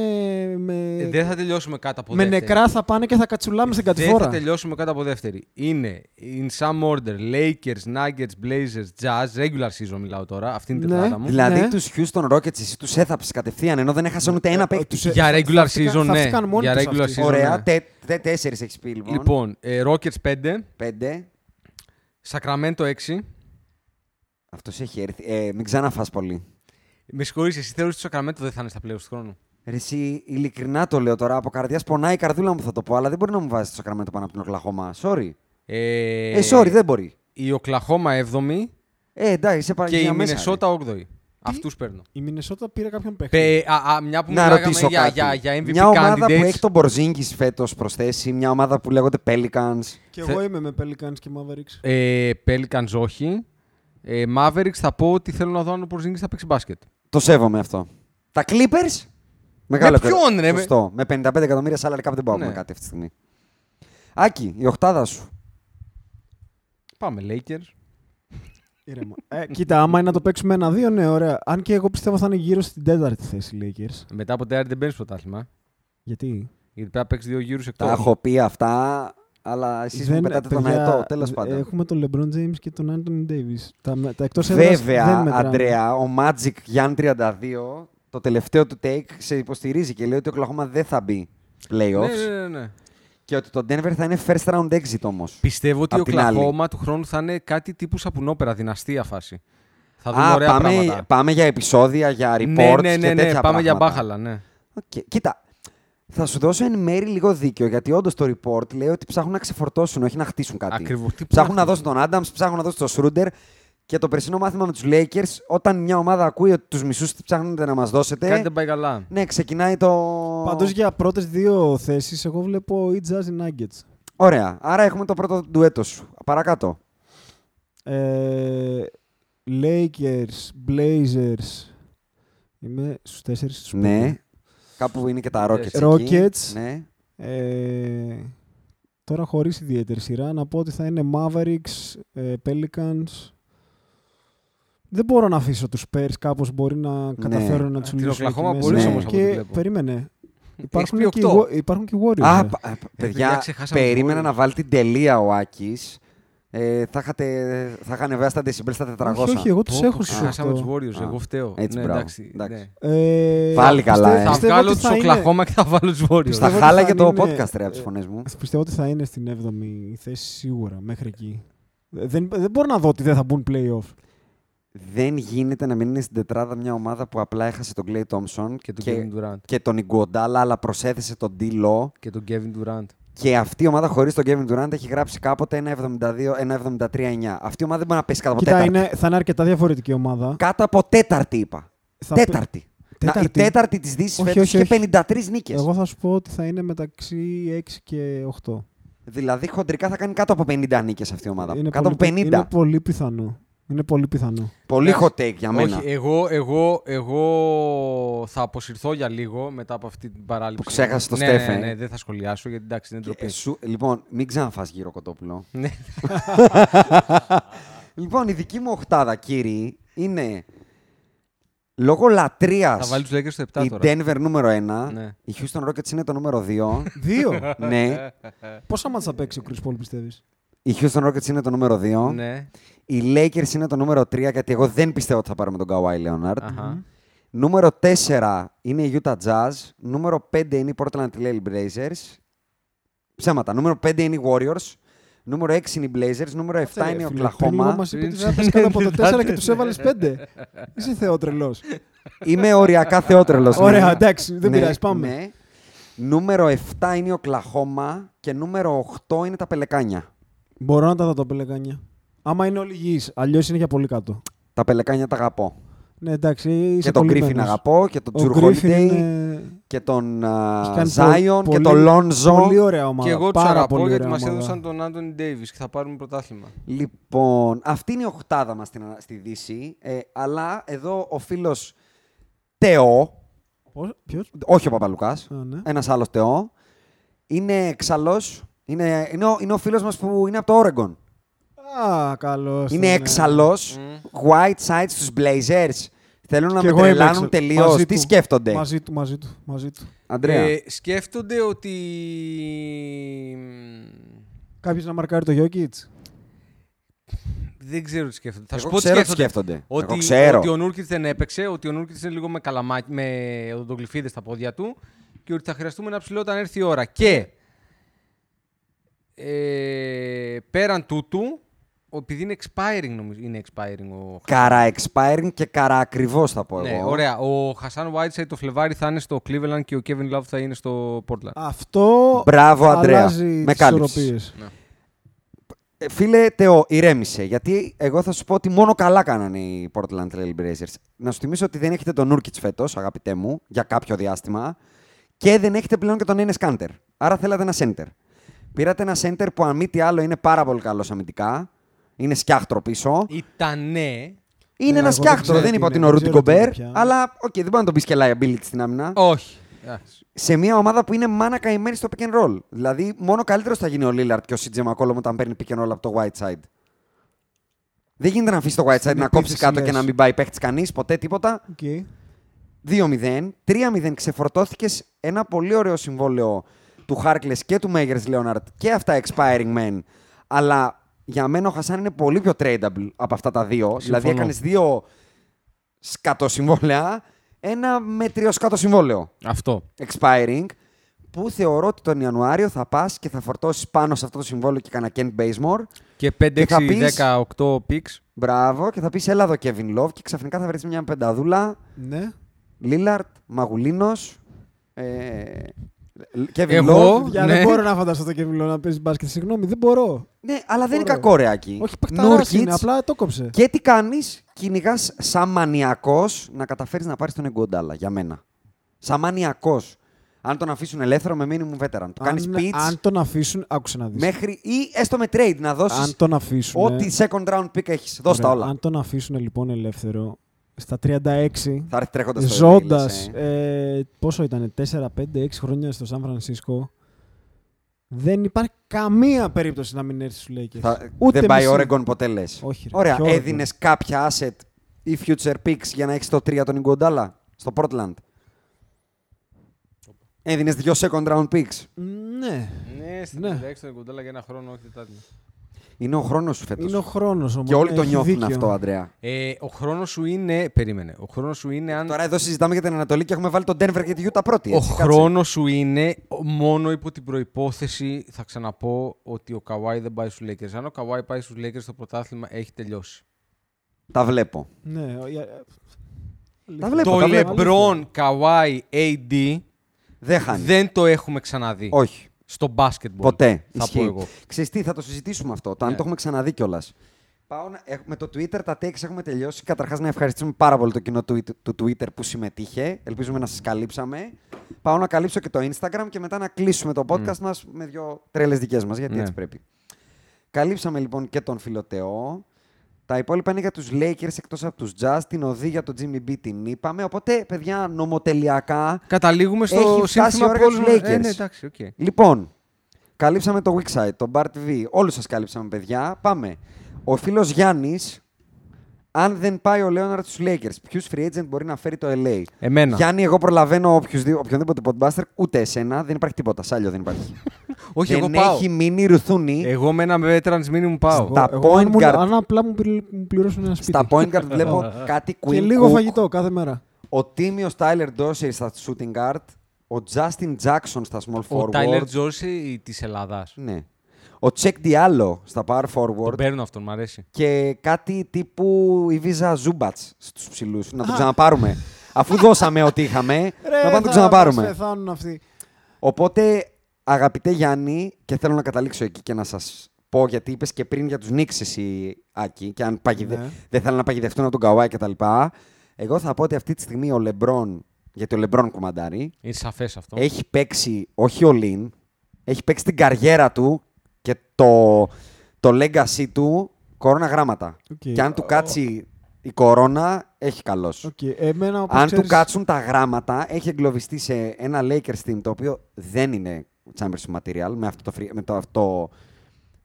με, Ε, Δεν θα τελειώσουμε κάτω από με δεύτερη. νεκρά, θα πάνε και θα κατσουλάμε στην Δεν θα κατηφόρα. τελειώσουμε κάτω από δεύτερη. Είναι in some order Lakers, Nuggets, Blazers, Jazz, regular season μιλάω τώρα. Αυτή είναι η Ναι. τετράδα μου. Δηλαδή Ναι. τους Houston Rockets εσύ τους έθαψες κατευθείαν ενώ δεν έχασαν Ναι, ούτε ε, ένα παίκτη. τους- Για θα- regular θα- θα- season, θα ναι. φύγαν μόνοι Για τους regular αυτοί. season. Ωραία, ναι. τε, τε, τέσσερις έχεις πει λοιπόν. Λοιπόν, ε, Rockets 5, Πέντε. Sacramento 6. Αυτός έχει έρθει. Ε, μην ξαναφάς πολύ. Με συγχωρείς, εσύ θεωρείς ότι το Sacramento δεν θα είναι στα playoffs του χρόνου. Ρε, Εσύ, ειλικρινά το λέω τώρα, από καρδιά πονάει η καρδούλα μου θα το πω, αλλά δεν μπορεί να μου βάζει το Σακραμέντο πάνω από την Οκλαχώμα. Sorry. Ε, Ε, sorry, δεν μπορεί. Η Oklahoma 7η Ε, εντάξει, σε και παραγγελία η μέσα. ρε. Ε, Minnesota 8η. Αυτούς παίρνω. Η Μινεσότα πήρε κάποιον παίχτη. Πε, α, α, μια που Να μιλάγαμε ρωτήσω για, κάτι. για, για MVP μια ομάδα candidates. που έχει τον Μπορζίνγκη φέτος προσθέσει, μια ομάδα που λέγονται Pelicans. Και Θε- εγώ είμαι με Pelicans και Mavericks. ε, Pelicans όχι. Ε, Mavericks θα πω ότι θέλω να δω αν ο Porzingis θα παίξει μπάσκετ. Το σέβομαι αυτό. Τα Clippers. Μεγάλο ποιον, κέρδος. ρε, με- Σωστό. Με 55 εκατομμύρια salary cap δεν πάμε Ναι. κάτι αυτή τη στιγμή. Άκη, η οχτάδα σου. Πάμε Lakers. Ήρεμα. Ε, κοίτα, άμα είναι να το παίξουμε ένα-δύο, ναι, ωραία. Αν και εγώ πιστεύω θα είναι γύρω στην τέταρτη θέση οι Lakers. Μετά από τέσσερα δεν παίρνεις πρωτάθλημα. ε. Γιατί. Γιατί πρέπει να παίξεις δύο γύρους εκτός. Τα έχω πει αυτά, αλλά εσείς μου πετάτε τον παιδιά, ε, αετό, τέλος πάντων. Έχουμε τον LeBron James και τον Anthony Davis. Τα, τα εκτός έδρας δεν Βέβαια, μετράνε. Αντρέα, ο Magic Γιάν 32, το τελευταίο του take, σε υποστηρίζει και λέει ότι ο Κλαχώμα δεν θα μπει playoffs Ναι, ναι, ναι, ναι. και ότι το Denver θα είναι first round exit όμως. Πιστεύω ότι Απ' ο την άλλη. Κλαχώμα του χρόνου θα είναι κάτι τύπου σαπουνόπερα, δυναστεία φάση. Θα δούμε Α, ωραία πάμε, πράγματα. πάμε για επεισόδια, για reports ναι, ναι, ναι, και ναι, τέτοια πάμε για πράγματα. μπάχαλα, ναι. Οκ. Κοίτα, θα σου δώσω εν μέρη λίγο δίκιο, γιατί όντως το report λέει ότι ψάχνουν να ξεφορτώσουν, όχι να χτίσουν κάτι. Ακριβώς. Τι Ψάχνουν να ψάχνουν. δώσουν τον Άνταμ, ψάχνουν να δώσουν τον Σρούντερ. Και το περσινό μάθημα με τους Lakers, όταν μια ομάδα ακούει ότι τους μισούς ψάχνετε να μας δώσετε. Κάτι δεν πάει καλά. Ναι, ξεκινάει το. Πάντως για πρώτες δύο θέσεις, εγώ βλέπω οι Jazz Nuggets. Ωραία. Άρα έχουμε το πρώτο ντουέτο σου. Παρακάτω. Ε, Lakers, Blazers. Είμαι στους τέσσερις του Ναι. Κάπου είναι και τα Rockets. εκεί. Ε, Rockets. Ναι. Ε, τώρα χωρίς ιδιαίτερη σειρά να πω ότι θα είναι Mavericks, ε, Pelicans. Δεν μπορώ να αφήσω τους Spurs κάπως μπορεί Ναι. να καταφέρω να τους Την λύσω εκεί Οκλαχώμα μέσα. μπορείς όμως από ό,τι και βλέπω. περίμενε. Υπάρχουν πει και, οι, οκτώ. Wa- υπάρχουν και οι Warriors. Α, ε. πα- α, παιδιά, παιδιά, ξεχάσαμε περίμενα τους να βάλει την τελεία ο Άκης. Ε, θα, είχατε, θα είχαν βέβαια στα decibel στα 400. όχι, όχι, εγώ τους Πω, πω, έχω στους Ξεχάσαμε τους οκτώ. Warriors, Α, εγώ φταίω. έτσι, ναι, μπράβο. εντάξει, Εντάξει. ναι. Ε, Πάλι καλά, πιστε- ε. Θα πιστεύω βγάλω ότι τους θα είναι- Οκλαχώμα και θα βάλω τους Warriors. Στα Πιστεύω ότι χάλαγε θα το είναι- podcast ρε από τις φωνές μου. Πιστεύω ότι θα είναι στην 7η θέση σίγουρα μέχρι εκεί. Δεν, δεν μπορώ να δω ότι δεν θα μπουν playoff. Δεν γίνεται να μην είναι στην τετράδα μια ομάδα που απλά έχασε τον Clay Thompson Και τον Kevin Durant. και τον Ιγκοντάλα, αλλά προσέθεσε τον D. Law. Και τον Kevin Durant. Και αυτή η ομάδα χωρίς τον Kevin Durant έχει γράψει κάποτε ένα 72, ένα 73-9. Αυτή η ομάδα δεν μπορεί να πέσει κάτω από Κοίτα, τέταρτη. είναι, θα είναι αρκετά διαφορετική ομάδα. Κάτω από τέταρτη είπα. Θα πει- τέταρτη. Να- Τέταρτη. η τέταρτη της Δύσης Όχι, φέτος όχι, είχε όχι. 53 νίκες. Εγώ θα σου πω ότι θα είναι μεταξύ 6 και 8. Δηλαδή χοντρικά θα κάνει κάτω από 50 νίκες αυτή η ομάδα. Είναι κάτω από 50. πολύ, είναι πολύ πιθανό. Είναι πολύ πιθανό. Πολύ hot take για μένα. ε, Όχι, εγώ, εγώ, εγώ θα αποσυρθώ για λίγο μετά από αυτή την παράληψη. Που ξέχασε το ναι, Στέφε. Ναι, ναι, δεν θα σχολιάσω γιατί εντάξει, είναι Και ντροπή. σου- λοιπόν, μην ξαναφάς γύρω κοτόπουλο. Ναι. λοιπόν, η δική μου οχτάδα, κύριοι, είναι λόγω λατρείας. Θα βάλει τους Lakers στο 7 Η τώρα. Denver νούμερο 1. Ναι. Η Houston Rockets είναι το νούμερο <laughs> 2. Δύο. ναι. <laughs> Πόσα μάτς θα παίξει ο Chris Paul, πιστεύεις. Η Houston Rockets είναι το νούμερο 2. Ναι. Οι Lakers είναι το νούμερο 3, γιατί εγώ δεν πιστεύω ότι θα πάρουμε τον Kawhi Leonard. Αχα. Νούμερο 4 είναι η Utah Jazz. Νούμερο 5 είναι η Portland Trail Blazers. Ψέματα. Νούμερο 5 είναι οι Warriors. Νούμερο 6 είναι οι Blazers. Νούμερο 7 είναι η Μα Oklahoma. είπε ότι δεν θα πες κάτω από το 4 και τους έβαλες 5. Είσαι θεότρελος. Είμαι οριακά θεότρελος. ναι. Ωραία, εντάξει, δεν Ναι, πειράζει. Πάμε. ναι. Νούμερο 7 είναι η Oklahoma και νούμερο 8 είναι τα Πελεκάνια. Μπορώ να τα δω τα πελεκάνια. Άμα είναι όλοι υγιείς, αλλιώς είναι για πολύ κάτω. Τα Πελεκάνια τα αγαπώ. Ναι, εντάξει, είσαι και τον Γκρίφιν κολλημένος. αγαπώ και τον Ο Τζουρ Griffin Holiday είναι- και τον α, έχει κάνει Zion πο- και πολύ- τον Lonzo. Πολύ ωραία ομάδα. Και εγώ τους Πάρα αγαπώ πολύ γιατί ωραία μας ομάδα. έδωσαν τον Άντωνι Ντέιβι και θα πάρουμε πρωτάθλημα. Λοιπόν, αυτή είναι η οχτάδα μας στην- στη Δύση. Ε, αλλά εδώ ο φίλος Τεό, Πώς- ποιος? όχι ο Παπαλουκάς, Α, ναι. ένας άλλος Τεό, είναι εξαλός, είναι, είναι, ο, είναι ο φίλος μας που είναι από το Oregon. Α, ναι. καλώ. είναι ε, εξαλός, white sides στους Blazers. Θέλουν να Και με εγώ είμαι τρελάνουν έξαλλος. τελείως. Μαζί Τι του. σκέφτονται. Μαζί του, μαζί του. Μαζί του. Αντρέα, Ε, σκέφτονται ότι. Κάποιος να μαρκάρει το Γιώκητ. Δεν ξέρω τι σκέφτονται. Θα σου εγώ πω τι ξέρω τι σκέφτονται. σκέφτονται. Ότι, Εγώ ξέρω. ότι ο Νούρκιτ δεν έπαιξε, ότι ο Νούρκιτ είναι λίγο με, καλαμά... με οδοντογλυφίδες στα πόδια του και ότι θα χρειαστούμε ένα ψηλό όταν έρθει η ώρα. Και ε, πέραν τούτου, ο- επειδή είναι expiring, νομίζω, είναι expiring ο Καρα expiring και καρα ακριβώς θα πω Ναι, εγώ. ωραία. Ο Χασάν Whiteside το Φλεβάρι θα είναι στο Cleveland και ο Kevin Love θα είναι στο Portland. Αυτό. Μπράβο, Αντρέα. αλλάζει Με τις κάλυψες. ισορροπίες. Ε, Φίλε Τεό, ηρέμησε. Γιατί εγώ θα σου πω ότι μόνο καλά κάνανε οι Portland Trail Blazers. Να σου θυμίσω ότι δεν έχετε τον Νούρκιτ φέτος, αγαπητέ μου, για κάποιο διάστημα. Και δεν έχετε πλέον και τον Ένε Κάντερ. Άρα θέλατε ένα center. Πήρατε ένα center που αν μη τι άλλο είναι πάρα πολύ καλός αμυντικά. Είναι σκιάχτρο πίσω. Ήτανε. Είναι Ναι, ένα εγώ δεν σκιάχτρο. ξέρω Δεν τι είπα ότι είναι, είναι ο δεν Ρούντι ξέρω τι είναι Κομπέρ. πια. Αλλά οκ, δεν μπορεί να τον πεις και liability στην άμυνα. Όχι. Εντάξει. Σε μια ομάδα που είναι μάνα καημένη στο pick and roll. Δηλαδή, μόνο καλύτερος θα γίνει ο Λίλαρτ και ο Σιτζε Μακόλομ όταν παίρνει pick and roll από το Whiteside. Δεν γίνεται να αφήσεις το Whiteside να επίθεση κόψει κάτω λες. και να μην πάει παίχτη κανείς, ποτέ τίποτα. Οκ. 2-0. 3-0. Ξεφορτώθηκες ένα πολύ ωραίο συμβόλαιο του Χάρκλε και του Μέγερ Λέοναρτ και αυτά expiring men. Αλλά για μένα ο Χασάν είναι πολύ πιο tradable από αυτά τα δύο. Δηλαδή, έκανες δύο σκατοσυμβόλαια, ένα μέτριο σκατοσυμβόλαιο Αυτό. expiring. που θεωρώ ότι τον Ιανουάριο θα πας και θα φορτώσεις πάνω σε αυτό το συμβόλαιο και κανένα Kent Basemore. Και Και θα πεις- 5, 6, 18 πίξ. Μπράβο, και θα πεις Έλα εδώ Kevin Love και ξαφνικά θα βρεις μια πενταδούλα. Ναι. Λίλαρτ, Μαγουλίνος. Ε, Kevin Εγώ- Love. Για Ναι. δεν μπορώ να φανταστώ το Κεβιλό να παίζει μπάσκετ. Συγγνώμη, δεν μπορώ. Ναι, αλλά δεν είναι Ωραίο. κακό ρεάκι. Όχι παιχταράς είναι, Νούρκιτς. απλά το κόψε. Και τι κάνεις, κυνηγάς σαν μανιακός να καταφέρεις να πάρεις τον Εγκοντάλα για μένα. Σαν μανιακός. Αν τον αφήσουν ελεύθερο με minimum veteran. Το κάνεις αν, pitch αν τον αφήσουν, άκουσε να δεις. μέχρι ή έστω με trade να Αν δώσει τον αφήσουν. ό,τι second round pick έχεις. Δώσ' τα όλα. Αν τον αφήσουν λοιπόν ελεύθερο στα 36, Θα έρθει τρέχοντας ζώντας. Ε, πόσο ήταν, 4, 5, 6 χρόνια στο Σαν Φρανσίσκο. Δεν υπάρχει καμία περίπτωση να μην έρθει στους Lakers. Δεν πάει μισή. Oregon ποτέ λες. Όχι, ρε, Ωραία, ποιο Oregon. έδινες κάποια asset ή future picks για να έχεις το 3 τον Εγκοντάλα στο Portland. Έδινες δύο second round picks. Ναι. Ναι, στην Ναι. 36 τον κοντέλα για ένα χρόνο, όχι τετάρτη. Είναι ο χρόνος σου φέτος. Είναι ο Ναι, χρόνος όμως. Και όλοι το νιώθουν αυτό, Αντρέα. Ε, ο χρόνος σου είναι. Περίμενε. Ο χρόνος σου είναι αν. Ε, Τώρα εδώ συζητάμε για την Ανατολή και έχουμε βάλει τον Denver και τη Utah πρώτη. ε. Ο έτσι, κάτσε. χρόνος σου είναι μόνο υπό την προπόθεση, θα ξαναπώ, ότι ο Καουάι δεν πάει στους Lakers. Αν ο Καουάι πάει στους Lakers, το πρωτάθλημα έχει τελειώσει. Τα βλέπω. Ναι. ο- για- Τα βλέπω. Το τα βλέπω. LeBron Kawhi AD Δεν χάνει. δεν το έχουμε ξαναδεί. Όχι. Στο μπάσκετμπολ. Ποτέ. Θα Ισχύει. πω εγώ. Ξέρεις τι, θα το συζητήσουμε αυτό. Το αν Ναι. το έχουμε ξαναδεί κιόλας. Πάω να... ε, με το Twitter, τα takes έχουμε τελειώσει. Καταρχάς, να ευχαριστήσουμε πάρα πολύ το κοινό του, του Twitter που συμμετείχε. Ελπίζουμε να σας καλύψαμε. Πάω να καλύψω και το Instagram και μετά να κλείσουμε το podcast μας μας με δύο τρέλες δικές μας. Γιατί Ναι. έτσι πρέπει. Καλύψαμε λοιπόν και τον Φιλοτεό. Τα υπόλοιπα είναι για τους Lakers εκτός από τους Jazz. Την οδή για τον Jimmy B την είπαμε. Οπότε, παιδιά, νομοτελειακά. Καταλήγουμε Έχει στο φτάσει η σύνθημα ώρα που για όλους τους μας- Ε, Lakers. ναι, εντάξει, οκ. Λοιπόν, καλύψαμε το Wixsite, τον Bart V. Όλους σας καλύψαμε, παιδιά. Πάμε. Ο φίλος Γιάννης, αν δεν πάει ο Λέοναρτ στους Lakers, ποιους free agent μπορεί να φέρει το LA. Εμένα. Γιάννη, εγώ προλαβαίνω όποιους, δι- οποιονδήποτε podbuster, ούτε εσένα. Δεν υπάρχει τίποτα. Σάλιο δεν υπάρχει. <laughs> Όχι, δεν εγώ πάω. έχει μείνει ρουθούνη. Εγώ με ένα veterans minimum πάω. τα Εγώ, point αν μου- guard. Αν απλά μου πλη- μου πληρώσουν ένα σπίτι. <laughs> Στα point guard <laughs> βλέπω κάτι Queen Και λίγο Cook, φαγητό κάθε μέρα. Ο Τίμιος Tyler Dorsey στα shooting guard. Ο Justin Jackson στα small Ο forward. Τάιλερ Τζόρσι της Ελλάδας. Ναι. Ο Check Diallo στα power Τον forward. παίρνω αυτόν, μ' αρέσει. και κάτι τύπου η βίζα Ζούμπατς στους ψηλούς. Να τον ξαναπάρουμε. Αφού δώσαμε ό,τι είχαμε, να πάμε να τον ξαναπάρουμε. Πεθάνουν αυτοί. Οπότε, αγαπητέ Γιάννη, και θέλω να καταλήξω εκεί και να σας πω, γιατί είπες και πριν για τους Νίξ εσύ, Άκη, και αν παγιδε... Ναι. δεν θέλουν να παγιδευτούν από τον Καουάι κτλ. Εγώ θα πω ότι αυτή τη στιγμή ο Λεμπρόν, γιατί ο Λεμπρόν κουμαντάρει, Είναι σαφές αυτό. έχει παίξει, όχι ο Λίν, έχει παίξει την καριέρα του και το, το legacy του κορώνα γράμματα. Οκ. Και αν του κάτσει η κορώνα, έχει καλός. Οκ, Εμένα, όπως Αν του ξέρεις, κάτσουν τα γράμματα, έχει εγκλωβιστεί σε ένα Lakers team το οποίο δεν είναι championship material με αυτό το free, με το, αυτό,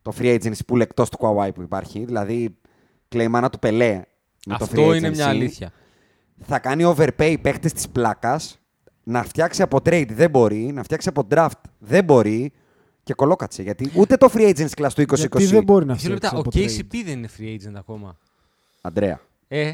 το free agency που εκτός του Kawhi που υπάρχει. Δηλαδή, κλεϊμάνα του Πελέ με το Αυτό free είναι agency μια αλήθεια. θα κάνει overpay παίχτε της πλάκας, να φτιάξει από trade δεν μπορεί, να φτιάξει από draft δεν μπορεί και κολόκατσε. Γιατί ούτε το free agents class του 2020. Γιατί δεν μπορεί να Μισό φτιάξει λεπτά, ο από trade. KCP δεν είναι free agent ακόμα. Αντρέα. Ε,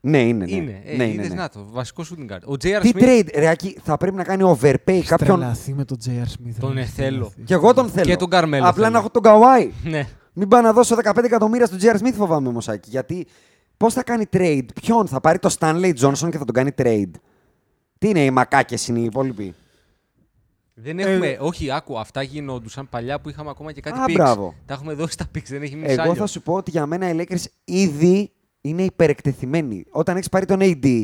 Ναι, είναι. Ναι. είναι. Ε, ναι, είδες, ναι. να το, βασικό shooting guard. Ο JR Τι Smith trade, Ρεάκι, θα πρέπει να κάνει overpay Έχεις Ε, κάποιον. τρελαθεί με τον JR Smith. Τον ρε, εθέλω. έχεις τρελαθεί. Και εγώ τον θέλω. και τον Καρμέλο. Απλά να έχω τον Καουάι. Ναι. Μην πάω να δώσω 15 εκατομμύρια στον JR Smith, φοβάμαι όμως, Άκη. Γιατί πώς θα κάνει trade, ποιον θα πάρει το Stanley Johnson και θα τον κάνει trade. Τι είναι οι μακάκες είναι οι υπόλοιποι. Δεν έχουμε, όχι, άκου, αυτά γινόντουσαν παλιά που είχαμε ακόμα και κάτι Ε. Α, picks. μπράβο. Τα έχουμε δώσει τα picks, δεν έχει μείνει Εγώ σάλιο. θα σου πω ότι για μένα οι Lakers ήδη είναι υπερεκτεθειμένοι. Όταν έχεις πάρει τον AD,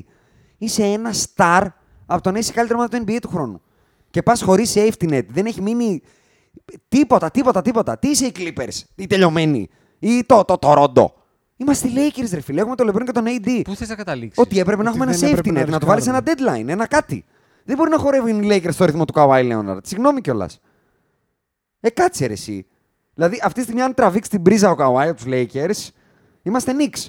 είσαι ένα star από τον είσαι καλύτερο ομάδα του NBA του χρόνου. Και πας χωρίς safety net. Δεν έχει μείνει τίποτα, τίποτα, τίποτα. Τι είσαι οι Clippers, οι τελειωμένοι, ή το, το, το Ρόντο. Είμαστε οι Lakers, ρε φίλε. Έχουμε τον LeBron και τον AD. Πού θες να καταλήξεις. Ότι έπρεπε να Ότι έχουμε ένα δεν έπρεπε safety να net, να τους βάλει ένα ρισκάρουμε. deadline, ένα κάτι. Δεν μπορεί να χορεύουν οι Lakers στο ρυθμό του Kawhi Leonard. Συγγνώμη κιόλας. Ε, κάτσε ρε εσύ. Δηλαδή, αυτή τη στιγμή, αν τραβήξει την πρίζα ο Kawhi από τους Lakers, είμαστε Knicks.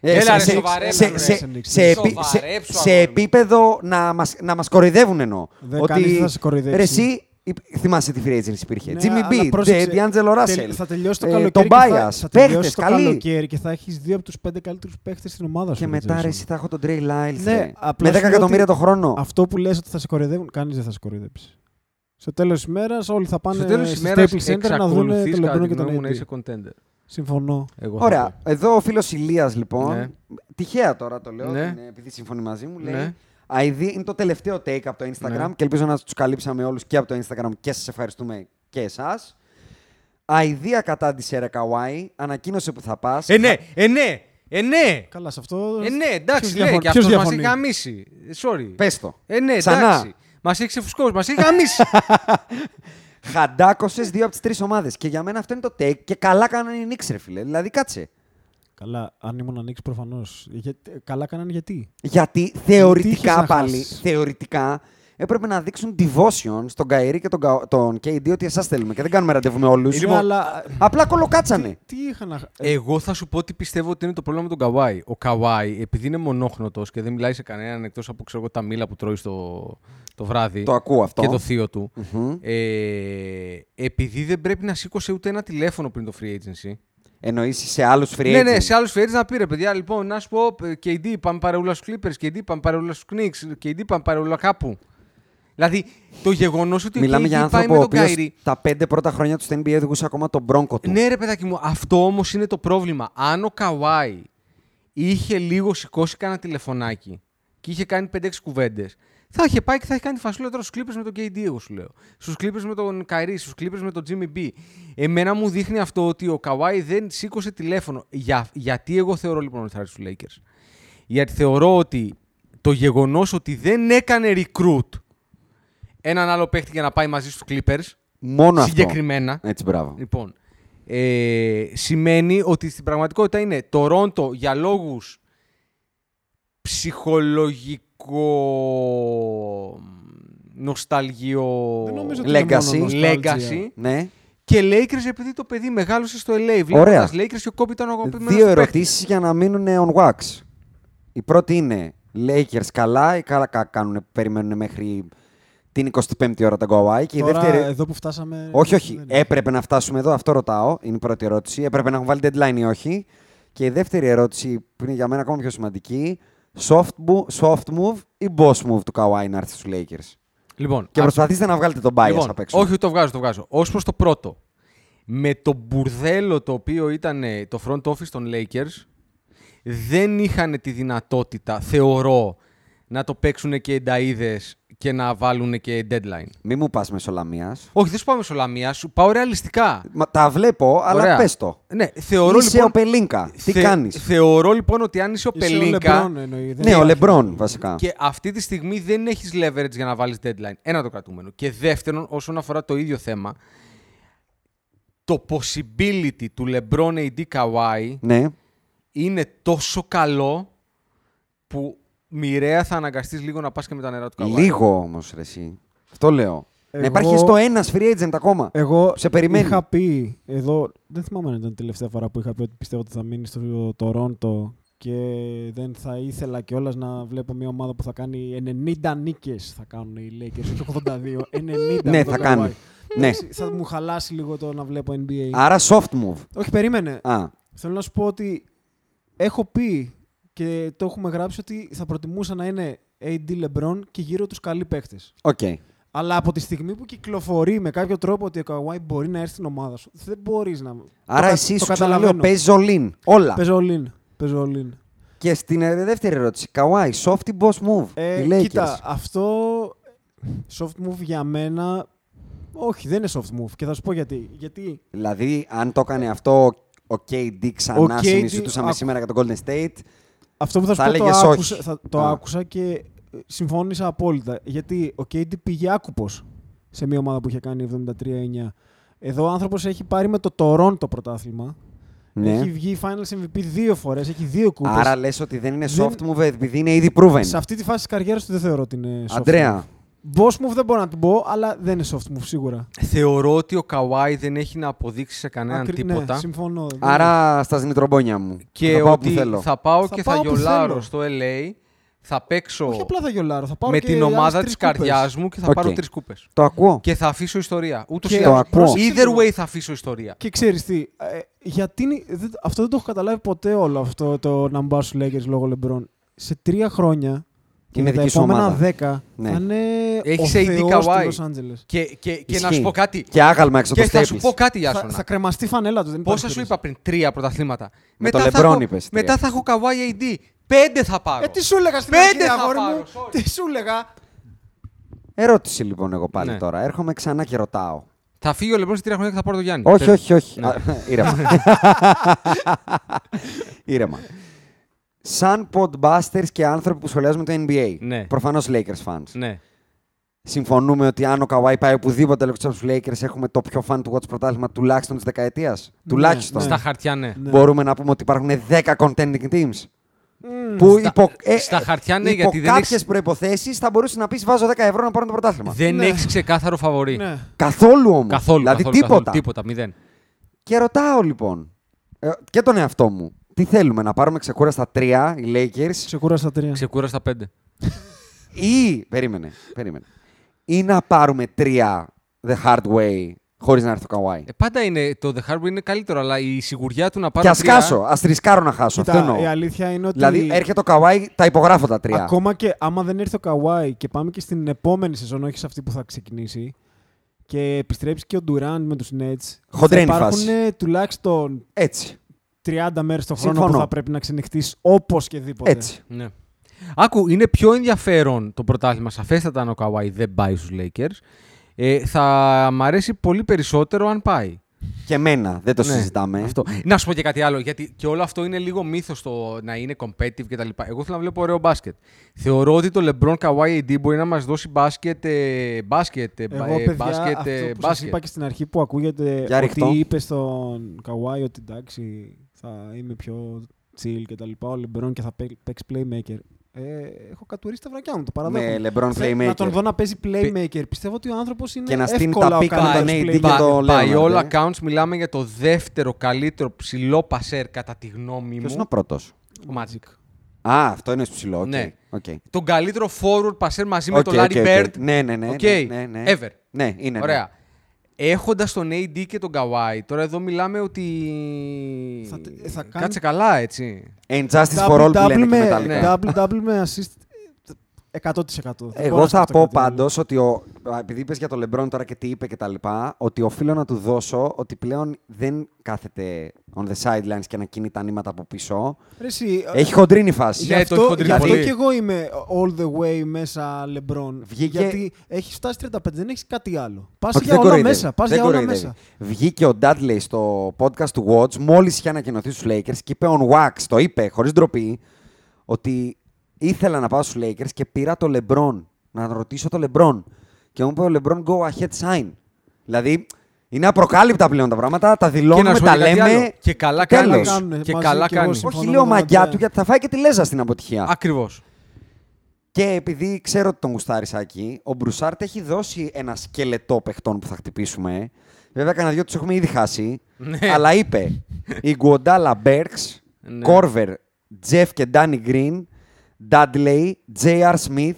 Ε, Έλα, σε- ρε, σε- σοβαρέψου, σε- ρε. σε- Knicks, Knicks. σε επί- σε- Σοβαρέψου, Σε αγόρι μου. επίπεδο να μας, να μας κοροϊδεύουν εννοώ. Δε, κανείς δεν θα σε κοροϊδέψει. Ρε εσύ, υπ- θυμάσαι τι free agency υπήρχε. Ναι, Jimmy αλλά B, πρόσεξε, Τε- D'Angelo Russell. τελ- Θα τελειώσει το ε, καλοκαίρι. τον και θα- Bias, θα τελειώσει παίχτες, το καλοί. καλοκαίρι και θα έχεις δύο από τους πέντε καλύτερους παίχτες στην ομάδα σου. Και ρε, μετά Jason. ρε, εσύ θα έχω τον Trey Lyles. Ναι, ρε. με 10 απλά σου λέω ότι εκατομμύρια το χρόνο. Αυτό που λες ότι θα σε κοροϊδεύουν, κανείς δεν θα σε κοροϊδέψει. Στο τέλος της μέρας όλοι θα πάνε Στο τέλος τη στη ημέρα Staples Center να δουν εξακολουθείς τον κατά Λεμπρόν τη και τον γνώμη μου να Έντι. είσαι Ε, contender. Συμφωνώ. Εγώ θα πω. Ωραία. Εδώ ο φίλος Ηλίας λοιπόν. Ναι. Τυχαία τώρα το λέω, Ναι. είναι- επειδή συμφωνεί μαζί μου. Λέει, Ναι. ID είναι το τελευταίο take από το Instagram Ναι. και ελπίζω να τους καλύψαμε όλους και από το Instagram και σας ευχαριστούμε και εσάς. Αιδία κατά τη Σερεκαουάη, ανακοίνωσε που θα πας. Ε, ναι, ε, ναι, ε, ναι. Καλά, σε αυτό. Ε, ναι, Ποιος εντάξει, λέει, διαφωνεί- και ποιος αυτός μας έχει διαφωνεί? γαμίσει. Sorry. Πες το. Ε, ναι, Ξανά. εντάξει. Μας έχει ξεφουσκώσει, μας έχει γαμίσει. Χαντάκωσες δύο από τις τρεις ομάδες. Και για μένα αυτό είναι το take και καλά κάνανε οι Knicks, ρε φίλε. Δηλαδή κάτσε. Καλά, αν ήμουν ανοίξει προφανώς. Καλά κάνανε γιατί. Γιατί είχες θεωρητικά να πάλι, χάσεις. θεωρητικά έπρεπε να δείξουν devotion στον Καερή και τον, Κα- τον KD ότι εσάς θέλουμε και δεν κάνουμε ραντεβού με όλους. Ε, Ναι, αλλά. Απλά κολοκάτσανε. Τι, τι είχα να. Ε, Εγώ θα σου πω τι πιστεύω ότι είναι το πρόβλημα με τον Καβάη. Ο Καβάη, επειδή είναι μονόχνοτο και δεν μιλάει σε κανέναν εκτός από ξέρω, εγώ, τα μήλα που τρώει στο, το βράδυ. Το ακούω αυτό. Και το θείο του. Μμμ. Ε, επειδή δεν πρέπει να σήκωσε ούτε ένα τηλέφωνο πριν το free agency. Εννοείς σε άλλους free Ναι, agent. ναι, σε άλλους φιέρε να πήρε, παιδιά. Λοιπόν, να σου πω, ε, KD, πάμε παρεούλα στους Clippers, KD, πάμε παρεούλα στους Knicks, KD, πάμε παρεούλα κάπου. Δηλαδή, το γεγονός ότι Μιλάμε ο KD για πάει άνθρωπο με ο τον οποίος Kyrie. τα πέντε πρώτα χρόνια του στο NBA οδηγούσε ακόμα τον μπρόγκο του. Ναι, ρε παιδάκι μου, αυτό όμως είναι το πρόβλημα. Αν ο Καουάι είχε λίγο σηκώσει κανένα τηλεφωνάκι και είχε κάνει 5-6 κουβέντες, θα είχε πάει και θα είχε κάνει τη φασούλα τώρα στους Clippers με τον KD, εγώ σου λέω. Στους Clippers με τον Καϊρή, στους Clippers με τον Jimmy B. Εμένα μου δείχνει αυτό ότι ο Καουάι δεν σήκωσε τηλέφωνο. Για, γιατί εγώ θεωρώ λοιπόν ότι θα έρθει στους Lakers. Γιατί θεωρώ ότι το γεγονός ότι δεν έκανε recruit έναν άλλο παίχτη για να πάει μαζί στους Clippers. Μόνο συγκεκριμένα. αυτό. Έτσι, μπράβο. Λοιπόν, ε, σημαίνει ότι στην πραγματικότητα είναι το Ρόντο για λόγους ψυχολογικό νοσταλγιο Δεν νομίζω ότι Legacy. είναι μόνο nostalgia. legacy Ναι. και Lakers επειδή το παιδί μεγάλωσε στο LA. Ωραία. Βλέποντας Lakers και ο Kobe ήταν ο αγαπημένος Δύο του παίκτης. ερωτήσεις για να μείνουν on wax. Η πρώτη είναι Lakers καλά ή καλά κα- κάνουν, περιμένουν μέχρι την 25η ώρα τα Καουάι. Και η Τώρα, δεύτερη. εδώ που φτάσαμε. Όχι, όχι. δεν είναι. Έπρεπε να φτάσουμε εδώ, αυτό ρωτάω. Είναι η πρώτη ερώτηση. Έπρεπε να έχουν βάλει deadline ή όχι. Και η δεύτερη ερώτηση που είναι για μένα ακόμα πιο σημαντική. Soft, mo- soft move ή boss move του Kawhi να έρθει στους Lakers. Λοιπόν, Και α- προσπαθήστε να βγάλετε τον bias Λοιπόν, απ' έξω. Όχι, το βγάζω, το βγάζω. Ως προς το πρώτο. Με το μπουρδέλο το οποίο ήταν ε, το front office των Lakers, δεν είχαν τη δυνατότητα, θεωρώ, να το παίξουν και ενταίδε και να βάλουν και deadline. Μη μου πας μεσολαμίας. Όχι, δεν σου πάω μεσολαμία, σου πάω ρεαλιστικά. Μα, τα βλέπω, αλλά Ωραία. πες το. Ναι, θεωρώ Είσαι λοιπόν. ο Πελίνκα. Τι θε- κάνεις. Θεωρώ λοιπόν ότι αν είσαι ο Είσαι ο Πελίνκα. LeBron εννοεί, δεν Ναι, ο υπάρχει. Λεμπρόν βασικά. Και αυτή τη στιγμή δεν έχεις leverage για να βάλεις deadline. Ένα το κρατούμενο. Και δεύτερον, όσον αφορά το ίδιο θέμα, το possibility του LeBron AD Kawhi Ναι. είναι τόσο καλό που μοιραία θα αναγκαστείς λίγο να πας και με τα νερά του Kawhi. Λίγο όμως ρε εσύ. Αυτό λέω. Να Εγώ- υπάρχει στο ένας free agent ακόμα. Εγώ Σε περιμένει. είχα πει εδώ, δεν θυμάμαι αν ήταν η τελευταία φορά που είχα πει ότι πιστεύω ότι θα μείνει στο Τορόντο και δεν θα ήθελα κιόλας να βλέπω μια ομάδα που θα κάνει 90 νίκες. Θα κάνουν οι Lakers, όχι 82. 90 Ναι, με τον θα Kawhi. κάνει. Ε, Ναι. Εντάξει, Θα μου χαλάσει λίγο το να βλέπω NBA. Άρα soft move. Όχι, περίμενε. Α, Θέλω να σου πω ότι έχω πει και το έχουμε γράψει ότι θα προτιμούσα να είναι AD LeBron και γύρω τους καλοί παίχτες. οκ. Αλλά από τη στιγμή που κυκλοφορεί με κάποιο τρόπο ότι ο Καουάι μπορεί να έρθει στην ομάδα σου, δεν μπορείς να. Άρα κα- εσύ το σου ξαναλέω, παίζει all in. Όλα. Παίζω all in. Παίζω all in. Και στην ε, δεύτερη ερώτηση, Καουάι, soft ή boss move. Ε, οι Lakers. κοίτα, αυτό soft move για μένα. Όχι, δεν είναι soft move και θα σου πω γιατί. Γιατί Δηλαδή, αν το έκανε αυτό ο KD ξανά, Ο KD, συνιστούσαμε άκου. σήμερα για τον Golden State. αυτό που θα, Θα σου πω το έλεγες όχι. άκουσα, θα- το Α. άκουσα και ε, συμφώνησα απόλυτα. Γιατί ο KD πήγε άκουπος σε μια ομάδα που είχε κάνει 73-9. Εδώ ο άνθρωπος έχει πάρει με το Toronto το πρωτάθλημα. Έχει Ναι. βγει Finals MVP δύο φορές, έχει δύο κούπες. Άρα λες ότι δεν είναι Δεν- soft move επειδή είναι ήδη proven. Σε αυτή τη φάση της καριέρας του δεν θεωρώ ότι είναι soft Αντρέα, move. Boss move δεν μπορώ να την πω, αλλά δεν είναι soft move σίγουρα. Θεωρώ ότι ο Kawhi δεν έχει να αποδείξει σε κανέναν Ακρι- τίποτα. Ναι, συμφωνώ. Δεν- άρα στα ζνητρομπόνια μου. Και θα πάω ότι που θέλω. θα πάω Θα και πάω θα που γιολάρω θέλω. στο LA, θα παίξω Όχι απλά θα γιολάρω, θα πάρω με και την άλλες ομάδα τρεις τη κούπες. καρδιάς μου και θα Οκ. πάρω τρεις κούπες. Το ακούω. Και θα αφήσω ιστορία. Ούτως ή Και το άλλως. ακούω. Πρόσεξε Either λίγο. way θα αφήσω ιστορία. Και ξέρεις τι, ε, γιατί είναι- δεν- αυτό δεν το έχω καταλάβει ποτέ όλο αυτό το να μπάσουν Lakers λόγω LeBron. Σε τρία χρόνια Και Είναι για τα δική σου επόμενα ομάδα. 10 Ναι. θα είναι Έχεις ο AD θεός του Kawhi. Los Angeles. Και, και, και να Ισχύει. σου πω κάτι. Και άγαλμα έξω Και από το θα σου Staples. πω κάτι, Θα, Άσονα. θα κρεμαστεί η φανέλα του. δεν υπάρχει Πόσα σου περίπτωση. είπα πριν, τρία πρωταθλήματα. Με το θα LeBron έχω- είπες τρία. Μετά θα έχω Kawhi AD. Πέντε θα πάρω. Ε, τι σου έλεγα στην Πέντε αρχή, θα αγόρι πάρω, μου. sorry. Τι σου έλεγα. Ερώτηση λοιπόν εγώ πάλι Ναι. τώρα. Έρχομαι ξανά και ρωτάω. Θα φύγει ο LeBron σε τρία χρόνια και θα πάρω το Γιάννη. Όχι, Πες- Ναι. όχι, όχι. Α, <laughs> Ήρεμα. Ήρεμα. Σαν podbusters και άνθρωποι που σχολιάζουμε το NBA. Ναι. Προφανώς Lakers fans. Ναι. Συμφωνούμε ότι αν ο Καουάι πάει οπουδήποτε λόγω του Lakers έχουμε το πιο fan του Watch πρωτάθλημα τουλάχιστον της δεκαετίας. τουλάχιστον. Ναι. Στα χαρτιά ναι. Ναι. Μπορούμε να πούμε ότι υπάρχουν 10 contending teams. Που Στα- υπό, ε, στα χαρτιά ναι, υπό γιατί δεν κάποιες έχεις- προποθέσει θα μπορούσε να πεις: Βάζω 10 ευρώ να πάρω το πρωτάθλημα. Δεν Ναι. έχεις ξεκάθαρο φαβορή. Ναι. Καθόλου όμως. Καθόλου. Δηλαδή καθόλου, τίποτα. Ναι. Καθόλου, τίποτα. Μηδέν. Και ρωτάω λοιπόν ε, και τον εαυτό μου. Τι θέλουμε, να πάρουμε ξεκούραστα τρία οι Lakers Ξεκούρασα τρία. Ξεκούρα στα πέντε. ή. Περίμενε, περίμενε. Ή να πάρουμε τρία the hard way χωρίς να έρθει ο Καουάι. Ε, πάντα είναι το The Hardware είναι καλύτερο, αλλά η σιγουριά του να πάρει. και ας κάσω, α τρισκάρω να χάσω. αυτό Κοίτα, εννοώ. η αλήθεια είναι ότι. Δηλαδή έρχεται ο Καουάι, τα υπογράφω τα τρία. Ακόμα και άμα δεν έρθει ο Καουάι και πάμε και στην επόμενη σεζόν, όχι σε αυτή που θα ξεκινήσει, και επιστρέψει και ο Ντουράντ με τους Nets, θα Χοντρένη υπάρχουν φάση. ε, τουλάχιστον Έτσι. 30 μέρες το χρόνο Συμφωνώ. που θα πρέπει να ξενυχτείς όπως και δίποτε. Έτσι. Ναι. Άκου, είναι πιο ενδιαφέρον το πρωτάθλημα. Σαφέστατα αν ο Καουάι δεν πάει στους Lakers. Ε, θα μ' αρέσει πολύ περισσότερο αν πάει. Και εμένα, δεν το Ναι, συζητάμε. Αυτό. Να σου πω και κάτι άλλο, γιατί και όλο αυτό είναι λίγο μύθος το να είναι competitive κτλ. Εγώ θέλω να βλέπω ωραίο μπάσκετ. Θεωρώ ότι το LeBron Kawhi AD μπορεί να μας δώσει μπάσκετ. ε, μπάσκετ. ε, Εγώ, ε, παιδιά, μπάσκετ, αυτό ε, που σας μπάσκετ. είπα και στην αρχή που ακούγεται Για ρηχτό. ότι είπε στον Καουάι ότι εντάξει θα είμαι πιο chill και τα λοιπά, ο Λεμπρόν και θα παί- παίξει playmaker. Ε, έχω κατουρίσει τα βρακιά μου, το παραδέχομαι. Με LeBron Θε- Ναι, playmaker. Να τον δω να παίζει playmaker. Πιστεύω ότι ο άνθρωπος είναι Και να στείνει εύκολα τα ο pick με καλύτερος τον AD playmaker. ναι, και By- το By Leonard, all ε. accounts μιλάμε για το δεύτερο καλύτερο ψηλό πασέρ κατά τη γνώμη Ποιος μου. είναι ο πρώτος. Ο Magic. Α, αυτό είναι στο ψηλό. οκ. Ναι. Οκ. Τον καλύτερο forward πασέρ μαζί με Οκ, τον Larry οκ, οκ. Bird. Ναι, ναι, ναι. Οκ. ναι, ναι, ναι. Ever. Ναι, είναι. ναι. Ωραία. Έχοντας τον AD και τον Kawhi, τώρα εδώ μιλάμε ότι. Θα τε- ε, θα κάνει- Κάτσε καλά, έτσι. And justice for all που Double λένε και με- μετά λοιπόν. ναι. Double, double με assist ε, 100%. Δεν μπορώ Εγώ να θα σκεφτώ πω κάτι ναι. άλλο. πάντως ότι. Ο, επειδή είπες για τον Λεμπρόν τώρα και τι είπε και τα λοιπά, ότι οφείλω να του δώσω ότι πλέον δεν κάθεται on the sidelines και να κινεί τα νήματα από πίσω. Ρε εσύ, Έχει χοντρίνη φάση. Ναι, Ε, Γι' το έχει αυτό, χοντρίνει γι αυτό πολύ. και εγώ είμαι all the way μέσα LeBron. Βγήκε- Γιατί έχει φτάσει 35, δεν έχεις κάτι άλλο. Πας Όχι, για δεν όλα κοροϊδεύει. μέσα. Πας Δεν για όλα κοροϊδεύει. μέσα. Βγήκε ο Dudley στο podcast του Watch, μόλις είχε ανακοινωθεί στους Lakers και είπε on wax, το είπε χωρίς ντροπή, ότι ήθελα να πάω στους Lakers και πήρα το LeBron. Να ρωτήσω το LeBron. Και μου είπε ο LeBron go ahead sign. Δηλαδή είναι απροκάλυπτα πλέον τα πράγματα, τα δηλώνουμε, σου πω τα και κάτι λέμε. άλλο. Και καλά τέλος. κάνεις. Καλά Και κάνουν, καλά μαζί κι εγώ κάνεις. συμφωνώ. Όχι λέω μαγιά πραγματικά. του γιατί θα φάει και τη λέζα στην αποτυχία. Ακριβώς. Και επειδή ξέρω ότι τον γουστάρει Σάκη, ο Μπρουσάρτ έχει δώσει ένα σκελετό παιχτών που θα χτυπήσουμε. Βέβαια, κανένα δυο τους έχουμε ήδη χάσει. Ναι. Αλλά είπε η Γκουοντάλα Μπέρξ, Ναι. Κόρβερ, Τζεφ και Ντάνι Γκριν, Ντάντλεϊ, Τζέι Σμιθ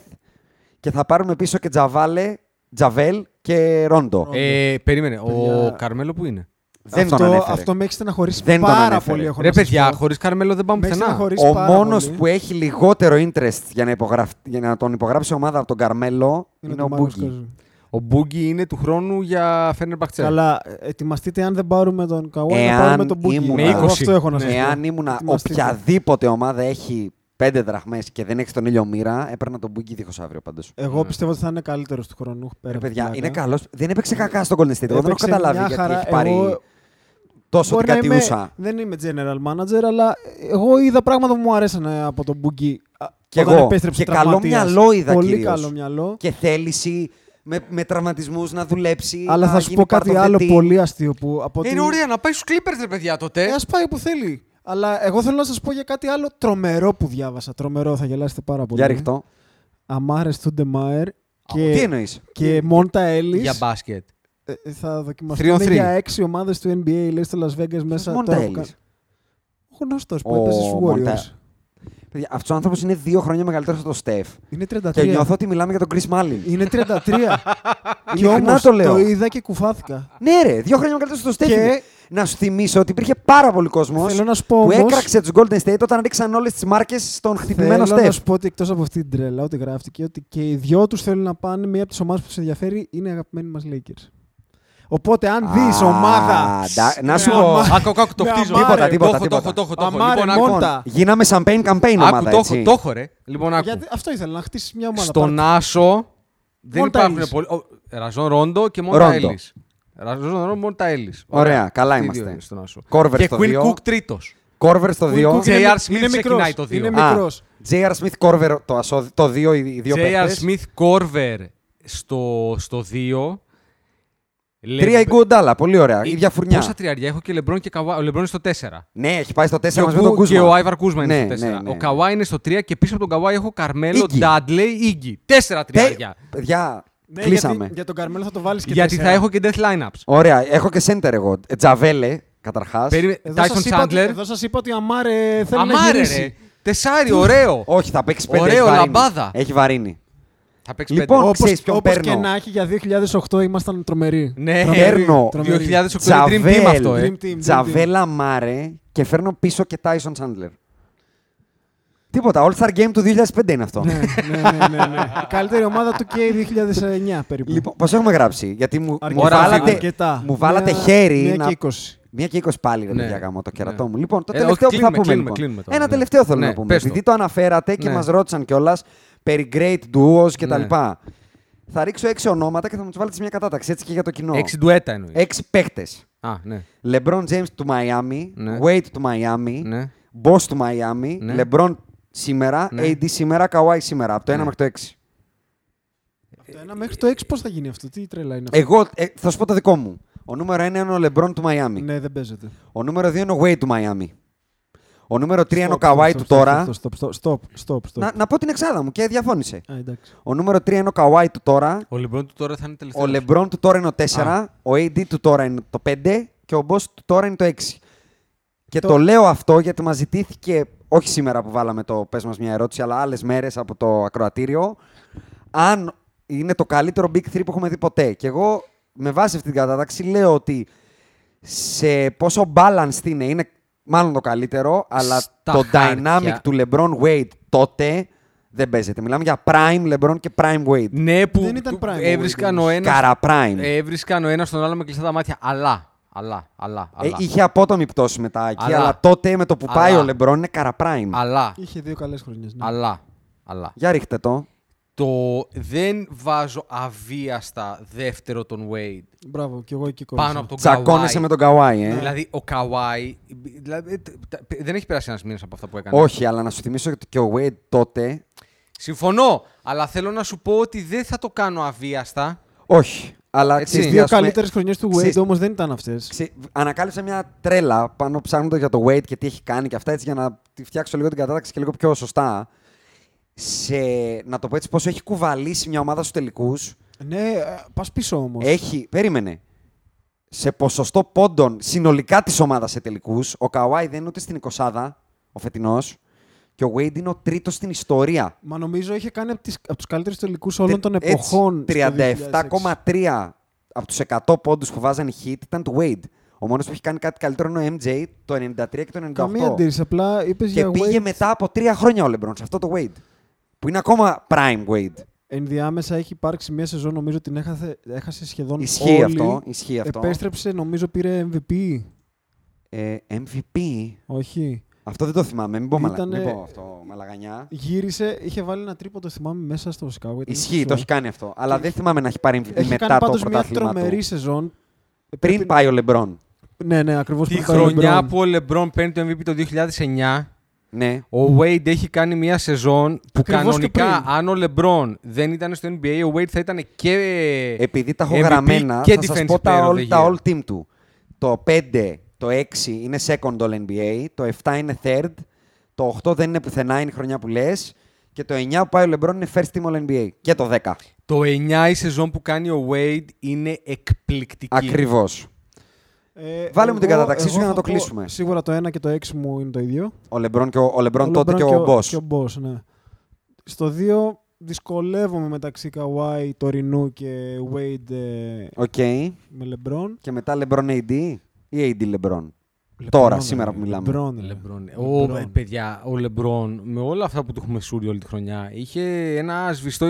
και θα πάρουμε πίσω και Τζαβάλε, Τζαβέλ και Ρόντο. Ε, περίμενε. Ο Παιδιά. Καρμέλο που είναι. δεν αυτό, τον ανέφερε. αυτό με έχεις στεναχωρήσει Δεν τον πάρα ανέφερε. πολύ. Έχω Ρε να σας παιδιά, πω. χωρίς Καρμέλο δεν πάμε με έχεις πουθενά. στεναχωρήσει Ο πάρα μόνος πολύ. που έχει λιγότερο interest για να, υπογραφ- για να τον υπογράψει η ομάδα από τον Καρμέλο είναι, το ο Μάρκος Μπούγκι. Κάζου. Ο Μπούγκι είναι του χρόνου για Φέρνερ Μπαχτσέ. Καλά, ε, ετοιμαστείτε αν δεν πάρουμε τον Καουάι, να Εάν πάρουμε τον Μπούγκι. ήμουν- Με Εγώ 20. αυτό έχω να σας πω. Εάν ήμουνα Ετοιμαστείτε. οποιαδήποτε ομάδα έχει πέντε δραχμές και δεν έχεις τον ήλιο μοίρα, έπαιρνα τον Μπούγκι δίχως αύριο πάντως. Εγώ πιστεύω ότι θα είναι καλύτερος του χρόνου. πέρα Ρε από παιδιά, την είναι πλάκα. καλός. Δεν έπαιξε κακά στον Golden State. Εγώ δεν έχω ε. Έπαιξε καταλάβει μια γιατί χαρά. έχει πάρει Εγώ- τόσο την Μπορεί να είμαι- κατιούσα. δεν είμαι general manager, αλλά εγώ είδα πράγματα που μου αρέσαν ε, από τον Μπουγκί. Α, Κι όταν εγώ. επέστρεψε Και καλό τραυματίας. μυαλό είδα Πολύ κυρίως. καλό μυαλό. Και θέληση με, με τραυματισμούς να δουλέψει. Αλλά να θα σου γίνει πω part of κάτι the άλλο team. πολύ αστείο που από Ε, Είναι ωραία να πάει στους Clippers, ρε παιδιά τότε. Ε, ας πάει που θέλει. Αλλά εγώ θέλω να σας πω για κάτι άλλο τρομερό που διάβασα. Τρομερό, θα γελάσετε πάρα πολύ. ε. Για ριχτώ. Αμάρες Τούντεμαερ και, Τι εννοείς. και Μόντα Έλλης. Για μπάσκετ. θα Three on δοκιμαστούν three. για έξι ομάδες του NBA, λέει στο Las Vegas μέσα. Μόντα τώρα που Έλλης. κα- Ο γνωστός που Ο έπαιζε στους Μόντα- Warriors. Παιδιά, αυτός ο άνθρωπος είναι δύο χρόνια μεγαλύτερος από τον Στεφ. Είναι 33. Και νιώθω ότι μιλάμε για τον Chris Mullin. Είναι 33. <laughs> και Ειλικρινά όμως το λέω. είδα και κουφάθηκα. Ναι ρε, δύο χρόνια μεγαλύτερος από τον Στεφ. Και- είναι. να σου θυμίσω ότι υπήρχε πάρα πολύ κόσμος Θέλω να σου πω που όμως- έκραξε τους Golden State όταν ρίξαν όλες τις μάρκες στον χτυπημένο Θέλω να Steph. σου πω ότι εκτός από αυτή την τρέλα, ότι γράφτηκε, ότι και οι δυο τους θέλουν να πάνε. Μία από τις ομάδες που τους ενδιαφέρει είναι η αγαπημένη μας Lakers. Οπότε, αν δεις Α, ομάδα. ντα- να σου με πω. αμά- Άκου, άκου, άκου, το με χτίζω. αμάρε. Τίποτα, Το έχω, το τίποτα, έχω, τίποτα. το έχω, το έχω. Αμάρε, Λοιπόν, άκου, μόντα. Γίναμε champagne campaign Άκου, ομάδα. το έτσι. έχω, το έχω, ρε. Λοιπόν, άκου. Ε, Γιατί αυτό ήθελα, να χτίσεις μια ομάδα. Στον πάρτι. Άσο δεν Μόντα υπάρχουν Έλλης. πολλοί. ο- Ραζόν Ρόντο και Μόντα Ρόντο. Έλλης. Ραζόν Ρόντο, Μόντα Έλλης. Ωραία, καλά Αυτοί οι είμαστε. δύο είναι στον Άσο. Κόρβερ και στο Quinn δύο. Cook τρίτος. Κόρβερ στο 2. Cook είναι- J.R. είναι Smith ξεκινάει μικρός. το 2. Είναι μικρός. J.R. Smith, Κόρβερ το 2, το δύο, οι οι δύο J.R. παίκτες. Smith Κόρβερ στο, στο 2. Τρία η Γκουντάλα, πολύ ωραία. Ίδια Ε, Πόσα φουρνιά. τριαριά έχω και Λεμπρόν και Καβάη. Ο Λεμπρόν είναι στο 4. Ναι, έχει πάει στο 4 Και μαζί ο με τον Κου- και Κούσμα. ο Άιβαρ Κούσμα είναι Ναι, στο 4. ναι, ναι. Ο Καβάη είναι στο 3 και πίσω από τον Καβάη έχω Καρμέλο, Ίγκι. Ντάντλεϊ, Ίγκη. Τέσσερα Τε- τριάρια. Παιδιά, Ναι, κλείσαμε. Γιατί, για τον Καρμέλο θα το βάλεις και Γιατί θα τέσσερα. έχω και death lineups. Ωραία, έχω και center εγώ. Ε, Τζαβέλε, καταρχάς. Περίμενε. Εδώ Τάισον σας είπα ότι- Τσάντλερ. Εδώ σας είπα ότι αμάρε θέλει να Αμάρε γυρίσει. ρε. Τεσάρι, ωραίο. Όχι, θα παίξει πέντε. Ωραίο, έχει βαρύνει. λαμπάδα. Έχει βαρύνει. Θα παίξει Λοιπόν, πέντε. Όπως- Ξέρεις ποιον όπως και παίρνω. να έχει, για 2008 ήμασταν τρομεροί. Ναι, Παίρνω. Τρομερή. 2008 Dream Team Τζαβέλ, αυτό, ε. Dream team, dream Τζαβέλα Μάρε και φέρνω πίσω και Τάισον Τσάντλερ. Τίποτα. All Star Game του 2005 είναι αυτό. ναι, ναι, ναι, ναι, ναι. <laughs> Η καλύτερη ομάδα του και 2009 περίπου. Λοιπόν, πώ έχουμε γράψει, Γιατί μου, μου Αρκετά, βάλατε, αρκετά. μου βάλατε Μια- χέρι. μια να... και 20. Μία και 20 πάλι, ρε Ναι. παιδιά, γάμο, το Ναι. κερατό μου. Λοιπόν, το Ε, όχι, τελευταίο που θα κλείνουμε, πούμε. κλείνουμε, λοιπόν. κλείνουμε τώρα, Ένα ναι. τελευταίο θέλω Ναι, να πούμε. πες το. Επειδή το αναφέρατε και Ναι. μας μα ρώτησαν κιόλας περί great duos κτλ. Ναι. Θα ρίξω έξι ονόματα και θα μου τους βάλετε σε μια κατάταξη έτσι και για το κοινό. Έξι ντουέτα εννοείς. Έξι παίκτε. Α, ναι. LeBron James του Miami, Ναι. Wade του Miami, Ναι. Boss του Miami, Ναι. LeBron σήμερα, Ναι. AD σήμερα, Kawhi σήμερα. Από το 1 Ναι. μέχρι το 6. Από το ένα μέχρι το 6 πώς θα γίνει αυτό, τι τρέλα είναι αυτό. Εγώ ε, θα σου πω το δικό μου. Ο νούμερο 1 είναι ο LeBron του Miami. Ναι, δεν παίζεται. Ο νούμερο 2 είναι ο Wade του Miami. Ο νούμερο 3 είναι ο Stop, stop, Kawhi stop, του stop, τώρα. stop, Stop, stop, stop, stop, stop. Να, να πω την εξάδα μου και διαφώνησε. Α, εντάξει. Ο νούμερο 3 είναι ο Καουάι του τώρα. Ο Λεμπρόν του τώρα θα είναι τελευταίος. Ο Λεμπρόν του τώρα είναι ο 4. Ο AD του τώρα είναι το 5. Και ο Boss του τώρα είναι το 6. Και το, Το- λέω αυτό γιατί μας ζητήθηκε, όχι σήμερα που βάλαμε το πες μας μια ερώτηση, αλλά άλλες μέρες από το ακροατήριο, αν είναι το καλύτερο Big 3 που έχουμε δει ποτέ. Και εγώ με βάση αυτή την κατάταξη λέω ότι σε πόσο balanced είναι, είναι μάλλον το καλύτερο, αλλά Στα το dynamic χάρτια. του LeBron Wade τότε δεν παίζεται. Μιλάμε για prime LeBron και prime Wade. Ναι, που Δεν ήταν του- prime έβρισκαν ο ο Wade, ένας- Καρα prime. ε, Έβρισκαν ο ένας τον άλλο με κλειστά τα μάτια. Αλλά. Αλλά. Αλλά. Ε, αλλά. είχε απότομη πτώση μετά εκεί, Αλλά. αλλά, τότε με το που πάει Αλλά. ο LeBron είναι καρα prime. Αλλά. Είχε δύο καλές χρονιές. Ναι. Αλλά. Αλλά. Για ρίχτε το. Το δεν βάζω αβίαστα δεύτερο τον Wade Μπράβο, και εγώ εκεί κόλλησα. πάνω από τον ναι. Τσακώνεσαι Kawhi. με τον Καουάι, ε. Δηλαδή, ο Καουάι. Δηλαδή, ε, τ- τα- δεν έχει περάσει ένας μήνας από αυτά που έκανε. Όχι, αλλά να σου θυμίσω ότι και ο Wade τότε. Συμφωνώ, αλλά θέλω να σου πω ότι δεν θα το κάνω αβίαστα. Όχι. Αλλά Έτσι. ξέρεις τι, Δύο ας πούμε, καλύτερες χρονιές του ξέρεις- Wade όμως δεν ήταν αυτές. ξε- Ανακάλυψα μια τρέλα πάνω ψάχνοντας για το Wade και τι έχει κάνει και αυτά έτσι για να τη φτιάξω λίγο την κατάταξη και λίγο πιο σωστά. Σε, να το πω έτσι, πόσο έχει κουβαλήσει μια ομάδα στους τελικούς. Ναι, πας πίσω όμως. Έχει, περίμενε. Σε ποσοστό πόντων συνολικά της ομάδας σε τελικούς, ο Καουάι δεν είναι ούτε στην 20 ο φετινός. Και ο Wade είναι ο τρίτος στην ιστορία. Μα νομίζω είχε κάνει από, τις, από τους καλύτερους τελικούς όλων των Τε- εποχών. στο 2006. 37,3 από τους 100 πόντους που βάζανε hit ήταν του Wade. Ο μόνος που έχει κάνει κάτι καλύτερο είναι ο MJ το 93 και το 98. Καμία αντίρρηση. Απλά είπες και για πήγε Wade. μετά από τρία χρόνια ο LeBron σε αυτό το Wade. Που είναι ακόμα prime Wade. Ενδιάμεσα έχει υπάρξει μια σεζόν, νομίζω την έχασε, έχασε σχεδόν Ισχύει όλη. αυτό. Ισχύει αυτό. Επέστρεψε, νομίζω πήρε MVP. Ε, MVP. Όχι. Αυτό δεν το θυμάμαι. Μην πω, μαλα... Ήτανε- μην πω αυτό μαλαγανιά. Γύρισε, είχε βάλει ένα τρίποντο, θυμάμαι, μέσα στο Σικάγο. Ήταν Ισχύει, το σωστό. έχει κάνει αυτό. Αλλά δεν θυμάμαι να έχει πάρει MVP Έχει μετά κάνει το πάντως μια πρωτάθλημα τρομερή του. Ε, σεζόν. Πριν πάει ο Λεμπρόν. Ναι, ναι, ακριβώς Τη χρονιά που ο Λεμπρόν παίρνει το MVP το 2009, Ναι. ο Wade έχει κάνει μια σεζόν που Ακριβώς και κανονικά, πριν. αν ο Λεμπρόν δεν ήταν στο NBA, ο Wade θα ήταν και. Επειδή τα έχω Ε, MVP γραμμένα, και θα σας defensive πω τα player of all, the τα year. all team του. Το 5, το 6 είναι second all NBA, το 7 είναι third, το 8 δεν είναι πουθενά, είναι η χρονιά που λες. Και το 9 που πάει ο Λεμπρόν είναι first team all NBA. Και το 10. Το 9 η σεζόν που κάνει ο Wade είναι εκπληκτική. Ακριβώς. Ε, Βάλε μου την εγώ- κατάταξή σου εγώ για να θα το πω, κλείσουμε. Σίγουρα το 1 και το 6 μου είναι το ίδιο. Ο Λεμπρόν, και ο, ο Λεμπρόν τότε LeBron και ο Μπό. Και ο Boss, ναι. Στο 2 δυσκολεύομαι μεταξύ Καουάι, Τωρινού και Wade ε, Οκ. με LeBron. Και μετά Λεμπρόν AD. ή AD LeBron. Λεμπρόν, Τώρα, ρε. σήμερα που μιλάμε. Λεμπρόν, ρε. Λεμπρόν. Ναι. Ο, ε, παιδιά, ο Λεμπρόν με όλα αυτά που του έχουμε σούρει όλη τη χρονιά είχε ένα σβηστό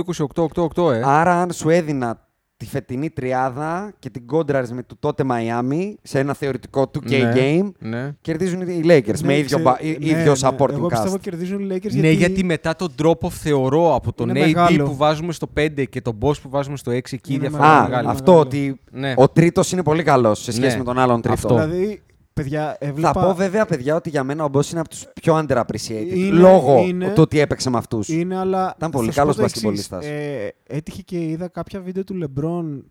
28-8-8, ε. Άρα, αν σου έδινα τη φετινή τριάδα και την κόντραρες με του τότε Μαϊάμι σε ένα θεωρητικό 2K Ναι. game, Ναι. κερδίζουν οι Lakers Ναι, με ίδιο, ξέ- μπα- ή- ναι, ίδιο ναι. supporting Εγώ πιστεύω cast. κερδίζουν οι Lakers Ναι, γιατί μετά τον drop-off θεωρώ από τον Είναι AD μεγάλο. που βάζουμε στο 5 και τον Boss που βάζουμε στο 6 εκεί η Είναι διαφορά είναι Α, μεγάλη. μεγάλο. αυτό ότι Ναι. ο τρίτος είναι πολύ καλός σε σχέση Ναι. με τον άλλον τρίτο. Αυτό. Δηλαδή, παιδιά, έβλεπα... Θα πω βέβαια, παιδιά, ότι για μένα ο Μπό είναι από τους πιο underappreciated. Είναι- λόγω είναι- του ότι έπαιξε με αυτούς. Είναι, αλλά... Ήταν θα πολύ σου πω καλός το εξής. μπασκετμπολίστας. Ε, έτυχε και είδα κάποια βίντεο του Λεμπρόν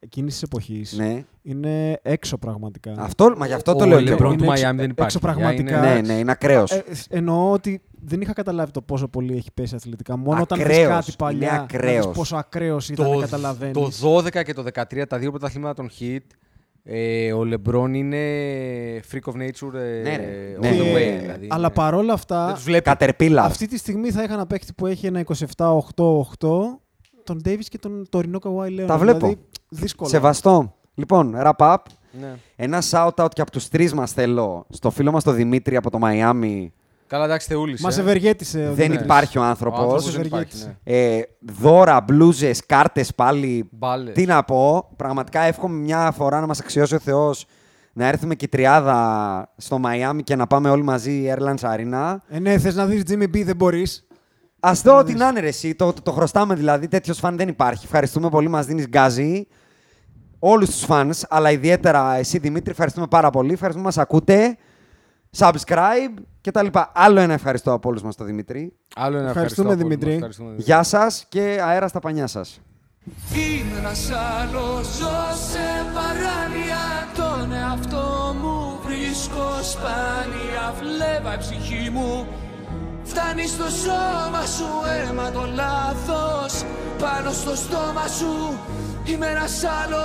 εκείνης της εποχής. Ναι. Είναι έξω πραγματικά. Αυτό, μα γι' αυτό Ο το λέω. LeBron και εγώ. του Είναι Miami εξ- δεν υπάρχει. έξω πραγματικά. Είναι- Ναι, ναι, είναι ακραίος. Ε, ε, εννοώ ότι δεν είχα καταλάβει το πόσο πολύ έχει πέσει αθλητικά. Μόνο όταν δεις Ακραίος. κάτι παλιά, Είναι να δεις ακραίος. πόσο ακραίος ήταν, Το, καταλαβαίνεις. το 12 και το 13, τα δύο πρωταθλήματα των Hit, ε, ο LeBron είναι freak of nature ε, Ναι, ρε. all Ναι. the Και- way. Δηλαδή, αλλά ναι. παρόλα Δεν αυτά, τους βλέπει. Κατερπίλα. αυτή τη στιγμή θα είχα ένα παίκτη που έχει ένα 27-8-8, τον Davis και τον τωρινό Καουάι Λέων. Τα βλέπω. Δηλαδή, δύσκολα. Σεβαστό. Λοιπόν, wrap up. Ναι. Ένα shout-out και από τους τρεις μας θέλω. Στο φίλο μας τον Δημήτρη από το Μαϊάμι. Καλά, εντάξει, θεούλησε. Μας ευεργέτησε. ο Δεν Δημήτρης. υπάρχει ο Ο άνθρωπος. άνθρωπος δεν ευεργέτης. υπάρχει, ναι. Ε, δώρα, μπλούζες, κάρτες πάλι. Μπάλες. Τι να πω. Πραγματικά εύχομαι μια φορά να μας αξιώσει ο Θεός να έρθουμε και η τριάδα στο Μαϊάμι και να πάμε όλοι μαζί Airlines Arena. Ε, ναι, θες να δεις Jimmy B, δεν μπορείς. Ας δω ό,τι να είναι ρε, εσύ. Το, το, το χρωστάμε δηλαδή. Τέτοιος φαν δεν υπάρχει. Ευχαριστούμε πολύ. Μας δίνεις γκάζι. Όλους τους φαν, αλλά ιδιαίτερα εσύ Δημήτρη, ευχαριστούμε πάρα πολύ. Ευχαριστούμε που μας ακούτε. Subscribe και τα λοιπά. Άλλο ένα ευχαριστώ από όλους μας τον Δημήτρη. Άλλο ένα ευχαριστώ από Ευχαριστούμε, όλους Δημητρή. μας. Ευχαριστούμε, Δημητρή. Γεια σας και αέρα στα πανιά σας. Ένας άλλος ζω σε παράνοια. Τον εαυτό μου βρίσκω σπάνια. Βλέβα η ψυχή μου. Φτάνει στο σώμα σου αίμα το λάθος. Πάνω στο στόμα σου είμαι ένα άλλο.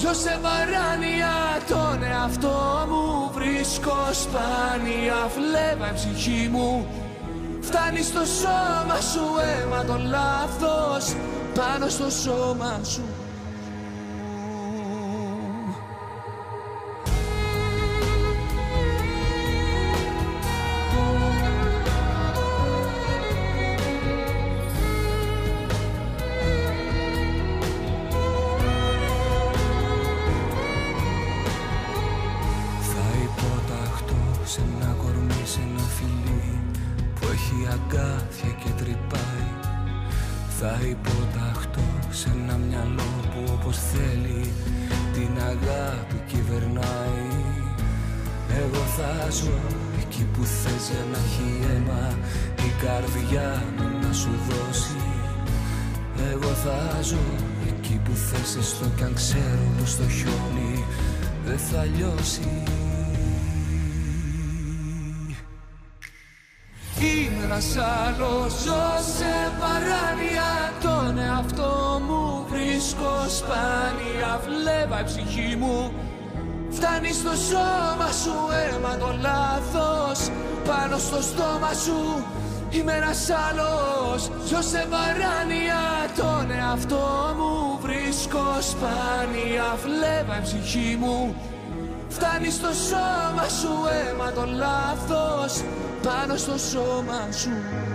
Ζω σε παράνοια. Τον εαυτό μου βρίσκω σπάνια. Βλέβα η ψυχή μου. Φτάνει στο σώμα σου αίμα το λάθος πάνω στο σώμα σου. Θα υποταχτώ σε ένα κορμί, σε ένα φιλί που έχει αγκάθια και τρυπάει. Θα υποταχτώ σε ένα μυαλό που όπως θέλει την αγάπη κυβερνάει. Εγώ θα ζω εκεί που θες για να έχει αίμα η καρδιά μου να σου δώσει. Εγώ θα ζω εκεί που θες έστω κι αν ξέρω πως το χιόνι δεν θα λιώσει Είμαι ένας άλλος, ζω σε παράνοια Τον εαυτό μου βρίσκω σπάνια Βλέβα η ψυχή μου Φτάνει στο σώμα σου αίμα το λάθος Πάνω στο στόμα σου είμαι ένας άλλος Ζω σε παράνοια Τον εαυτό μου βρίσκω σπάνια Βλέβα η ψυχή μου Φτάνει στο σώμα σου αίμα το λάθος πάνω στο σώμα σου